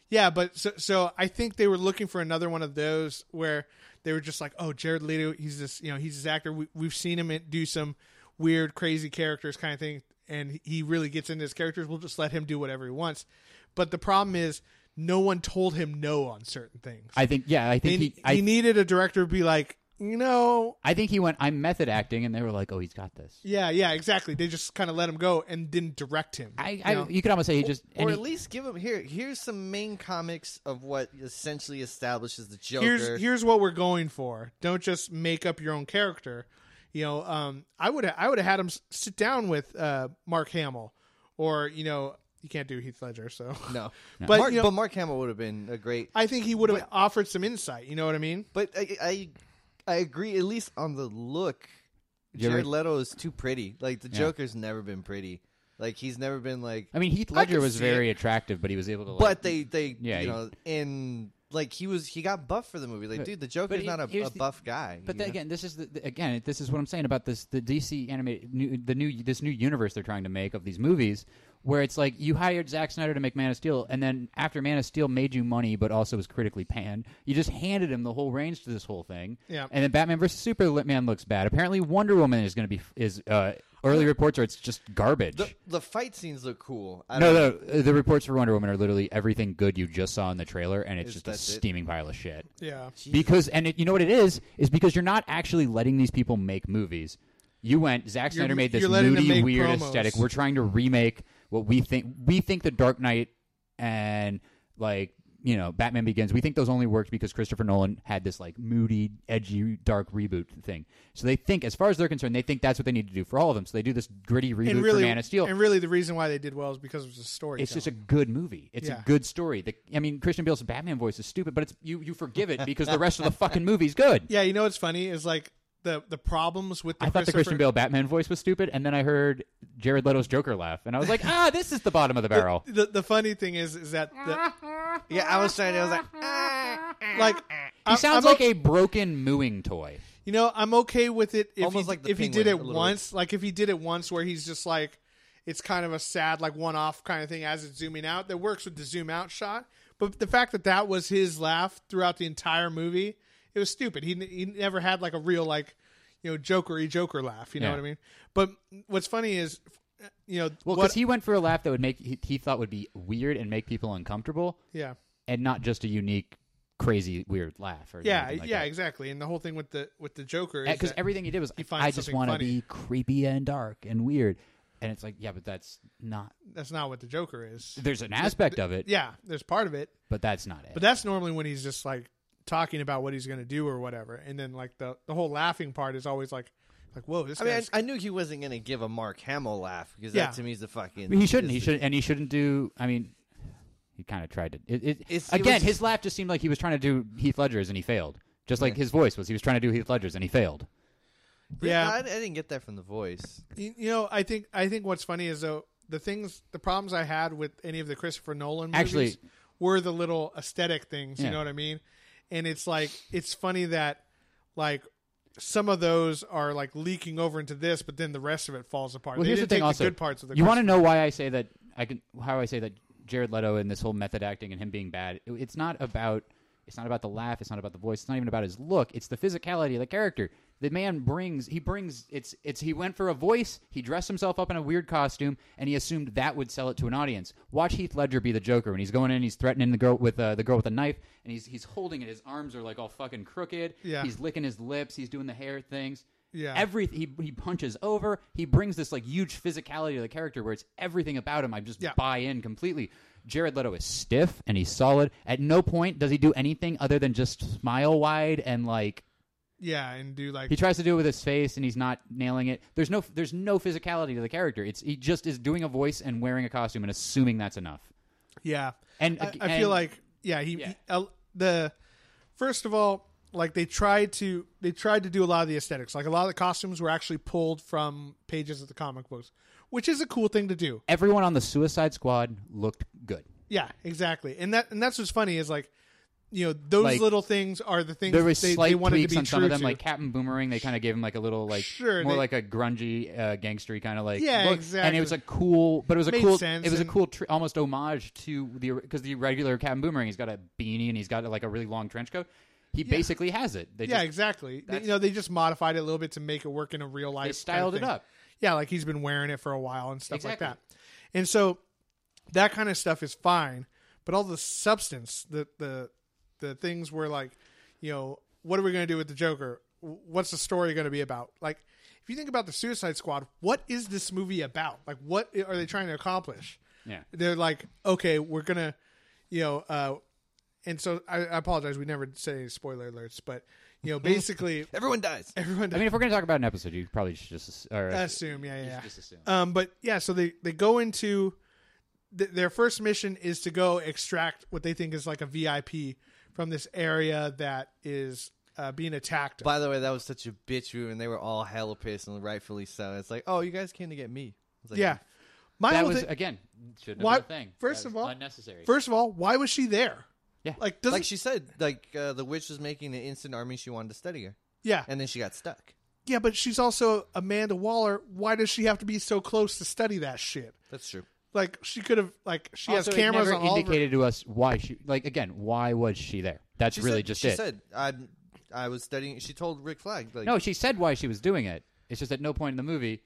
S1: Yeah, but so so I think they were looking for another one of those where they were just like, oh, Jared Leto, he's this, you know, he's this actor. We, we've seen him in- do some weird, crazy characters kind of thing, and he really gets into his characters. We'll just let him do whatever he wants. But the problem is, no one told him no on certain things.
S2: I think. Yeah, I
S1: They-
S2: think he.
S1: he,
S2: I,
S1: needed a director to be like, you know,
S2: I think he went. I'm method acting, and they were like, "Oh, he's got this."
S1: yeah, yeah, exactly. They just kind of let him go and didn't direct him.
S2: I.
S1: you
S2: I
S1: know?
S2: you could almost say he just. and
S3: or
S2: he-
S3: at least give him here. Here's some main comics of what essentially establishes the Joker.
S1: here's here's what we're going for. Don't just make up your own character. You know, um, I would I would have had him s- sit down with uh, Mark Hamill, or you know, you can't do Heath Ledger, so
S3: no,
S1: But,
S3: Mark,
S1: you know-
S3: but Mark Hamill would have been a great.
S1: I think he would have offered some insight. You know what I mean?
S3: But I, I, I agree. At least on the look,
S2: you ever-
S3: Jared Leto is too pretty. Like the Joker's never been pretty. Like he's never been like.
S2: I mean, Heath
S3: I
S2: Ledger
S3: can
S2: was
S3: see
S2: very attractive, but he was able to. Like,
S3: but they, they,
S2: Yeah,
S3: you
S2: he-
S3: know, and like he was, he got buff for the movie. Like, dude, the Joker's
S2: he-
S3: not a,
S2: here's
S3: a
S2: the-
S3: buff guy.
S2: But
S3: you
S2: then
S3: know?
S2: again, this is the, the- again this is what I'm saying about this the DC animated new, the new this new universe they're trying to make of these movies, where it's like you hired Zack Snyder to make Man of Steel, and then after Man of Steel made you money, but also was critically panned, you just handed him the whole range to this whole thing.
S1: Yeah.
S2: And then Batman versus Superman looks bad. Apparently, Wonder Woman is going to be is uh, early reports are it's just garbage.
S3: the, the fight scenes look cool. I
S2: no,
S3: don't,
S2: no, the reports for Wonder Woman are literally everything good you just saw in the trailer, and it's
S3: Is
S2: just a
S3: that's it?
S2: steaming pile of shit
S1: Yeah.
S2: because and it, you know what it is is because you're not actually letting these people make movies. You went Zack
S1: You're-
S2: Snyder made this
S1: you're letting them
S2: moody,
S1: make
S2: weird
S1: promos.
S2: aesthetic. We're trying to remake what we think we think the Dark Knight and like you know Batman Begins. We think those only worked because Christopher Nolan had this like moody, edgy, dark reboot thing. So they think, as far as they're concerned, they think that's what they need to do for all of them. So they do this gritty reboot
S1: And really,
S2: for Man of Steel.
S1: and really, the reason why they did well is because it was a story.
S2: It's just a good movie. It's
S1: Yeah.
S2: a good story. The, I mean, Christian Bale's Batman voice is stupid, but it's you, you forgive it because the rest of the fucking movie's good.
S1: yeah. You know what's funny is like the the problems with the
S2: I thought the Christian
S1: Christopher-
S2: Bale Batman voice was stupid, and then I heard Jared Leto's Joker laugh, and I was like, ah, this is the bottom of the barrel.
S1: The, the funny thing is, is that the,
S3: yeah, I was trying. I was like, ah,
S1: like
S2: He sounds like a broken mooing toy.
S1: You know, I'm okay with it if
S3: Almost
S1: he,
S3: like the
S1: if he
S3: penguin
S1: did
S3: a
S1: it
S3: little bit.
S1: once, like if he did it once where he's just like it's kind of a sad like one off kind of thing as it's zooming out that works with the zoom out shot. But the fact that that was his laugh throughout the entire movie, it was stupid. He he never had like a real like you know jokery joker laugh, you know
S2: Yeah.
S1: what I mean? But what's funny is you know what
S2: Well, because he went for a laugh that would make he, he thought would be weird and make people uncomfortable,
S1: yeah.
S2: and not just a unique, crazy, weird laugh. Or
S1: Yeah, yeah, exactly. And the whole thing with the with the Joker is
S2: Because
S1: that-
S2: Eh, everything he did was,
S1: he finds
S2: I just
S1: something
S2: want to
S1: funny."
S2: be creepy and dark and weird, and it's like, yeah, but that's not.
S1: that's not what the Joker is.
S2: There's an aspect of it,
S1: Yeah, there's part of it,
S2: but that's not it.
S1: But that's normally when he's just like talking about what he's going to do or whatever, and then like the the whole laughing part is always like, like whoa, this
S3: I mean,
S1: guy's
S3: I, I knew he wasn't gonna give a Mark Hamill laugh because
S1: Yeah.
S3: that to me is the fucking.
S2: He shouldn't. He
S3: is the-
S2: shouldn't, and he shouldn't do. I mean, he kind of tried to. It, it,
S3: It's- it
S2: again,
S3: was-
S2: his laugh just seemed like he was trying to do Heath Ledger's, and he failed. Just like his voice was, he was trying to do Heath Ledger's, and he failed.
S1: yeah.
S3: I, I didn't get that from the voice.
S1: you you know, I think I think what's funny is though the things the problems I had with any of the Christopher Nolan movies
S2: Actually-
S1: were the little aesthetic things. You
S2: Yeah.
S1: know what I mean? And it's like it's funny that like. Some of those are like leaking over into this, but then the rest of it falls apart.
S2: Well,
S1: They
S2: here's the
S1: didn't
S2: thing.
S1: take
S2: also,
S1: the good parts of the
S2: you want to know why I say that? I can how I say that Jared Leto and this whole method acting and him being bad. it- it's not about. It's not about the laugh. It's not about the voice. It's not even about his look. It's the physicality of the character. The man brings. He brings. It's. It's. He went for a voice. He dressed himself up in a weird costume, and he assumed that would sell it to an audience. Watch Heath Ledger be the Joker when he's going in. He's threatening the girl with uh, the girl with a knife, and he's he's holding it. His arms are like all fucking crooked.
S1: Yeah.
S2: He's licking his lips. He's doing the hair things.
S1: Yeah.
S2: Every he he punches over. He brings this like huge physicality to the character where it's everything about him. I just
S1: Yeah.
S2: buy in completely. Jared Leto is stiff and he's solid. At no point does he do anything other than just smile wide and like
S1: yeah, and do like
S2: he tries to do it with his face and he's not nailing it. There's no there's no physicality to the character. It's he just is doing a voice and wearing a costume and assuming that's enough.
S1: Yeah,
S2: And
S1: I,
S2: ag-
S1: I
S2: and-
S1: feel like yeah, he,
S2: Yeah.
S1: he- uh, the first of all, like they tried to they tried to do a lot of the aesthetics. Like a lot of the costumes were actually pulled from pages of the comic books, which is a cool thing to do.
S2: Everyone on the Suicide Squad looked good.
S1: Yeah, exactly. And that and that's what's funny is like you know those
S2: Like,
S1: little things are the things
S2: There was
S1: they,
S2: slight
S1: they wanted to
S2: tweaks
S1: be
S2: on some
S1: true
S2: of them,
S1: to.
S2: like Captain Boomerang. They kind of gave him like a little like
S1: Sure,
S2: more
S1: they-
S2: like a grungy, uh, gangstery kind of like
S1: Yeah,
S2: look. And
S1: exactly.
S2: it was a cool, but it was a
S1: Made
S2: cool.
S1: sense
S2: It was a
S1: and-
S2: cool, tr- almost homage to the because the regular Captain Boomerang, he's got a beanie and he's got like a really long trench coat. He basically has it. They
S1: yeah,
S2: just,
S1: exactly. They,
S2: that's-
S1: you know, they just modified it a little bit to make it work in a real life.
S2: they
S1: kind of
S2: styled it
S1: thing.
S2: up.
S1: Yeah, like he's been wearing it for a while and stuff
S2: Exactly.
S1: like that. And so that kind of stuff is fine, but all the substance, the the the things where like, you know, what are we going to do with the Joker? W- What's the story going to be about? Like if you think about the Suicide Squad, what is this movie about? Like what i- are they trying to accomplish?
S2: Yeah.
S1: They're like, okay, we're going to you know, uh and so I, I apologize. We never said any spoiler alerts, but you know, basically
S3: Everyone dies.
S1: everyone.
S2: I mean, if we're gonna talk about an episode, you probably should just ass-
S1: Uh,
S2: or,
S1: assume, yeah, yeah. yeah.
S2: just assume.
S1: Um, but yeah, so they they go into th- their first mission is to go extract what they think is like a VIP from this area that is uh, being attacked.
S3: By the way, that was such a bitch move, and they were all hella pissed and rightfully so. It's like, oh, you guys came to get me. It's like,
S1: yeah, my
S2: that
S1: whole
S2: was
S1: thing,
S2: again should
S1: Why-
S2: have been a thing.
S1: first
S2: That
S1: of
S2: was
S1: all-
S2: unnecessary.
S1: first of all, why was she there?
S2: Yeah.
S1: like doesn't
S3: Like she said, like uh, the witch was making an instant army. She wanted to study her,
S1: yeah
S3: and then she got stuck.
S1: yeah, but she's also Amanda Waller. Why does she have to be so close to study that shit?
S3: That's true.
S1: Like she could have like she
S2: Also,
S1: has
S2: it
S1: cameras
S2: never
S1: on all of her-
S2: indicated to us why she like again why was she there? That's
S3: She
S2: really
S3: said,
S2: just
S3: she
S2: it.
S3: said, I, I was studying. She told Rick Flag, like,
S2: no, she said why she was doing it. It's just at no point in the movie.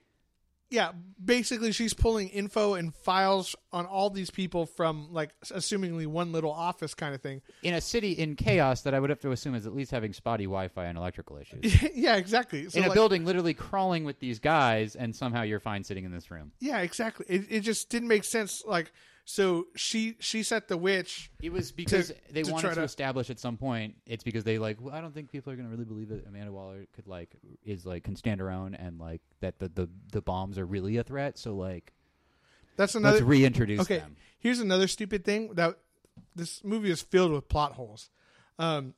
S1: yeah, basically she's pulling info and files on all these people from like assumingly one little office kind of thing.
S2: In a city in chaos that I would have to assume is at least having spotty Wi-Fi and electrical issues.
S1: yeah, exactly. So
S2: in a
S1: like-
S2: building literally crawling with these guys, and somehow you're fine sitting in this room.
S1: Yeah, exactly. It, it just didn't make sense. Like, so she she set the witch.
S2: It was because they
S1: to
S2: wanted
S1: try
S2: to,
S1: to-
S2: establish at some point. It's because they like. Well, I don't think people are going to really believe that Amanda Waller could like is like can stand her own and like that the the, the bombs are really a threat. So like
S1: That's another.
S2: let's reintroduce
S1: okay,
S2: them.
S1: here's another stupid thing that this movie is filled with plot holes. Um,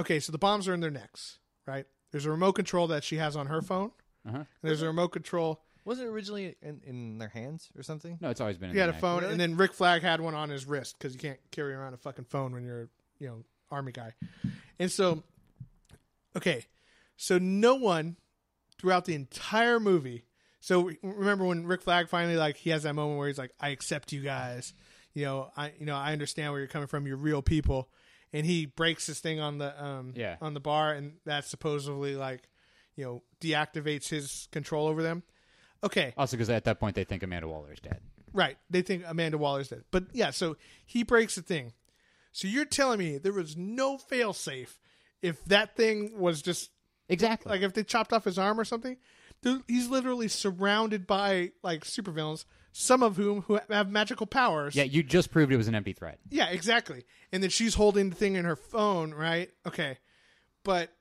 S1: okay, so the bombs are in their necks, right? There's a remote control that she has on her phone.
S2: Uh-huh.
S1: And there's a remote control.
S3: wasn't it originally in, in their hands or something?
S2: No, it's always been. In
S1: He had
S2: the
S1: a
S2: neck.
S1: phone,
S3: Really?
S1: and then Rick Flag had one on his wrist because you can't carry around a fucking phone when you're, you know, army guy. And so, okay, so no one throughout the entire movie. So we- remember when Rick Flag finally like he has that moment where he's like, "I accept you guys," you know, I you know I understand where you're coming from. You're real people, and he breaks this thing on the um
S2: Yeah.
S1: on the bar, and that supposedly like you know deactivates his control over them. Okay,
S2: Also, because at that point they think Amanda Waller is dead.
S1: Right. They think Amanda Waller's dead. But yeah, so he breaks the thing. So you're telling me there was no failsafe if that thing was just
S2: Exactly.
S1: like if they chopped off his arm or something? Dude, he's literally surrounded by like supervillains, some of whom who have magical powers.
S2: yeah, you just proved it was an empty threat.
S1: Yeah, exactly. And then she's holding the thing in her phone, right? Okay. But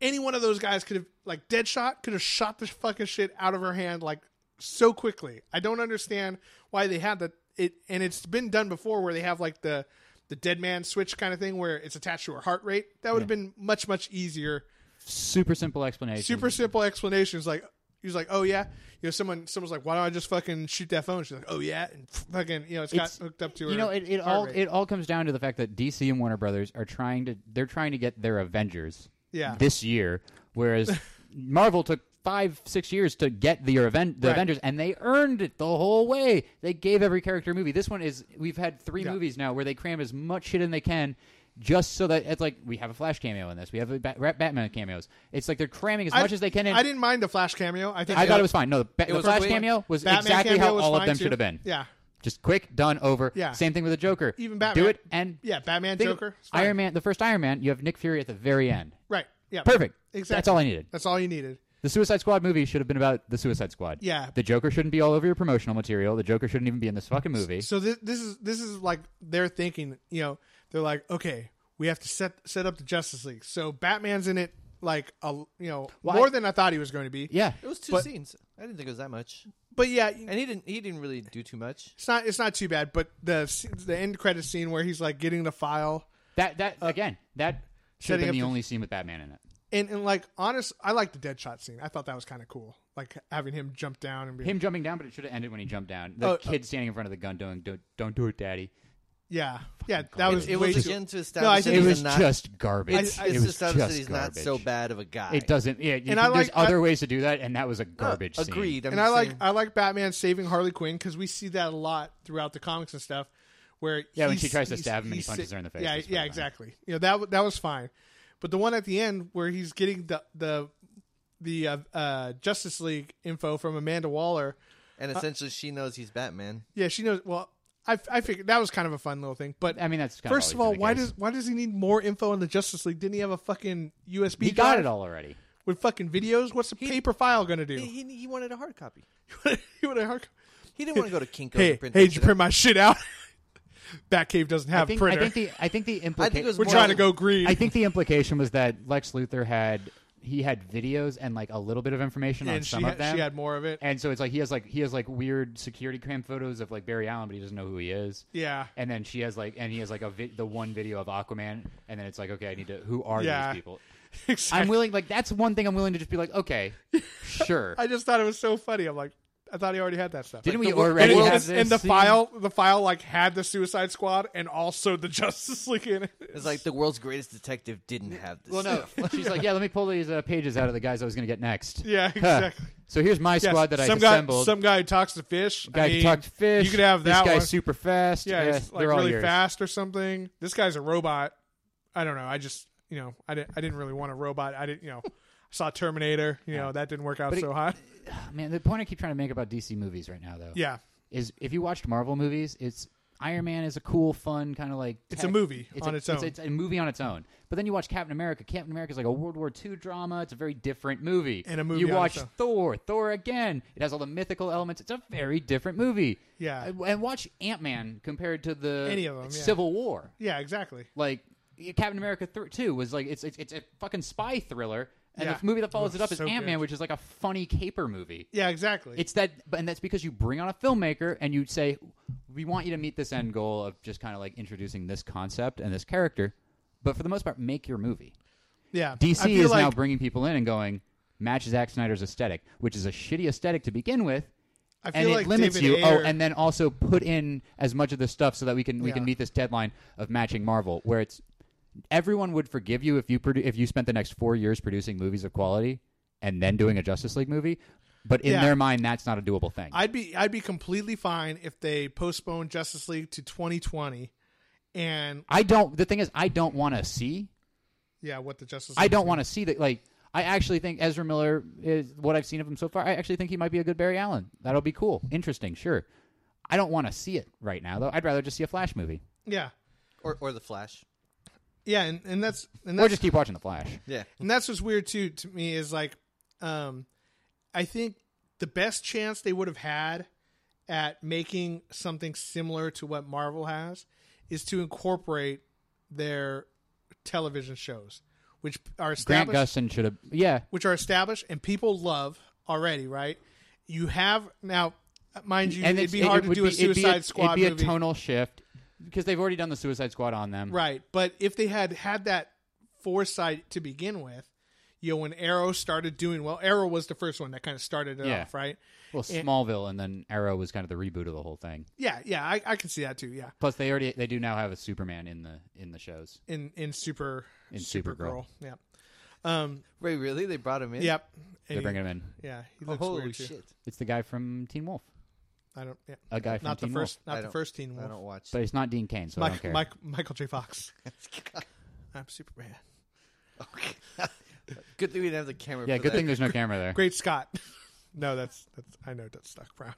S1: any one of those guys could have like Deadshot could have shot the fucking shit out of her hand like so quickly. I don't understand why they had that it and it's been done before where they have like the the dead man switch kind of thing where it's attached to her heart rate. That would have been much much easier.
S2: Super simple explanation.
S1: Super simple explanations like he's like, "Oh yeah." You know, someone someone's like, "Why don't I just fucking shoot that phone?" She's like, "Oh yeah." And fucking, you know, it's got
S2: It's-
S1: hooked up to her.
S2: You know, it, it
S1: heart
S2: all
S1: rate.
S2: it all comes down to the fact that DC and Warner Brothers are trying to they're trying to get their Avengers
S1: Yeah.
S2: this year, whereas Marvel took five six years to get the Aven- the
S1: Right.
S2: Avengers, and they earned it the whole way. They gave every character a movie. This one is we've had three
S1: Yeah.
S2: movies now where they cram as much shit in they can. Just so that it's like we have a Flash cameo in this, we have a Bat- Batman cameos. It's like they're cramming as much as they can in.
S1: I didn't mind the Flash cameo. I think
S2: I thought it was fine. No, the, ba- the
S3: was
S2: Flash
S3: way-
S2: cameo was
S1: Batman
S2: exactly
S1: cameo
S2: how
S1: was
S2: all of
S1: fine,
S2: them
S1: too.
S2: should have been.
S1: Yeah,
S2: Just quick, done, over.
S1: Yeah.
S2: Same thing with the Joker.
S1: Even Batman.
S2: Do it and
S1: yeah. Batman,
S2: think of
S1: Joker, it's fine.
S2: Iron Man. The first Iron Man, you have Nick Fury at the very end.
S1: Right. Yeah.
S2: Perfect.
S1: Exactly.
S2: That's all I needed.
S1: That's all you needed.
S2: The Suicide Squad movie should have been about the Suicide Squad.
S1: Yeah.
S2: The Joker shouldn't be all over your promotional material. The Joker shouldn't even be in this fucking movie.
S1: So this, this is this is like they're thinking. You know, they're like, okay, we have to set set up the Justice League. So Batman's in it, like a you know more than I thought he was going to be.
S2: yeah.
S3: It was two
S1: But-
S3: scenes. I didn't think it was that much,
S1: But yeah,
S3: and he didn't. He didn't really do too much.
S1: it's not it's not too bad. But the s- the end credit scene where he's like getting the file.
S2: That that again. That
S1: uh,
S2: should
S1: setting
S2: have
S1: up
S2: been the
S1: the-
S2: only scene with Batman in it.
S1: And, and like honest, I like the Deadshot scene. I thought that was kind of cool, like having him jump down and be
S2: Him jumping down, but it should have ended when he jumped down. The
S1: Oh,
S2: kid standing in front of the gun, doing "Don't, don't do it, Daddy."
S1: yeah, yeah, that
S2: garbage.
S1: was
S3: It
S1: way
S3: was
S1: too-
S3: again to
S1: No, I
S3: establish that
S1: think
S2: It
S1: It's
S3: he's
S2: was
S3: not,
S2: just garbage.
S3: It's,
S2: it
S3: it's
S2: was
S3: to establish that
S2: just
S3: he's
S2: garbage.
S3: not so bad of a guy.
S2: It doesn't. Yeah, you
S1: And
S2: can,
S1: I
S2: there's
S1: like-
S2: other
S1: I-
S2: ways to do that, and that was a garbage. scene.
S3: Agreed. I'm
S1: and I
S3: just
S1: like
S3: saying-
S1: I like Batman saving Harley Quinn because we see that a lot throughout the comics and stuff. Where
S2: Yeah, when she
S1: he's-
S2: tries to
S1: he's-
S2: stab him and he
S1: he's
S2: punches
S1: sit-
S2: her in the face,
S1: Yeah,
S2: that's
S1: yeah,
S2: fine.
S1: exactly. You know that w- that was fine, but the one at the end where he's getting the the the uh, uh, Justice League info from Amanda Waller.
S3: and essentially, she knows he's Batman.
S1: Yeah, she knows. Well, I I figured that was kind of a fun little thing, but.
S2: I mean, that's kind
S1: First of all,
S2: always been the
S1: why
S2: case.
S1: does why does he need more info on the Justice League? Didn't he have a fucking USB?
S2: he got
S1: drive
S2: it all already?
S1: with fucking videos. What's a paper file gonna do?
S3: He, he, he wanted a hard copy.
S1: You wanna hard-
S3: He didn't want to go to Kinko's
S1: hey,
S3: and print
S1: hey,
S3: that
S1: did you
S3: shit
S1: print
S3: out.
S1: my shit out? Batcave doesn't have
S2: I think,
S1: a printer.
S2: I think the I think the
S3: I think it
S2: implication
S3: was
S1: We're
S3: more
S1: trying to
S3: like-
S1: go green.
S2: I think the implication was that Lex Luthor had he had videos and like a little bit of information on
S1: and she
S2: some of
S1: had,
S2: them.
S1: she had more of it.
S2: and so it's like he has like he has like weird security cam photos of like Barry Allen, but he doesn't know who he is.
S1: Yeah.
S2: And then she has like, and he has like a vi- the one video of Aquaman, and then it's like, okay, I need to. Who are
S1: Yeah.
S2: these people?
S1: Exactly.
S2: I'm willing, like that's one thing I'm willing to just be like, okay, sure.
S1: I just thought it was so funny. I'm like, I thought he already had that stuff.
S2: Didn't
S1: Like,
S2: we
S1: the wor-
S2: already
S1: and,
S2: have
S1: and-
S2: this
S1: And the
S2: scene?
S1: file, the file like had the Suicide Squad and also the Justice League in it.
S3: It's like the world's greatest detective didn't have this.
S2: well, no,
S3: stuff.
S2: she's like, yeah, let me pull these uh, pages out of the guys I was going to get next.
S1: Yeah,
S2: Huh.
S1: exactly.
S2: So here's my
S1: Yes,
S2: squad that I
S1: some guy,
S2: assembled.
S1: some guy who talks to fish.
S2: guy
S1: I
S2: who
S1: mean,
S2: talked fish.
S1: You could have that
S2: This guy's
S1: one.
S2: super fast.
S1: yeah,
S2: Eh,
S1: he's like
S2: they're all
S1: really
S2: yours.
S1: fast or something. This guy's a robot. I don't know. I just you know I didn't I didn't really want a robot. I didn't you know I saw Terminator. You know that didn't work out
S2: But it-
S1: so hot.
S2: Man, the point I keep trying to make about DC movies right now, though,
S1: Yeah,
S2: is if you watched Marvel movies, it's Iron Man is a cool, fun kind of like
S1: It's a movie on
S2: a-
S1: its own.
S2: It's, a movie on its own. But then you watch Captain America. Captain America is like a World War II drama. It's a very different movie.
S1: And a movie
S2: You
S1: on
S2: watch
S1: its own.
S2: Thor. Thor again. It has all the mythical elements. It's a very different movie.
S1: Yeah.
S2: And- and watch Ant Man compared to the
S1: Any of 'em, yeah.
S2: Civil War.
S1: yeah, exactly.
S2: Like Captain America th- Two was like it's, it's it's a fucking spy thriller. And
S1: Yeah.
S2: the movie that follows
S1: Oh,
S2: it up is
S1: so
S2: Ant Man,
S1: good.
S2: which is like a funny caper movie.
S1: Yeah, exactly.
S2: It's that, but- and that's because you bring on a filmmaker and you say, "We want you to meet this end goal of just kind of like introducing this concept and this character." But for the most part, make your movie.
S1: yeah, I
S2: DC
S1: feel
S2: is
S1: like,
S2: now bringing people in and going match Zack Snyder's aesthetic, which is a shitty aesthetic to begin with,
S1: I feel
S2: and it
S1: like
S2: limits
S1: David
S2: you.
S1: Ayer,
S2: Oh, and then also put in as much of this stuff so that we can we
S1: Yeah.
S2: can meet this deadline of matching Marvel, where it's everyone would forgive you if you produ- if you spent the next four years producing movies of quality and then doing a Justice League movie. But in
S1: Yeah.
S2: their mind, that's not a doable thing.
S1: I'd be I'd be completely fine if they postponed Justice League to 2020, and
S2: I don't. The thing is, I don't want to see.
S1: yeah, what the Justice League
S2: I don't want to see that. Like, I actually think Ezra Miller is what I've seen of him so far. I actually think he might be a good Barry Allen. That'll be cool, interesting, sure. I don't want to see it right now, though. I'd rather just see a Flash movie,
S1: yeah
S3: or or the Flash.
S1: yeah, and, and that's and
S2: or
S1: that's
S2: just keep watching the Flash.
S3: Yeah,
S1: and that's what's weird too to me is like um i think the best chance they would have had at making something similar to what marvel has is to incorporate their television shows which are
S2: Grant
S1: established
S2: Gustin should have. Yeah,
S1: which are established and people love already right you have now mind you
S2: and
S1: it'd
S2: it's-
S1: be
S2: it-
S1: hard
S2: it
S1: to
S2: would
S1: do
S2: be,
S1: a
S2: it'd be
S1: suicide squad
S2: It'd be
S1: movie
S2: a tonal shift because they've already done the Suicide Squad on them.
S1: Right. But if they had had that foresight to begin with, you know, when Arrow started doing well, Arrow was the first one that kind of started it
S2: Yeah.
S1: off, right?
S2: Well, Smallville and then Arrow was kind of the reboot of the whole thing.
S1: Yeah, yeah, I, I can see that too. Yeah,
S2: Plus, they already they do now have a Superman in the in the shows.
S1: in in Super
S2: In
S1: Supergirl,
S2: Supergirl.
S1: yeah, um,
S3: Wait, really? They brought him in.
S1: yep,
S2: They're
S1: And he-
S2: bringing him in.
S1: yeah, he
S3: Oh,
S1: looks
S3: holy
S1: weird too.
S3: shit!
S2: It's the guy from Teen Wolf.
S1: I don't, yeah,
S2: A guy from
S1: not the
S2: Teen
S1: first,
S3: I
S1: not the
S3: don't-
S1: first Teen
S3: I
S1: Wolf.
S3: don't watch.
S2: But it's not Dean Kane, so I don't
S1: Mike,
S2: care.
S1: Mike, Michael J. Fox. I'm Superman.
S3: good thing we didn't have the camera.
S2: yeah,
S3: for
S2: good
S3: that.
S2: thing there's no camera there.
S1: Great Scott. no, that's that's. I know that's Doc Brown.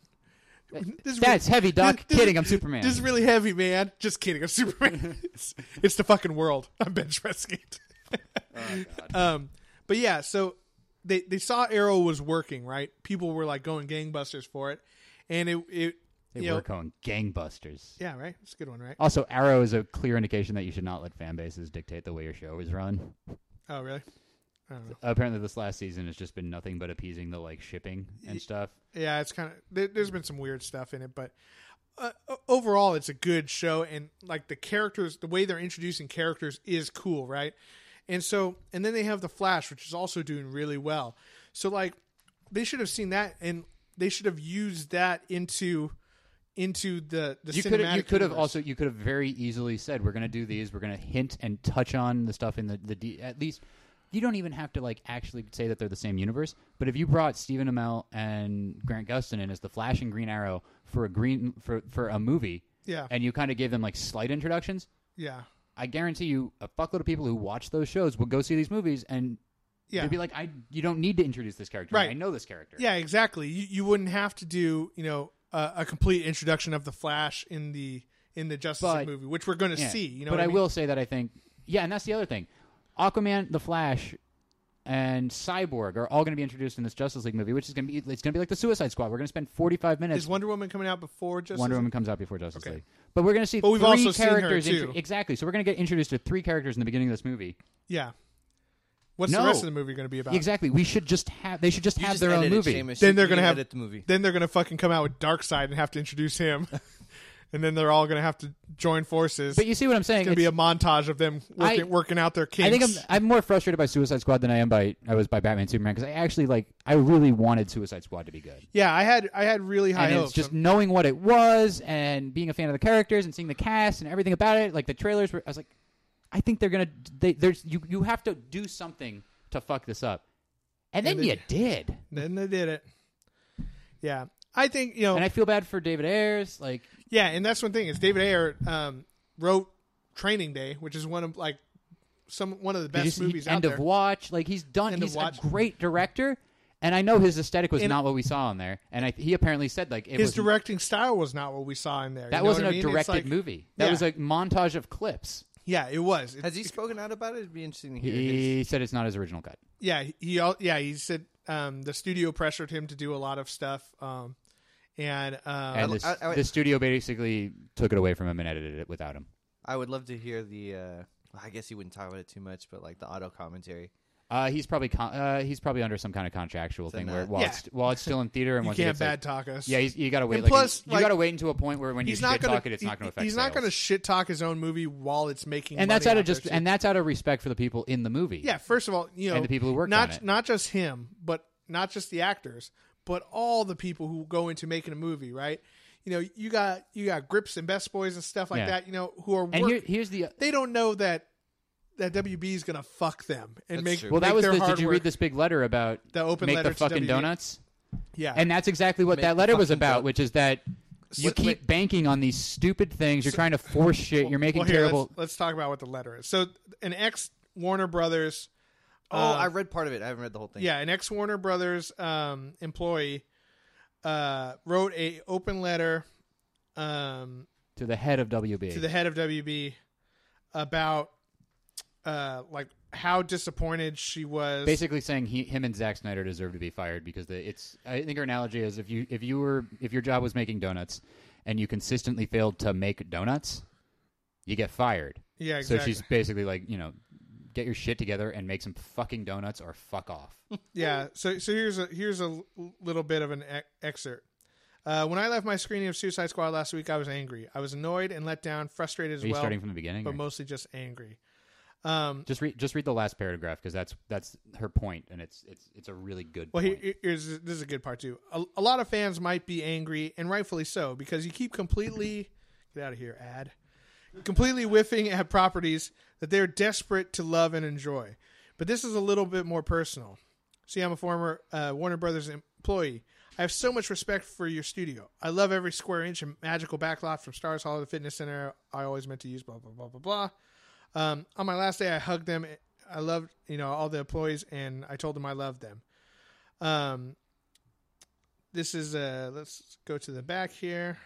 S1: This is
S2: That's
S1: really-
S2: heavy, Doc.
S1: This- this-
S2: Kidding, I'm Superman.
S1: This is really heavy, man. Just kidding, I'm Superman. it's, it's the fucking world. I'm Ben Trescant.
S2: Oh,
S1: um, but yeah, so they they saw Arrow was working, right? People were like going gangbusters for it, and it it
S2: they Oh.
S1: you know-
S2: were going gangbusters.
S1: yeah, right. It's a good one, right?
S2: Also, Arrow is a clear indication that you should not let fan bases dictate the way your show is run.
S1: Oh, really? I don't know.
S2: Apparently, this last season has just been nothing but appeasing the like shipping and stuff.
S1: Yeah, it's kind of there, there's been some weird stuff in it, but uh, o- overall, it's a good show, and like the characters, the way they're introducing characters is cool, right? And so, and then they have the Flash, which is also doing really well. So like, they should have seen that, and they should have used that into into the the
S2: you could
S1: cinematic.
S2: you could have
S1: universe.
S2: also you could have very easily said we're going to do these we're going to hint and touch on the stuff in the the D, at least you don't even have to like actually say that they're the same universe but if you brought Stephen Amell and Grant Gustin in as the Flash and Green Arrow for a green for for a movie
S1: Yeah.
S2: and you kind of gave them like slight introductions
S1: yeah
S2: I guarantee you a fuckload of people who watch those shows will go see these movies and
S1: yeah
S2: they'd be like I you don't need to introduce this character
S1: Right.
S2: I know this character
S1: Yeah, exactly. You, you wouldn't have to do you know a, a complete introduction of the Flash in the in the Justice
S2: But-
S1: League movie, which we're going to
S2: Yeah.
S1: see. You know,
S2: but
S1: what
S2: I,
S1: mean?
S2: will say that I think, yeah, and that's the other thing. Aquaman, The Flash, and Cyborg are all going to be introduced in this Justice League movie, which is going to be it's going to be like the Suicide Squad. We're going to spend forty five minutes.
S1: Is Wonder Woman coming out before Justice?
S2: Wonder
S1: League?
S2: Woman comes out before Justice
S1: Okay.
S2: League, but we're going to see
S1: But we've
S2: three
S1: also seen her,
S2: characters
S1: too.
S2: exactly. So we're going to get introduced to three characters in the beginning of this movie.
S1: Yeah. What's
S2: No.
S1: the rest of the movie going to be about?
S2: Exactly. We should just have they should just
S3: You
S2: have
S3: just
S2: their own
S3: edit it,
S2: movie.
S3: Seamus.
S1: Then
S3: You-
S1: they're going to
S3: you
S1: have
S3: edit the movie.
S1: Then they're going to fucking come out with Darkseid and have to introduce him, and then they're all going to have to join forces.
S2: But you see what I'm saying?
S1: it's going to be a montage of them working,
S2: I-
S1: working out their kinks.
S2: I think I'm, I'm more frustrated by Suicide Squad than I am by I was by Batman and Superman because I actually like I really wanted Suicide Squad to be good.
S1: yeah, I had I had really high
S2: and
S1: hopes.
S2: it's just
S1: I'm-
S2: knowing what it was and being a fan of the characters and seeing the cast and everything about it like the trailers were i was like i think they're gonna they, there's you you have to do something to fuck this up and then
S1: And they-
S2: you did
S1: then they did it. Yeah, I think you know.
S2: and i feel bad for david ayers like
S1: Yeah, and that's one thing is David Ayer um, wrote Training Day, which is one of like some one of the
S2: did you
S1: best
S2: see
S1: movies out
S2: end
S1: there.
S2: of watch like he's done
S1: End of
S2: he's a
S1: Watch.
S2: great director and i know his aesthetic was
S1: And-
S2: not what we saw in there and I, he apparently said like it
S1: His
S2: was
S1: directing style was not what we saw in there.
S2: that
S1: you know
S2: wasn't
S1: what I
S2: a
S1: mean? It's
S2: directed
S1: like-
S2: movie that
S1: Yeah.
S2: was a montage of clips
S1: Yeah, it was. It-
S3: Has he spoken out about it? It'd be interesting to hear. his-
S2: he said it's not his original cut
S1: yeah, he- he al- yeah he said um, the studio pressured him to do a lot of stuff, um, and, um,
S2: and this,
S3: I- I-
S2: the studio basically took it away from him and edited it without him.
S3: I would love to hear the. Uh, well, I guess he wouldn't talk about it too much, but like the auto commentary.
S2: Uh, he's probably con- uh, he's probably under some kind of contractual thing where
S3: not-
S2: while
S1: Yeah.
S2: it's, while it's still in theater and
S1: you
S2: once it
S1: can't
S2: gets,
S1: bad
S2: like-
S1: talk us.
S2: yeah, he's, you gotta wait.
S1: And
S2: like,
S1: plus,
S2: you
S1: like,
S2: gotta wait until a point where when
S1: he's
S2: you
S1: not
S2: shit
S1: going
S2: talk
S1: to.
S2: it, it's not gonna affect.
S1: He's not
S2: sales.
S1: going to shit talk his own movie while it's making.
S2: and that's
S1: money
S2: out
S1: out
S2: of just
S1: there, too.
S2: and that's out of respect for the people in the movie.
S1: Yeah, first of all, you know,
S2: And the people who worked
S1: not
S2: on it.
S1: not just him, but not just the actors, but all the people who go into making a movie, right? You know, you got you got grips and best boys and stuff like
S2: Yeah.
S1: that. You know, who are
S2: and
S1: work-
S2: here, here's the uh,
S1: they don't know that that WB is gonna fuck them and
S3: That's
S1: make
S3: true.
S2: well that
S1: make
S2: was
S1: their
S2: the,
S1: hard
S2: did you
S1: work.
S2: read this big letter about
S1: The open
S2: make
S1: letter
S2: the
S1: to
S2: fucking
S1: WB?
S2: donuts
S1: yeah
S2: and that's exactly what
S3: Make
S2: that
S3: the
S2: letter was
S3: fucking
S2: about,
S3: don-
S2: which is that. You
S3: Wait,
S2: keep
S3: wait.
S2: banking on these stupid things. You're trying to force shit. You're making
S1: Well, here,
S2: terrible.
S1: Let's, let's talk about what the letter is. So an ex Warner Brothers,
S3: Oh,
S1: Uh,
S3: I read part of it. I haven't read the whole thing.
S1: yeah, an ex Warner Brothers um, employee uh, wrote a open letter. Um,
S2: to the head of WB.
S1: to the head of WB about uh like how disappointed she was.
S2: basically saying he, him and Zack Snyder deserve to be fired because the, it's. I think her analogy is if you if you were if your job was making donuts, and you consistently failed to make donuts, you get fired.
S1: yeah, exactly.
S2: So she's basically like you know, get your shit together and make some fucking donuts or fuck off.
S1: yeah. So so here's a here's a l- little bit of an e- excerpt. Uh, when I left my screening of Suicide Squad last week, I was angry. I was annoyed and let down, frustrated as
S2: Are you
S1: well,
S2: starting from the beginning?
S1: but
S2: or-
S1: mostly just angry. Um,
S2: just read just read the last paragraph because that's that's her point and it's it's it's a really good.
S1: Well,
S2: point.
S1: here, here's this is a good part too. A, a lot of fans might be angry, and rightfully so, because you keep completely get out of here, ad, completely whiffing at properties that they're desperate to love and enjoy. But this is a little bit more personal. See, I'm a former uh, Warner Brothers employee. I have so much respect for your studio. I love every square inch and magical backlot from Stars Hall to the Fitness Center. I always meant to use blah blah blah blah blah. Um, on my last day, I hugged them. I loved you know all the employees, and I told them I loved them. Um, this is uh let's go to the back here.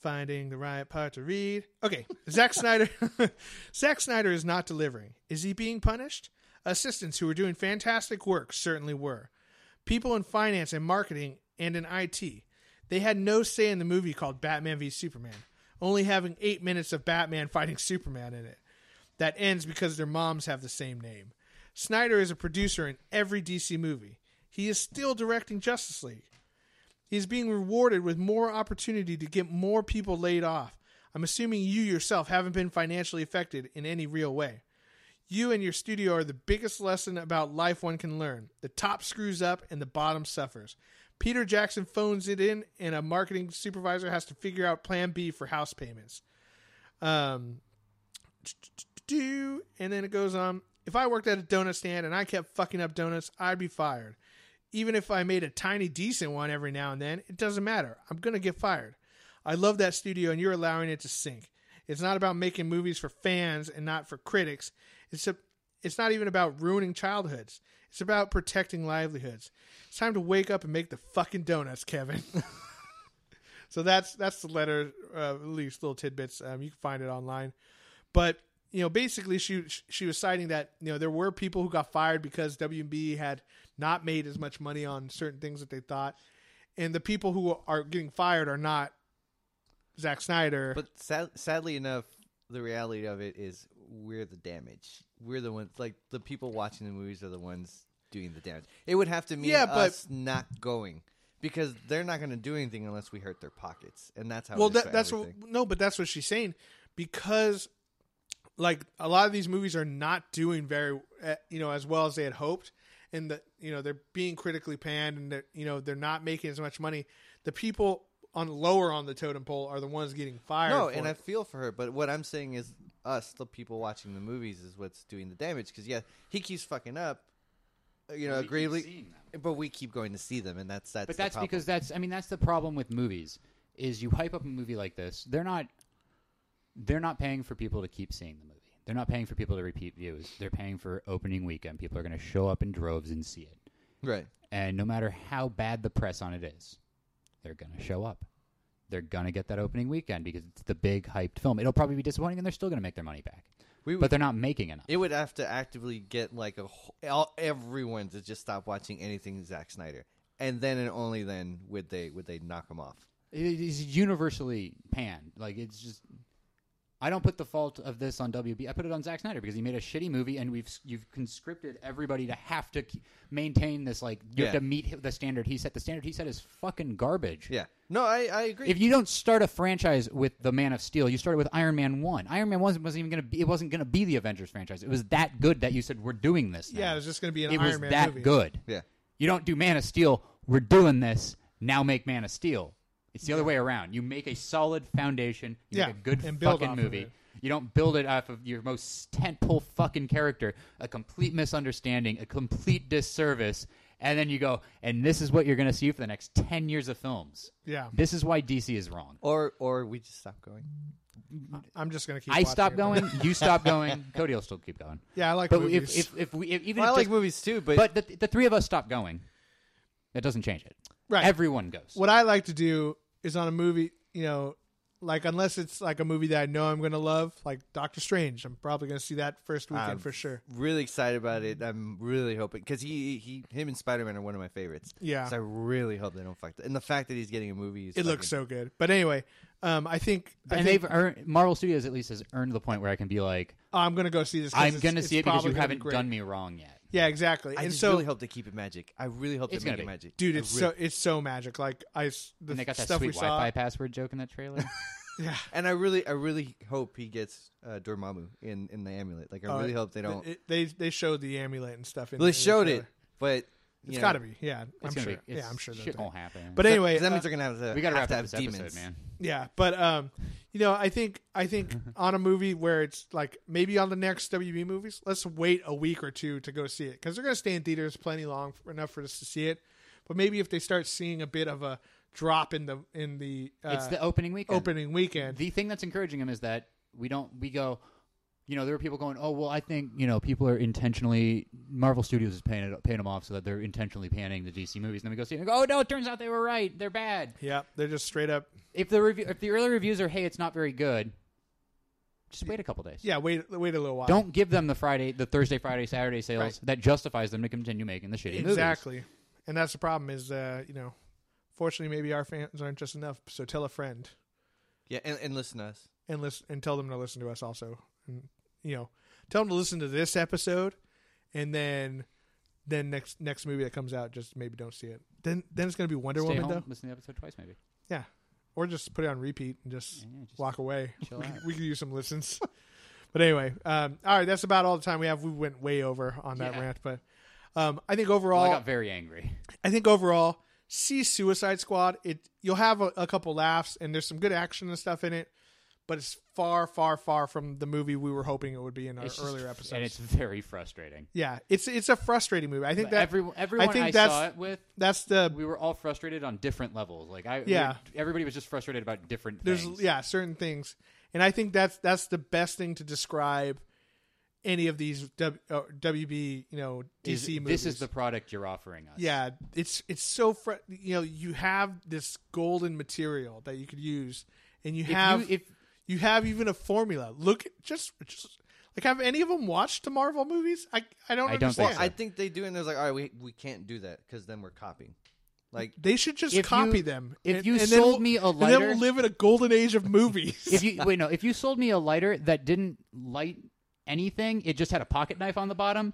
S1: Finding the right part to read. Okay, Zack Snyder. Zack Snyder is not delivering. Is he being punished? Assistants who were doing fantastic work certainly were. People in finance and marketing and in IT. They had no say in the movie called Batman v Superman, only having eight minutes of Batman fighting Superman in it that ends because their moms have the same name. Snyder is a producer in every DC movie. He is still directing Justice League. He is being rewarded with more opportunity to get more people laid off. I'm assuming you yourself haven't been financially affected in any real way. You and your studio are the biggest lesson about life one can learn. The top screws up and the bottom suffers. Peter Jackson phones it in, and a marketing supervisor has to figure out Plan B for house payments. Um, do and then it goes on. If I worked at a donut stand and I kept fucking up donuts, I'd be fired. Even if I made a tiny decent one every now and then, it doesn't matter. I'm gonna get fired. I love that studio, and you're allowing it to sink. It's not about making movies for fans and not for critics. It's a, it's not even about ruining childhoods. It's about protecting livelihoods. It's time to wake up and make the fucking donuts, Kevin. so that's that's the letter, uh, at least little tidbits. Um, you can find it online, but you know, basically she she was citing that you know there were people who got fired because WB had not made as much money on certain things that they thought, and the people who are getting fired are not Zack Snyder.
S3: But sad, sadly enough, the reality of it is we're the damage. We're the ones like the people watching the movies are the ones doing the damage. It would have to mean
S1: Yeah, but-
S3: us not going because they're not going to do anything unless we hurt their pockets, and that's how.
S1: well
S3: it is
S1: that,
S3: for
S1: that's what
S3: everything.
S1: no but that's what she's saying because like a lot of these movies are not doing very uh, you know as well as they had hoped and the you know they're being critically panned and they're you know they're not making as much money the people on lower on the totem pole are the ones getting fired
S3: No,
S1: for
S3: and
S1: it.
S3: I feel for her, but what I'm saying is us, the people watching the movies, is what's doing the damage. Because yeah, he keeps fucking up, uh, you know,
S2: Well, we keep
S3: agreeably,
S2: seeing
S3: but we keep going to see them, and that's that's.
S2: But
S3: the
S2: that's
S3: problem.
S2: because that's I mean that's the problem with movies is you hype up a movie like this. They're not they're not paying for people to keep seeing the movie. They're not paying for people to repeat views. They're paying for opening weekend. People are going to show up in droves and see it.
S3: right.
S2: And no matter how bad the press on it is, they're going to show up. They're going to get that opening weekend because it's the big hyped film. It'll probably be disappointing and they're still going to make their money back.
S3: We
S2: but they're not making enough.
S3: It would have to actively get like a wh- all, everyone to just stop watching anything Zack Snyder, and then and only then would they would they knock him off.
S2: it is universally panned. Like it's just, I don't put the fault of this on WB. I put it on Zack Snyder because he made a shitty movie, and we've you've conscripted everybody to have to keep, maintain this. Like you
S3: Yeah.
S2: have to meet the standard he set. The standard he set is fucking garbage.
S3: Yeah, no, I I agree.
S2: If you don't start a franchise with the Man of Steel, you started with Iron Man One. Iron Man One wasn't even gonna be. It wasn't gonna be the Avengers franchise. It was that good that you said we're doing this. now."
S1: yeah it's just going to be an
S2: it
S1: iron
S2: was
S1: man
S2: that
S1: movie.
S2: good.
S3: yeah,
S2: You don't do Man of Steel. We're doing this now. Make Man of Steel. It's the other way around. You make a solid foundation. You
S1: Yeah,
S2: make a good
S1: and build
S2: fucking
S1: off of
S2: movie.
S1: it.
S2: You don't build it off of your most tentpole fucking character, a complete misunderstanding, a complete disservice, and then you go, and this is what you're going to see for the next ten years of films.
S1: yeah
S2: This is why DC is wrong.
S3: or or we just stop going.
S1: i'm just going to keep
S2: I
S1: watching
S2: stop
S1: it.
S2: going. you stop going. Cody will still keep going.
S1: yeah i like
S2: But
S1: movies.
S2: if, if if we if, even
S3: Well, I
S2: if
S3: like
S2: just-
S3: movies too, but,
S2: but the, the three of us stop going, that doesn't change it.
S1: Right.
S2: Everyone goes.
S1: what I like to do is on a movie, you know, like unless it's like a movie that I know I'm going to love, like Doctor Strange. I'm probably going to see that first weekend
S3: I'm
S1: for sure.
S3: really excited about it. I'm really hoping because he he him and Spider Man are one of my favorites.
S1: Yeah.
S3: so I really hope they don't fuck. That. And the fact that he's getting a movie, is
S1: It looks so good. But anyway, um, I think, I
S2: and
S1: think oh,
S2: they've earned, Marvel Studios at least has earned the point where I can be like,
S1: I'm going to go see this. 'cause
S2: I'm
S1: it's-
S2: gonna
S1: it's
S2: see it because
S1: probably
S2: you
S1: gonna be
S2: haven't
S1: great.
S2: done me wrong yet.
S1: Yeah, exactly.
S3: I
S1: and
S3: just
S1: so,
S3: really hope they keep it magic. I really hope
S2: It's
S3: they
S2: gonna
S3: make it
S2: be.
S3: magic,
S1: dude,
S3: I
S1: it's so
S3: really-
S1: it's so magic. Like I, s- the
S2: And they got that
S1: stuff we
S2: sweet
S1: saw.
S2: Wi-Fi password joke in that trailer.
S1: Yeah.
S3: And I really, I really hope he gets uh, Dormammu in in the amulet. Like I really hope they don't.
S1: uh, It- they they showed the amulet and stuff. In
S3: well, they
S1: in the
S3: showed
S1: trailer.
S3: it, but you
S1: It's
S3: know,
S1: got to be. Yeah, I'm
S2: It's
S1: sure.
S2: gonna be-
S1: yeah,
S2: it's-
S1: I'm sure. they'll
S2: shit
S1: do it.
S2: won't happen.
S1: But anyway,
S3: that means
S1: uh,
S3: they're gonna have to.
S2: we gotta
S3: have
S2: wrap
S3: to
S2: up
S3: have
S2: this
S3: demons,
S2: episode, man.
S1: Yeah, but um, you know, I think I think
S2: Mm-hmm.
S1: on a movie where it's like maybe on the next WB movies, let's wait a week or two to go see it because they're gonna stay in theaters plenty long for, enough for us to see it. But maybe if they start seeing a bit of a drop in the in the, uh,
S2: it's the opening weekend.
S1: opening weekend,
S2: The thing that's encouraging him is that we don't. We go. You know, there are people going, "Oh, well, I think you know people are intentionally Marvel Studios is paying it, paying them off so that they're intentionally panning the DC movies." And then we go see it and go, "Oh no, it turns out they were right. They're bad."
S1: yeah, they're just straight up.
S2: If the review, if the early reviews are, "Hey, it's not very good," just wait a couple days.
S1: Yeah, wait, wait a little while.
S2: Don't give them the Friday, the Thursday, Friday, Saturday sales
S1: Right.
S2: that justifies them to continue making the shitty movies.
S1: exactly, and that's the problem is uh, you know, fortunately maybe our fans aren't just enough. So tell a friend.
S3: Yeah, and, and listen to us.
S1: and listen and tell them to listen to us also. And, you know, tell them to listen to this episode, and then then next next movie that comes out, just maybe don't see it. Then then it's gonna be Wonder
S2: Stay
S1: Woman
S2: home,
S1: though,
S2: listen to the episode twice, maybe.
S1: or just put it on repeat and just
S2: Yeah, just
S1: walk away.
S2: chill
S1: we,
S2: out.
S1: could- we could use some listens. but anyway, um, all right, that's about all the time we have. We went way over on that
S2: Yeah.
S1: rant, but um, I think
S2: Well,
S1: overall,
S2: I got very angry.
S1: I think overall, see Suicide Squad. It you'll have a, a couple laughs and there's some good action and stuff in it, but it's far, far, far from the movie we were hoping it would be in our
S2: It's just-
S1: earlier episodes.
S2: and it's very frustrating.
S1: yeah, it's it's a frustrating movie. I think
S2: But
S1: that
S2: everyone, everyone I,
S1: think that's-
S2: saw it with,
S1: that's the
S2: we were all frustrated on different levels. Like I, we
S1: Yeah.
S2: were- everybody was just frustrated about different
S1: there's
S2: things.
S1: yeah certain things, and I think that's that's the best thing to describe any of these w, uh, WB you know DC
S2: Is-
S1: movies.
S2: This is the product you're offering us.
S1: yeah it's it's so fr- you know you have this golden material that you could use and you
S2: If
S1: have
S2: you, if
S1: you have even a formula look at just just like have any of them watched the marvel movies i i don't
S2: I don't think
S1: understand
S3: Well, I think they do, and they're like, all right, we we can't do that because then we're copying. Like,
S1: they should just
S2: If
S1: copy
S2: you-
S1: them
S2: if
S1: and-
S2: you
S1: and then
S2: sold
S1: we'll-
S2: me a
S1: and then we'll
S2: lighter-
S1: live in a golden age of movies
S2: if you wait no if you sold me a lighter that didn't light anything it just had a pocket knife on the bottom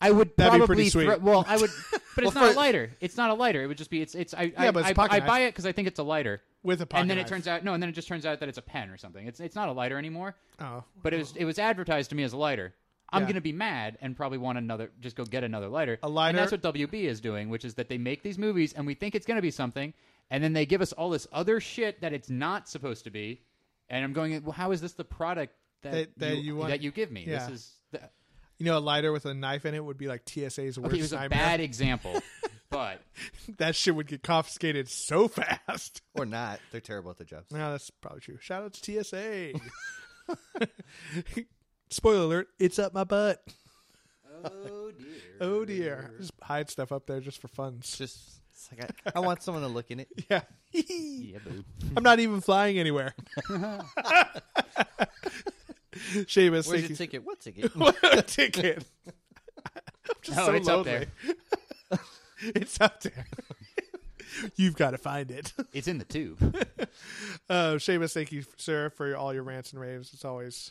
S2: i would
S1: That'd be
S2: probably
S1: pretty sweet.
S2: throw- well i would but it's
S3: Well,
S2: not
S3: for-
S2: a lighter it's not a lighter it would just be it's it's i
S1: Yeah,
S2: I,
S1: but it's
S2: I,
S1: a pocket
S2: I
S1: knife.
S2: buy it because i think it's a lighter
S1: with a pocket
S2: and then
S1: knife.
S2: it turns out no and then it just turns out that it's a pen or something it's it's not a lighter anymore
S1: oh
S2: but it was it was advertised to me as a lighter I'm
S1: Yeah.
S2: gonna be mad and probably want another. Just go get another lighter.
S1: A lighter-
S2: And that's what WB is doing, which is that they make these movies and we think it's gonna be something, and then they give us all this other shit that it's not supposed to be. And I'm going, well, how is this the product that,
S1: That- that you want-
S2: that you give me?
S1: Yeah.
S2: This is the,
S1: you know a lighter with a knife in it would be like tsa's worst
S2: okay, it was a
S1: nightmare.
S2: bad example, but
S1: that shit would get confiscated so fast
S3: or not, they're terrible at their jobs.
S1: No, that's probably true. Shout out to TSA. Spoiler alert, it's up my butt.
S2: oh dear.
S1: Oh dear. Just hide stuff up there just for fun.
S3: It's just it's like I, I want someone to look in it.
S1: Yeah.
S2: Yeah, boo.
S1: I'm not even flying anywhere. Seamus,
S3: Where's
S1: thank
S3: your
S1: you.
S3: ticket? What ticket?
S1: What ticket? I'm just
S2: No,
S1: so
S2: it's up
S1: lonely.
S2: there.
S1: it's up there. You've got to find it.
S2: It's in the tube.
S1: Uh, Seamus, thank you, sir, for all your rants and raves. It's always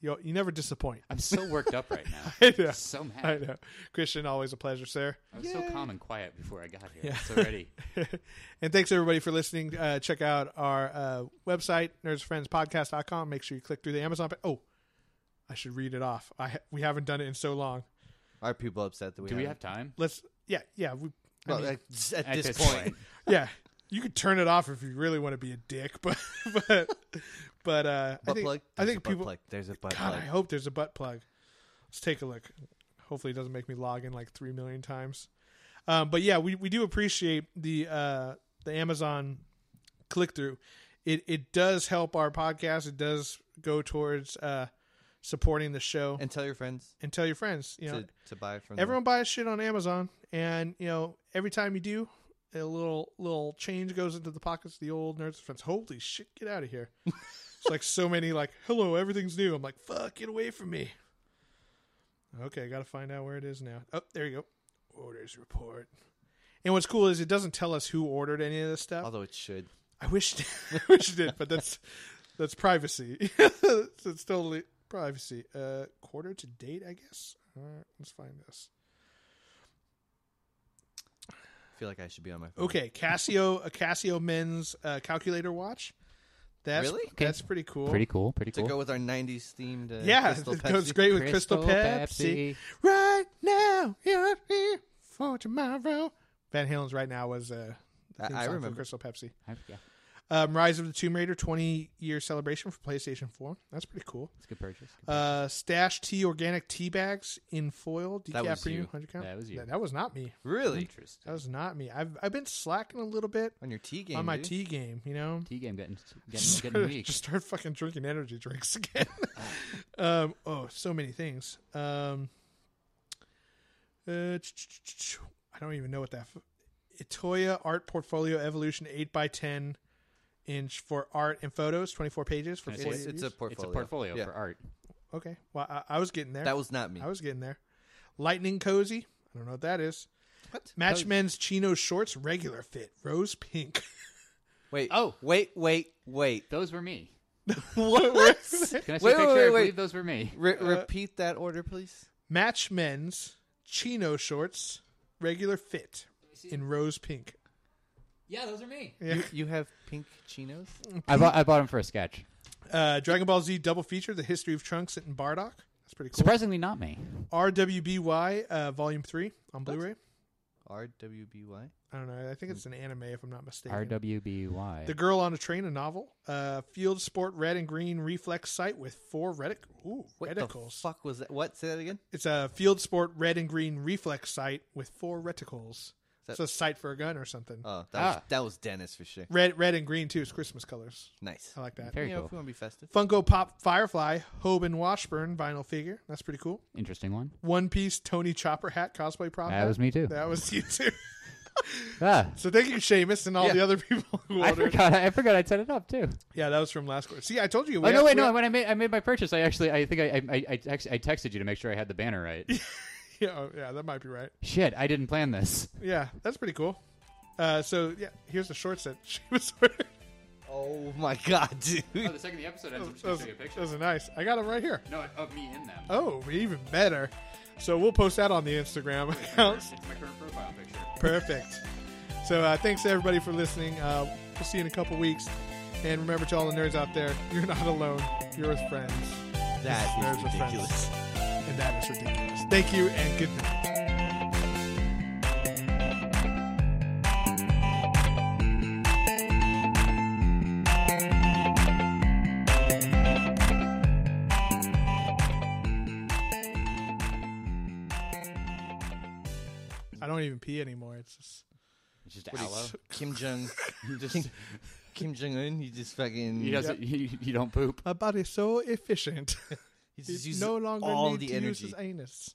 S1: you. You never disappoint.
S2: I'm so worked up right now.
S1: I know.
S2: So mad.
S1: I know. Christian, always a pleasure, sir.
S2: I was so calm and quiet before I got here. It's already.
S1: and thanks everybody for listening. Uh, check out our uh, website, nerdsfriendspodcast.com. Make sure you click through the Amazon. Pa- oh, I should read it off. I ha- we haven't done it in so long.
S3: Are people upset that we
S2: Do we have
S3: haven't-
S2: time?
S1: Let's yeah yeah we I
S3: Well,
S1: mean,
S3: like, at,
S2: At
S3: this, point,
S1: yeah. You could turn it off if you really want to be a dick, but but but uh, I
S3: butt
S1: think
S3: plug.
S1: I
S3: There's
S1: think
S3: a butt
S1: people.
S3: Plug. There's a butt
S1: God,
S3: plug.
S1: I hope there's a butt plug. Let's take a look. Hopefully, it doesn't make me log in like three million times. Um, but yeah, we, we do appreciate the uh, the Amazon click through. It it does help our podcast. It does go towards uh, supporting the show and,
S3: And tell your friends
S1: tell your friends. You know,
S3: to, to buy from
S1: everyone buys shit on Amazon, and you know every time you do, a little little change goes into the pockets of the old nerds friends. Holy shit, get out of here! it's like so many like, hello, everything's new. I'm like, fuck, get away from me. Okay, I gotta find out where it is now. Oh, there you go. Orders report. And what's cool is it doesn't tell us who ordered any of this
S3: Them.
S1: stuff.
S3: Although it should.
S1: I wish I wish it did, but that's that's privacy. so it's totally privacy. Uh, quarter to date, I guess. All right, let's find this.
S3: I feel like I should be on my phone.
S1: Okay, Casio, a Casio men's uh, calculator watch. That's
S3: Really?
S1: that's pretty cool.
S2: Pretty cool. Pretty
S3: To
S2: cool.
S3: go with our '90s themed. Uh,
S1: yeah,
S3: Crystal
S1: it goes
S3: Pepsi.
S1: great with Crystal, Pepsi. Right now, you're here for tomorrow. Van Halen's right now was uh, the
S3: I-
S1: theme
S3: I
S1: song for
S3: remember.
S1: Crystal Pepsi.
S2: I- yeah,
S1: Um, Rise of the Tomb Raider 20 year celebration for PlayStation 4. That's pretty cool.
S2: it's a good purchase. Good
S1: Uh, Stash tea organic tea bags in foil decaf
S3: was
S1: premium
S3: you.
S1: 100 count.
S2: That was you.
S1: That, that was not me.
S2: purchase.
S3: Really?
S1: That
S2: Interesting.
S1: was not me. I've I've been slacking a little bit
S3: On your tea game.
S1: on my
S3: dude.
S1: tea game. You know,
S2: T game getting
S1: just
S2: getting, getting
S1: started-
S2: weak.
S1: just start fucking drinking energy drinks again. um, oh, so many things. Um, uh, ch- ch- ch- ch- I don't even know what that. F- Itoya Art Portfolio Evolution 8 by 10 inch for art and photos, 24 pages for
S2: Can I say
S1: 40
S3: It's, it's a
S1: views.
S3: portfolio.
S2: It's a portfolio
S3: Yeah.
S2: for art.
S1: Okay. Well, I, I was getting there.
S3: That was not me.
S1: I was getting there. Lightning Cozy. I don't know what that is.
S3: What?
S1: Matchmen's Chino Shorts Regular Fit, Rose Pink.
S3: Wait.
S2: Oh.
S3: Wait. Wait. Wait.
S2: Those were me.
S3: What?
S2: Can I see
S3: Wait,
S2: a picture?
S3: wait,
S2: I
S3: wait, wait.
S2: believe those were me.
S3: Re-
S1: Uh,
S3: repeat that order, please.
S1: Matchmen's Chino Shorts Regular Fit in Rose Pink.
S2: Yeah, those are me.
S1: Yeah.
S3: You have pink chinos.
S2: I bought I bought them for a sketch.
S1: Uh, Dragon Ball Z Double Feature, The History of Trunks and Bardock. That's pretty cool.
S2: Surprisingly, not me.
S1: RWBY uh, Volume 3 on Blu ray.
S3: RWBY.
S1: I don't know. I think it's an anime, if I'm not mistaken.
S2: RWBY.
S1: The Girl on a Train, a novel. Uh, Field Sport Red and Green Reflex Sight with four retic- ooh,
S3: What
S1: reticles.
S3: the fuck was that? What? Say that again.
S1: It's a Field Sport Red and Green Reflex Sight with four reticles.
S3: that-
S1: It's a sight for a gun or something.
S3: Oh, that, was,
S2: Ah.
S3: that was Dennis for sure.
S1: Red, red and green too. It's Christmas colors.
S3: Nice.
S1: I like that.
S2: Very
S3: you know,
S2: cool.
S3: if we want to be festive.
S1: Funko Pop Firefly Hoban Washburn vinyl figure. That's pretty cool.
S2: Interesting one.
S1: One Piece Tony Chopper hat cosplay prop.
S2: That
S1: hat.
S2: was me too.
S1: That was you too.
S2: Ah,
S1: so thank you, Seamus, and all
S3: Yeah.
S1: the other people who
S2: I
S1: ordered.
S2: forgot. I forgot. I set it up too.
S1: Yeah, that was from last quarter. See, I told you.
S2: Oh
S1: we
S2: no!
S1: had- we
S2: Wait, no.
S1: had-
S2: When I made I made my purchase, I actually I think I I I, I, text, I texted you to make sure I had the banner right.
S1: Yeah, oh, yeah, that might be right.
S2: Shit! I didn't plan this.
S1: Yeah, that's pretty cool. Uh, so yeah, here's the shorts that Seamus ordered.
S3: Oh my god,
S2: Oh,
S3: dude.
S2: the second the episode ends, I'm just gonna
S1: Those,
S2: take a picture.
S1: those are nice. I got them right here.
S2: No, of me in them.
S1: Oh, even better. So we'll post that on the Instagram accounts.
S2: It's my current profile picture.
S1: Mm, Perfect. So uh, thanks to everybody for listening. Uh, we'll see you in a couple weeks. And remember to all the nerds out there, you're not alone. You're with friends.
S3: That
S1: Nerds
S3: is
S1: with
S3: ridiculous.
S1: friends. And that is ridiculous. Thank you and good night. I don't even pee anymore. It's just
S2: It's just
S3: What do you-
S2: aloe.
S3: Kim Jong
S2: You just
S3: Kim, Kim Jong Un, he just fucking
S2: he doesn't. He, he don't poop.
S1: my body's so efficient.
S3: he just
S1: It
S3: uses
S1: no longer
S3: all
S1: need
S3: the
S1: to use
S3: energy.
S1: his anus.